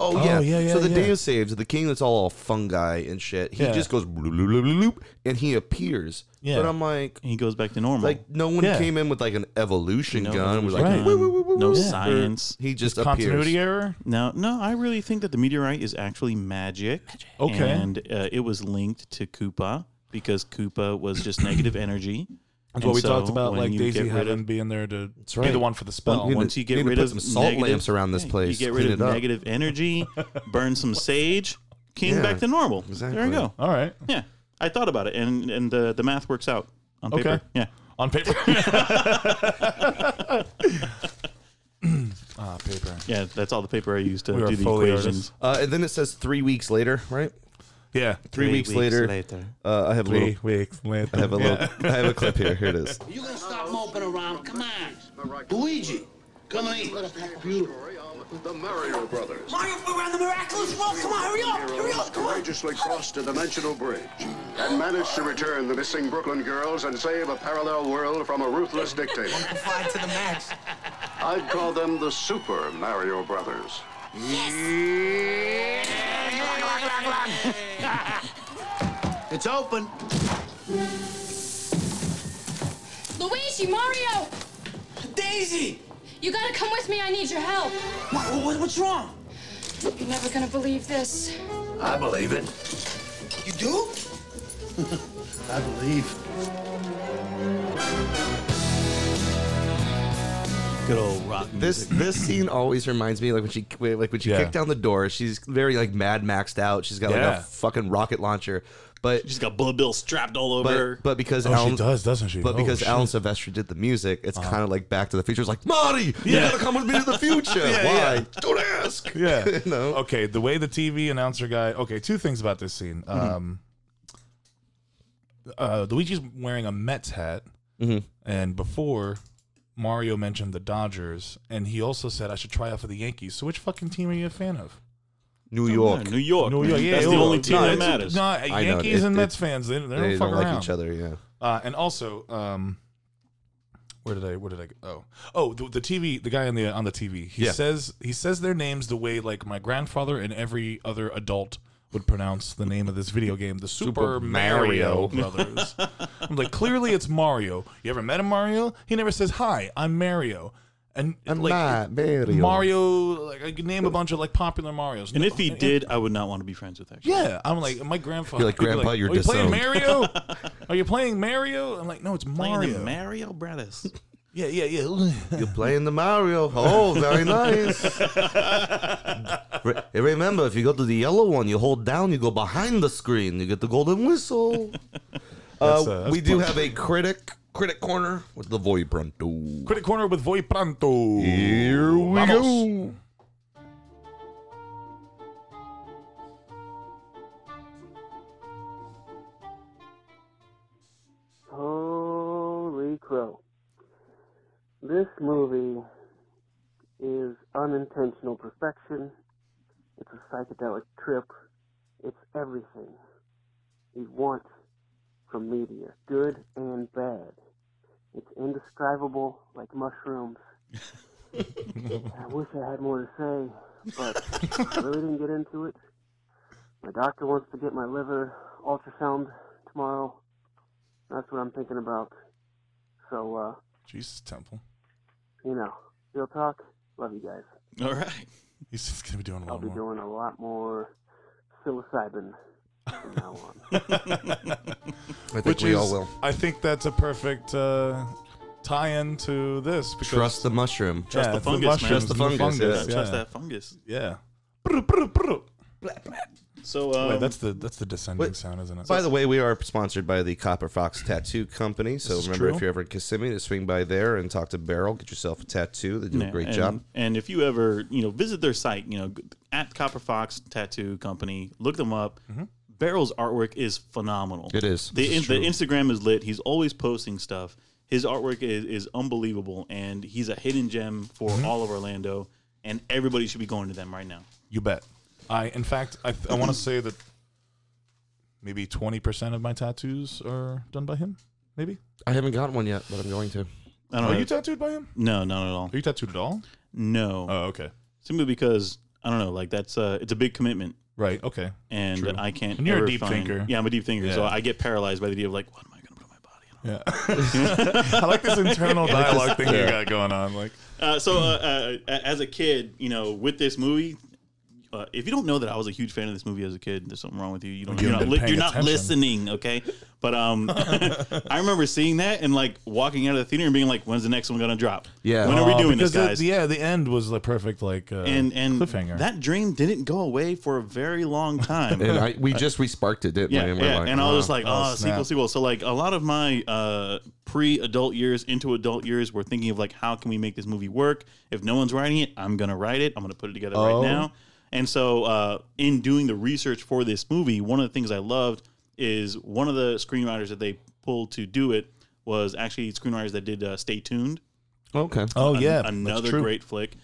A: Oh, yeah. so the Deus saves the king that's all fungi and shit. He
C: Yeah.
A: just goes bloop, bloop, bloop, bloop, and he appears.
C: Yeah.
A: But I'm like,
C: he goes back to normal.
A: Like no one
C: Yeah.
A: came in with like an evolution
C: No
A: gun. and Was like,
C: evolution
A: "Woo,
C: gun,
A: woo, woo, woo,
C: no
A: woo."
C: science.
A: He just
B: Just
A: appears.
B: continuity error?
C: No, no, I really think that the meteorite is actually magic.
B: Okay.
C: And uh, it was linked to Koopa because Koopa was just negative energy.
B: That's
C: And
B: what we
C: so
B: talked about,
C: when
B: like
C: you
B: Daisy
C: get rid of-
B: having being there to be
A: right.
B: the one for the spell.
A: Well, you
C: once
A: need-
C: you get
A: need to
C: rid
A: put
C: of
A: some salt
C: negative-
A: lamps around this
C: yeah,
A: place,
C: you get
A: clean
C: rid of
A: it up.
C: negative energy, burn some sage, king
A: Yeah,
C: back to normal. There
A: exactly.
C: you go.
B: All right.
C: Yeah, I thought about it, and and the the math works out on
B: Okay.
C: paper. Yeah,
B: on paper. ah, paper.
C: yeah, that's all the paper I used to
B: We are
C: do the
B: Foley
C: equations.
A: Uh, and then it says three weeks later, right?
B: Yeah.
A: Three, weeks, later. Uh, I have a
B: Three
A: little,
B: weeks later.
A: I have a little. I have a clip here. Here it is.
K: You gonna stop moping around? Come on, Luigi, come and eat. Beautiful.
M: The Mario Brothers.
K: Mario, we're on the miraculous world. Come on, hurry up, hurry up.
M: Courageously crossed a dimensional bridge and managed to return the missing Brooklyn girls and save a parallel world from a ruthless dictator.
K: Fly to the max.
M: I'd call them the Super Mario Brothers.
K: It's open.
O: Luigi, Mario!
K: Daisy,
O: You gotta come with me, I need your help.
K: what, what, what's wrong?
O: You're never gonna believe this.
M: I believe it.
K: You do?
M: I believe.
C: Good old rock.
A: This this scene always reminds me like when she like when she
B: Yeah.
A: kicked down the door. She's very like Mad Maxed out. She's got like
B: Yeah.
A: a fucking rocket launcher, but
C: She's got Blood Bill strapped all over. her.
A: but, but because
B: Oh, she
A: Alan,
B: does, doesn't she?
A: But
B: Oh,
A: because
B: shit. Uh-huh.
A: Alan Silvestri did the music, it's kind of like Back to the Future. It's like Marty, you
B: Yeah.
A: gotta come with me to the future.
B: Yeah,
A: Why?
B: yeah.
A: Don't ask.
B: Yeah.
A: no.
B: Okay. The way the TV announcer guy. Okay. Two things about this scene. Um, uh, Luigi's wearing a Mets hat, Mm-hmm. and before Mario mentioned the Dodgers, and he also said I should try out for the Yankees. So which fucking team are you a fan of?
A: New York.
C: New York.
B: New
C: man.
B: York. Yeah,
C: that's the
B: York.
C: only team
B: No,
C: that
B: it's-
C: matters.
B: No,
A: I know,
B: Yankees
A: it-
B: and
A: it-
B: Mets fans. They, they don't,
A: They
B: fuck
A: don't like
B: around.
A: each other. Yeah.
B: Uh, and also, um, where did I? Where did I? go? Oh, oh, the, the TV. The guy on the on the TV. He
A: Yeah.
B: says he says their names the way like my grandfather and every other adult would pronounce the name of this video game, the Super,
C: Super
B: Mario,
C: Mario.
B: Brothers. I'm like, clearly it's Mario. You ever met a Mario? He never says, "Hi, I'm Mario." And, and like
A: my Mario.
B: Mario, like I could name a bunch of like popular Mario's.
C: And
B: No.
C: if he did, I would not want to be friends with that.
B: yeah, I'm like my grandfather.
A: You're like,
B: would be
A: "Grandpa, you're
B: Are you playing
A: disowned."
B: Mario? Are you playing Mario? I'm like, no, it's
C: Playing
B: Mario.
C: the Mario Brothers.
B: yeah, yeah, yeah.
A: You're playing the Mario. Oh, very nice. Re- remember, if you go to the yellow one, you hold down, you go behind the screen, you get the golden whistle.
B: That's,
A: Uh,
B: uh,
A: we
B: that's
A: do
B: fun.
A: have a critic critic corner with the Voy Pronto.
B: Critic Corner with Voy Pronto.
A: Here we
B: Vamos.
P: Holy crow. This movie is unintentional perfection. It's a psychedelic trip. It's everything you want from media, good and bad. It's indescribable like mushrooms. I wish I had more to say, but I really didn't get into it. My doctor wants to get my liver ultrasound tomorrow. That's what I'm thinking about. So, uh,
B: Jesus Temple.
P: you know, real talk. Love you guys.
C: All right.
B: He's just gonna be doing a
P: I'll
B: lot
P: be
B: more.
P: doing a lot more psilocybin from now on.
A: I think
B: Which
A: we
B: is,
A: all will.
B: I think that's a perfect uh, tie-in to this because
A: Trust the mushroom.
B: Yeah,
A: Trust the
B: it's
A: fungus, man. Trust the fungus, yeah.
C: Trust that fungus.
B: Yeah.
C: So um,
B: Wait, that's the that's the descending
A: Wait,
B: sound, isn't it?
A: By the way, we are sponsored by the Copper Fox Tattoo Company. So
B: is
A: remember,
B: true.
A: if you're ever in Kissimmee, to swing by there and talk to Beryl, get yourself a tattoo. They do a
C: Yeah,
A: great
C: and,
A: job.
C: And if you ever, you know, visit their site, you know, g- at Copper Fox Tattoo Company, look them up.
B: Mm-hmm.
C: Beryl's artwork is phenomenal.
A: It is.
C: The,
A: This is
C: the
A: true.
C: Instagram is lit. He's always posting stuff. His artwork is, is unbelievable, and he's a hidden gem for
B: Mm-hmm.
C: all of Orlando. And everybody should be going to them right now.
B: You bet. I, in fact, I, I want to say that maybe twenty percent of my tattoos are done by him. Maybe.
A: I haven't got one yet, but I'm going to.
C: I don't
B: Are
C: know.
B: you tattooed by him?
C: no, not at all.
B: Are you tattooed at all?
C: No.
B: Oh, okay.
C: Simply because I don't know. Like that's uh, it's a big commitment.
B: Right. Okay.
C: And
B: True.
C: I can't.
B: And you're a
C: ever
B: deep
C: find-
B: thinker.
C: Yeah, I'm a deep thinker. So
B: Yeah.
C: I get paralyzed by the idea of like, what am I going to
B: Yeah. I like this internal
C: I like this-
B: dialogue thing you
C: Yeah.
B: got going on. Like,
C: Uh, so, uh, uh, as a kid, you know, with this movie, uh, if you don't know that I was a huge fan of this movie as a kid, there's something wrong with you. You don't.
B: You
C: You're
B: haven't been
C: not, li-
B: paying
C: you're not
B: attention.
C: listening, okay? But um, I remember seeing that and like walking out of the theater and being like, "When's the next one gonna drop? When are
B: Oh,
C: we doing this,
B: because
C: guys?"
B: The, yeah, the end was the perfect like uh,
C: and and
B: cliffhanger.
C: that dream didn't go away for a very long time.
A: And I, we just we sparked it, didn't
C: Yeah,
A: we?
C: yeah,
A: And we're like,
C: and I was just
A: "Wow."
C: like,
B: oh,
C: oh, sequel,
B: snap."
C: sequel. So like a lot of my uh, pre-adult years into adult years were thinking of like, how can we make this movie work? If no one's writing it, I'm gonna write it. I'm gonna put it together
B: Oh.
C: right now. And so uh, in doing the research for this movie, one of the things I loved is one of the screenwriters that they pulled to do it was actually screenwriters that did uh, Stay Tuned.
A: okay.
B: oh
C: An-
B: yeah, that's
C: another
B: true.
C: great flick.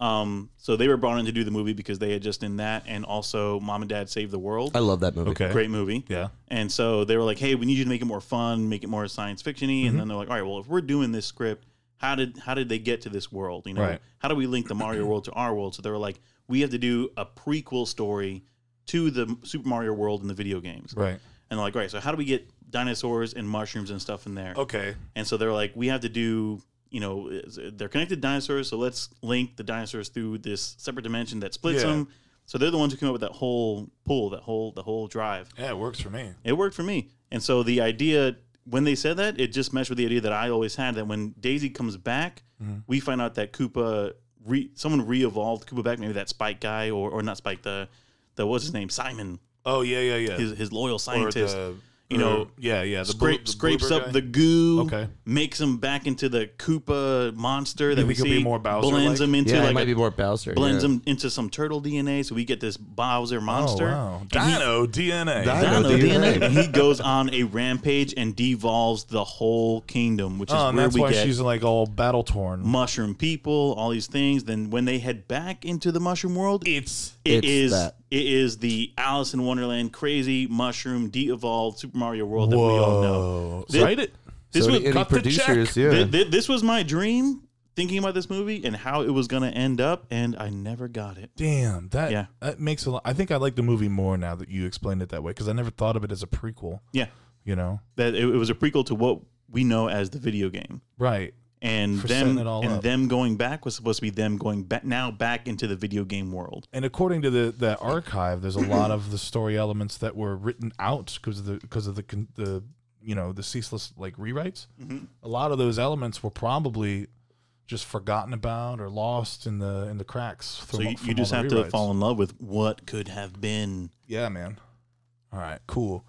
C: Um, so they were brought in to do the movie because they had just in that and also Mom and Dad Save the World.
A: I love that movie.
B: Okay.
C: Great movie.
B: Yeah.
C: And so they were like, "Hey, we need you to make it more fun, make it more science fictiony." And
B: Mm-hmm.
C: then they're like, "All right, well, if we're doing this script, how did how did they get to this world? You know,
B: Right.
C: how do we link the Mario world to our world?" So they were like, "We have to do a prequel story to the Super Mario world in the video games."
B: Right.
C: And they're like, "All right, so how do we get dinosaurs and mushrooms and stuff in there?"
B: Okay.
C: And so they're like, "We have to do." You know, is- they're connected dinosaurs, so let's link the dinosaurs through this separate dimension that splits
B: Yeah.
C: them. So they're the ones who came up with that whole pull, that whole the whole drive.
B: Yeah, it works for me.
C: It worked for me. And so the idea, when they said that, it just meshed with the idea that I always had that when Daisy comes back,
B: Mhm.
C: we find out that Koopa, re, someone re evolved Koopa back, maybe that Spike guy, or, or not Spike, the, the what's his name? Simon,
B: Oh yeah, yeah, yeah.
C: his, his loyal scientist.
B: the-
C: you know,
B: or- yeah, yeah, the
C: scrape,
B: blue- the
C: scrapes
B: blooper
C: up
B: guy?
C: the goo,
B: Okay.
C: makes him back into the Koopa monster
B: You
C: that
B: think
C: we
B: he'll
C: see.
B: be more Bowser-like?
C: blends him into
A: yeah,
C: like
A: it might
C: a-
A: be more Bowser.
C: blends
A: yeah.
C: him into some turtle DNA, so we get this Bowser monster.
B: Oh, wow.
C: And he-
B: Dino DNA.
A: Dino
C: Dino DNA.
A: DNA.
C: and he goes on a rampage and devolves the whole kingdom, which is
B: Oh, and
C: where
B: that's
C: we
B: why
C: get
B: she's like all battle torn.
C: mushroom people, all these things. Then when they head back into the mushroom world,
B: It's
C: it
A: It's
C: is
A: that.
C: it is the Alice in Wonderland crazy mushroom de-evolved Super Mario world that we all know.
B: whoa.
C: Thi-
B: Write it.
C: This
A: so
C: was
A: any, any
B: cut the check.
A: producers, yeah.
C: thi- thi- this was my dream thinking about this movie and how it was going to end up, and I never got it.
B: Damn, that
C: Yeah.
B: that makes a lot. I think I like the movie more now that you explained it that way because I never thought of it as a prequel.
C: Yeah.
B: You know,
C: That it, it was a prequel to what we know as the video game.
B: right?
C: And
B: For
C: them
B: setting it all
C: and
B: up.
C: them going back was supposed to be them going back now back into the video game world.
B: And according to the the archive, there's a lot of the story elements that were written out because of the because of the con- the you know the ceaseless like rewrites.
C: Mhm.
B: A lot of those elements were probably just forgotten about or lost in the in the cracks.
C: So
B: From,
C: you,
B: from
C: you just
B: all
C: have
B: the
C: to
B: rewrites.
C: fall in love with what could have been.
B: Yeah, man. All right, cool.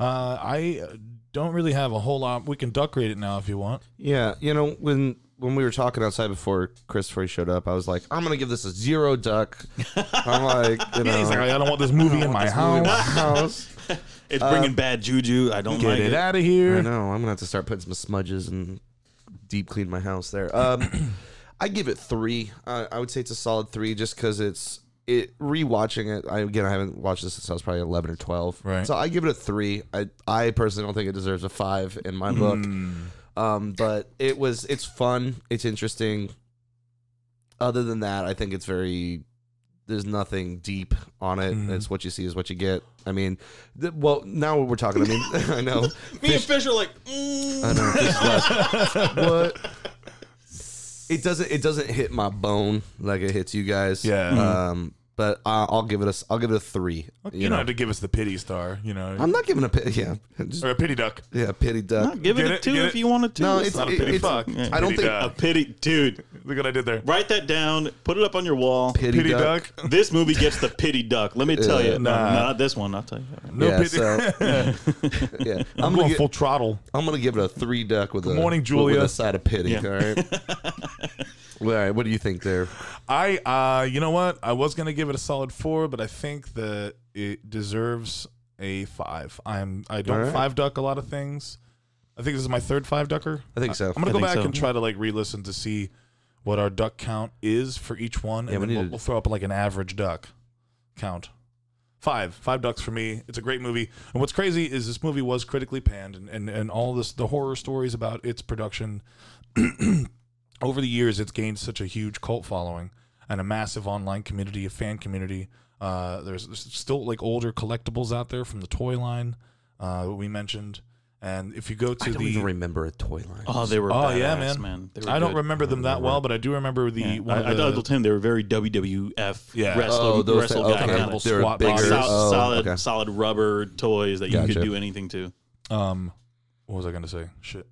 B: Uh, I uh, don't really have a whole lot. We can duck rate it now if you want.
A: Yeah, you know when when we were talking outside before Christopher showed up, I was like, I'm gonna give this a zero duck. I'm like, you know,
B: Yeah, he's like, I don't want this movie in my
A: this movie in my
B: house.
C: It's
A: Uh,
C: bringing bad juju. I don't
A: get
C: like
A: it
C: it.
B: out of here.
A: I know. I'm gonna have to start putting some smudges and deep clean my house there. Um, I give it three. Uh, I would say it's a solid three, just because it's it rewatching it. I again, I haven't watched this since I was probably 11 or 12.
B: Right.
A: So I give it a three. I I personally don't think it deserves a five in my
B: Mm.
A: book. Um, but it was it's fun. It's interesting. Other than that, I think it's very there's nothing deep on it.
B: Mhm.
A: It's what you see is what you get. I mean, th- well, now we're talking. I mean, I know.
C: Me and Fish are like, mm,
A: I know. Fish left. what? It doesn't. It doesn't hit my bone like it hits you guys.
B: Yeah.
A: Um. But I, I'll give it a. s- I'll give it a three.
B: You, don't have to give us the pity star. You know,
A: I'm not giving a pity. Yeah. Just-
B: or a pity duck.
A: yeah. Pity duck.
C: No, give it
B: Get
C: a
B: it,
C: two
B: get
C: if
B: it.
C: you want a two.
A: No,
B: It's,
A: It's-
B: not a pity
A: it's-
B: fuck.
A: yeah.
B: I don't think
C: a pity, dude.
B: Look what I did there.
C: Write that down. Put it up on your wall.
A: Pity
B: Pity duck.
C: This movie gets the pity duck. Let me tell
A: Yeah.
C: you,
B: Nah.
C: no, not this one. I'll tell you. that right now.
B: No
A: yeah,
B: pity.
A: so- yeah. I'm,
B: I'm
A: gonna
B: going
A: gi-
B: full throttle.
A: I'm gonna give it a three duck with
B: Good
A: a
B: morning,
A: with-
B: Julia.
A: With a side of pity.
C: Yeah.
A: All right. all right. What do you think there?
B: I, uh, you know what? I was gonna give it a solid four, but I think that it deserves a five. I'm. I don't
A: All right.
B: five duck a lot of things. I think this is my third five ducker.
A: I think so.
B: I'm gonna go
C: I think
B: back
C: so.
B: and try to like re-listen to see what our duck count is for each one,
A: Yeah,
B: and
A: we
B: then
A: need
B: we'll,
A: to-
B: we'll throw up like an average duck count. Five, five ducks for me. It's a great movie, and what's crazy is this movie was critically panned, and and, and all this the horror stories about its production over the years, it's gained such a huge cult following and a massive online community, a fan community. Uh, there's, there's still like older collectibles out there from the toy line uh, we mentioned, and if you go to
A: I don't
B: the
A: even remember a toy line.
C: Oh, they were.
B: oh
C: badass,
B: yeah, man.
C: They were
B: I don't
C: good.
B: remember them that well, but I do remember the
C: Yeah.
B: one.
C: I, I
B: of the-
C: told him they were very WWF
B: Yeah.
C: wrestler,
A: Oh, those
C: wrestle
A: things-
C: guy
A: okay.
C: kind of
A: They were
B: Swap
A: bigger.
B: boxes.
C: solid,
A: Oh,
C: solid,
A: okay.
C: solid rubber toys that you
A: Gotcha.
C: could do anything to.
B: um, what was I gonna say? Shit.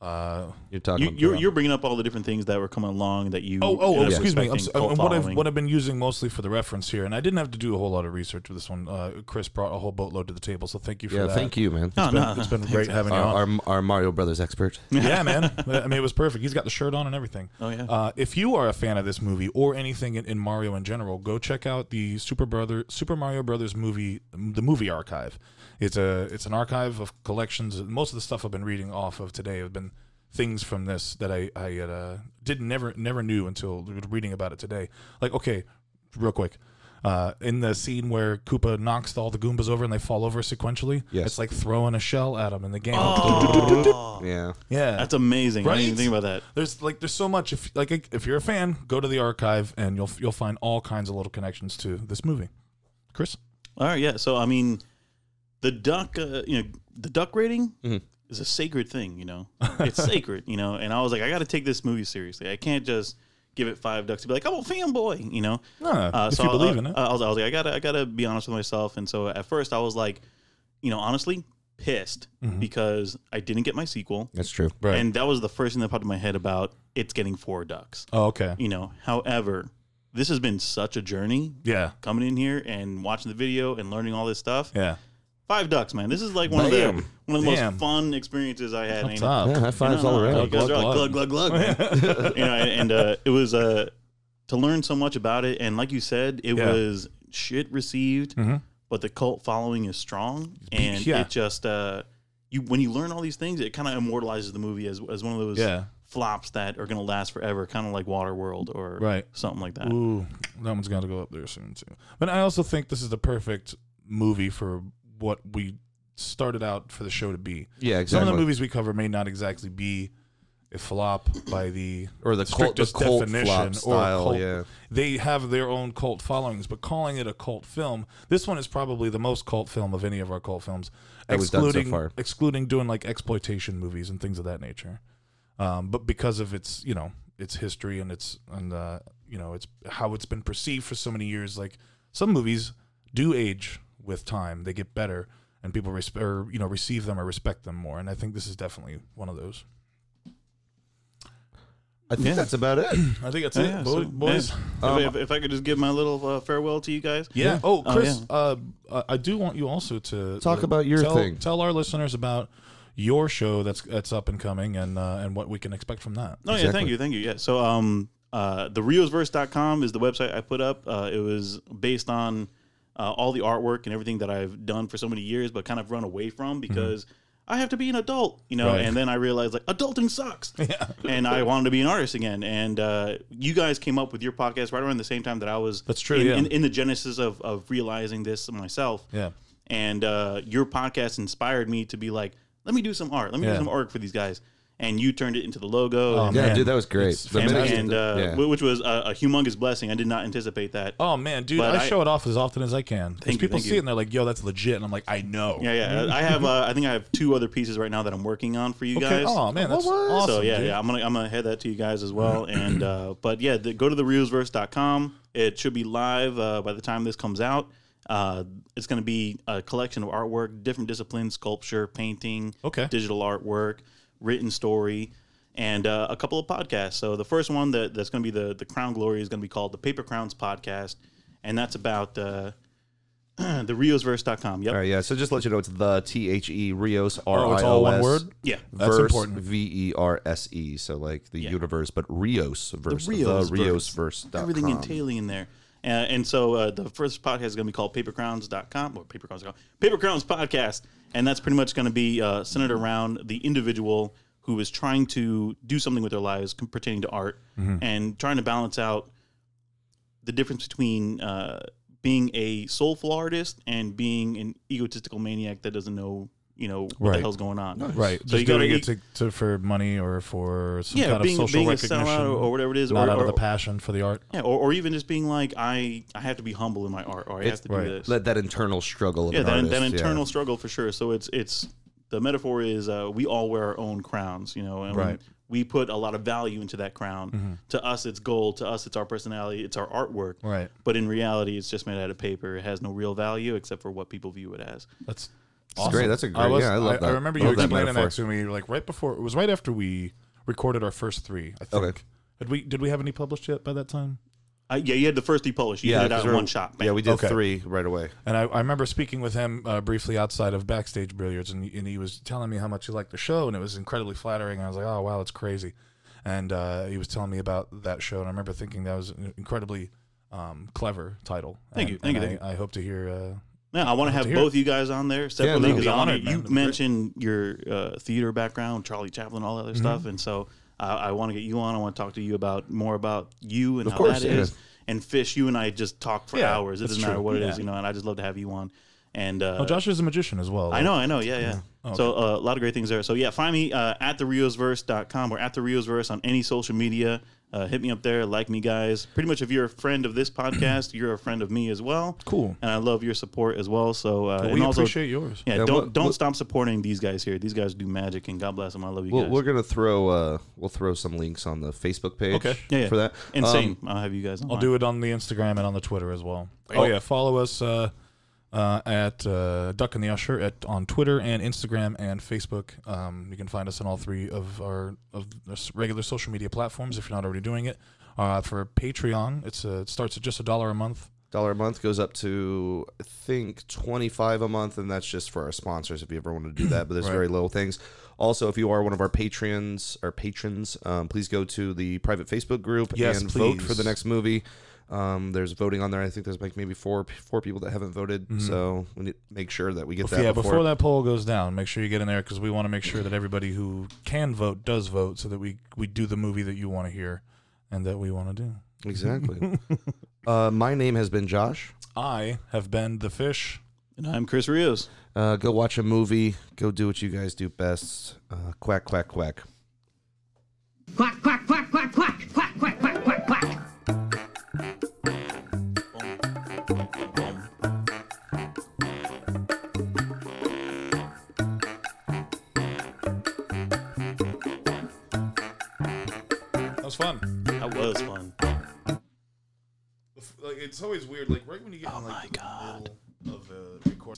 B: Uh,
A: You're talking.
C: You, you're, you're bringing up all the different things that were coming along that you.
B: Oh, oh,
C: ended up
B: excuse me. I'm,
C: respecting,
B: so- and
C: cult
B: what I've
C: following.
B: what I've been using mostly for the reference here, and I didn't have to do a whole lot of research with this one. Uh, Chris brought a whole boatload to the table, so thank you for
A: yeah.
B: that.
A: Thank you, man.
C: no,
B: It's been,
C: no,
B: it's been
C: no.
B: great having you
A: Our,
B: on.
A: our, our Mario Brothers expert.
B: yeah, man. I mean, it was perfect. He's got the shirt on and everything.
C: Oh, yeah.
B: Uh, if you are a fan of this movie or anything in, in Mario in general, go check out the Super Brother Super Mario Brothers movie, the movie archive. It's a it's an archive of collections. Most of the stuff I've been reading off of today have been things from this that I I had, uh, did never never knew until reading about it today. Like, okay, real quick. Uh, in the scene where Koopa knocks all the Goombas over and they fall over sequentially,
A: Yes.
B: it's like throwing a shell at them in the game.
A: Yeah.
B: Yeah,
C: Oh. That's amazing. I didn't even
B: Right?
C: think about that.
B: there's like there's so much if like if you're a fan go to the archive and you'll you'll find all kinds of little connections to this movie chris
C: All right, yeah. So I mean, the duck, uh, you know, the duck rating
B: Mm-hmm.
C: is a sacred thing. You know, it's sacred. You know, and I was like, I got to take this movie seriously. I can't just give it five ducks and be like, I'm a fanboy. You know, Uh,
B: No, if you
C: I-
B: believe
C: I-
B: in it.
C: I was, I was like, I gotta, I gotta be honest with myself. And so at first, I was like, you know, honestly, pissed because I didn't get my sequel,
A: That's true.
B: Mm-hmm. right
C: and that was the first thing that popped in my head about it's getting four ducks.
B: oh okay
C: You know, however, this has been such a journey
B: yeah
C: coming in here and watching the video and learning all this stuff.
B: yeah
C: Five ducks, man. This is like one of the
A: Bam.
C: one of the
B: Damn.
C: most fun experiences I had.
B: up
C: ain't it?
B: top
A: Yeah. High
C: No,
A: fives
C: no,
A: all
C: no,
A: around.
C: uh, You guys are like
B: Glug,
C: glug glug glug. man. you know, and, and, uh, it was uh, to learn so much about it, and like you said, it
B: Yeah.
C: was shit received,
B: Mhm.
C: but the cult following is strong, and
B: yeah.
C: it just uh, you when you learn all these things, it kind of immortalizes the movie as as one of those
B: Yeah.
C: flops that are gonna last forever, kind of like Waterworld or
B: Right.
C: something like that.
B: ooh that one's got to go up there soon too but i also think this is the perfect movie for what we started out for the show to be
A: Yeah,
B: some of
A: exactly.
B: the movies we cover may not exactly be a flop by the
A: Or the cult- the
B: strictest
A: cult
B: definition
A: flop style,
B: cult.
A: yeah.
B: They have their own cult followings, but calling it a cult film, this one is probably the most cult film of any of our cult films,
A: That we've done so
B: excluding
A: far.
B: excluding doing like exploitation movies and things of that nature. Um, but because of its you know its history and its and uh, you know it's how it's been perceived for so many years, like some movies do age with time, they get better. And people res- or, you know receive them or respect them more, and I think this is definitely one of those.
A: I think
B: Yeah.
A: that's about it.
B: I think
A: Uh,
B: that's it,
C: Yeah,
B: bo-
C: so,
B: boys.
C: yeah. if,
B: Um,
C: if- if I could just give my little uh, farewell to you guys.
B: Yeah. Oh, Chris,
C: yeah.
B: uh, uh, I do want you also to
A: Talk
B: uh,
A: about your
B: tell,
A: thing.
B: Tell our listeners about your show that's that's up and coming, and uh, and what we can expect from that.
C: Oh yeah, thank you, thank you. Yeah. So um uh the riosverse.com is the website I put up. Uh, it was based on uh, all the artwork and everything that I've done for so many years but kind of run away from because I have to be an adult, you know,
B: Mm-hmm. Right.
C: and then I realized like adulting sucks. and I wanted to be an artist again. And uh, you guys came up with your podcast right around the same time that I was
B: That's true,
C: in,
B: yeah.
C: in, in the genesis of, of realizing this myself.
B: Yeah.
C: And uh, your podcast inspired me to be like, let me do some art. Let me
A: Yeah.
C: do some art for these guys. And you turned it into the logo.
A: Oh,
C: and-
A: Yeah, man. dude, that was great.
C: It's
A: The
C: and,
A: minute-
C: and, uh,
A: yeah.
C: wh- which was a, a humongous blessing. I did not anticipate that.
B: Oh man, dude,
C: But
B: I, show it off as often as I can. 'Cause
C: Thank you,
B: people
C: thank
B: see
C: you.
B: it and they're like, "Yo, that's legit," and I'm like, "I know."
C: Yeah, yeah. I have. Uh, I think I have two other pieces right now that I'm working on for you
B: Okay.
A: Oh,
C: guys.
B: Aw, man, that's Oh, What? awesome,
C: So yeah,
B: dude.
C: yeah. I'm gonna I'm gonna head that to you guys as well. and uh, but yeah, the, go to the reelsverse.com. It should be live uh, by the time this comes out. Uh, it's gonna be a collection of artwork, different disciplines: sculpture, painting,
B: okay,
C: digital artwork, written story. And uh, a couple of podcasts. So the first one that, that's going to be the the crown glory is going to be called the Paper Crowns podcast, and that's about uh, the Riosverse.com. Yep.
A: All right, yeah. So just to let you know, it's the T H E Rios R I O S.
B: Oh, it's all one word?
C: Yeah.
B: That's
A: verse,
B: important.
A: V E R S E. So like the universe, but Rios verse.
C: Rios
A: the Rios verse.
C: everything entailing in there. Uh, and so uh, the first podcast is going to be called papercrowns.com or papercrowns.com, Paper Crowns Podcast. And that's pretty much going to be uh, centered around the individual who is trying to do something with their lives com- pertaining to art
B: Mhm.
C: and trying to balance out the difference between uh, being a soulful artist and being an egotistical maniac that doesn't know, you know, what the hell's going on.
B: Right.
C: So
B: Just
C: you got
B: doing
C: to
B: it to, to, for money or for some
C: Yeah,
B: kind
C: being-
B: of social
C: being a
B: recognition
C: sellout or whatever it is,
B: Not
C: or-
B: out
C: or-
B: of the passion for the art.
C: Yeah, or, or even just being like, I, I have to be humble in my art, or I have to do this.
A: Let that internal struggle of
C: yeah,
A: an
C: that,
A: artist,
C: that
A: yeah.
C: internal struggle for sure. So it's it's the metaphor is uh, we all wear our own crowns, you know, and
B: Right.
C: we put a lot of value into that crown.
A: Mm-hmm.
B: Mhm.
C: To us, it's gold. To us, it's our personality. It's our artwork.
B: Right.
C: But in reality, it's just made out of paper. It has no real value except for what people view it as.
B: That's
A: That's great. That's a great-
B: I was-
A: yeah, I love
B: I
A: that.
B: remember
A: I
B: you
A: love that
B: explaining that,
A: metaphor.
B: to me, like right before. It was right after we recorded our first three. I think.
A: Okay.
B: Had we did we have any published yet by that time?
C: Uh, yeah, you had the first depublish. You
A: Yeah,
C: did it out
A: 'cause
C: in
A: we're-
C: one shot.
A: yeah, we did
B: Okay.
A: three right away.
B: And I, I remember speaking with him uh, briefly outside of backstage billiards, and, and he was telling me how much he liked the show, and it was incredibly flattering. I was like, oh wow, that's crazy. And uh, he was telling me about that show, and I remember thinking that was an incredibly um, clever title.
C: Thank
B: And-
C: you, thank
B: and
C: you, thank
B: I, I hope to hear. Uh,
C: Yeah, I want to
B: hope
C: have
B: hear it.
C: both you guys on there separately
B: no,
C: because
B: be
C: I want
B: honored,
C: to.
B: man.
C: You
B: That'd be great.
C: mentioned your uh, theater background, Charlie Chaplin, all that other
B: Mhm.
C: stuff, and so uh, I want to get you on. I want to talk to you about more about you and
A: Of
C: how
A: course,
C: that
A: yeah.
C: is. And Fish, you and I just talk for
B: Yeah,
C: hours. It
B: that's
C: doesn't matter
B: true.
C: what it
B: Yeah.
C: is, you know. And I just love to have you on. And uh,
B: oh, Josh is a magician as well.
C: I know, I know, yeah, yeah.
B: Yeah. Oh,
C: So uh, a lot of great things there. So yeah, find me uh, at thereosverse.com or at the Riosverse on any social media. Uh, hit me up there, like me, guys. Pretty much, if you're a friend of this podcast, you're a friend of me as well.
B: Cool.
C: and I love your support as well. So uh,
B: Well,
C: and
B: we
C: also-
B: appreciate yours.
C: Yeah,
A: Yeah,
C: don't
A: what-
C: don't
A: what-
C: stop supporting these guys here. These guys do magic, and God bless them. I love you
A: We'll,
C: guys.
A: we're gonna throw uh, we'll throw some links on the Facebook page.
C: Okay. Yeah, yeah.
A: for that.
C: And
A: Um,
C: same, I'll have you guys.
B: I'll
C: online.
B: do it on the Instagram and on the Twitter as well. Oh yeah, follow us uh, uh, at uh, Duck and the Usher at on Twitter and Instagram and Facebook. Um, you can find us on all three of our of the s- regular social media platforms if you're not already doing it. Uh, for Patreon, it's uh, it starts at just a dollar a month.
A: dollar a month goes up to I think twenty five a month, and that's just for our sponsors. If you ever want to do that, but there's
B: Right.
A: very little things. Also, if you are one of our patrons or patrons, um, please go to the private Facebook group
B: Yes,
A: and vote for
B: please.
A: the next movie. Um, there's voting on there. I think there's like maybe four four people that haven't voted,
B: Mhm.
A: so we need to make sure that we get
B: Bef-
A: that.
B: yeah,
A: before,
B: before, that poll goes down, make sure you get in there because we want to make sure that everybody who can vote does vote, so that we we do the movie that you want to hear and that we want to do.
A: exactly. uh, my name has been Josh.
B: I have been the fish.
C: And I'm Chris Rios.
A: Uh, go watch a movie. Go do what you guys do best. Uh, quack quack quack.
G: Quack, quack, quack, quack, quack, quack, quack, quack, quack, quack.
B: That was fun.
C: That was fun.
B: Like it's always weird. Like right when you get in like the middle of the recording.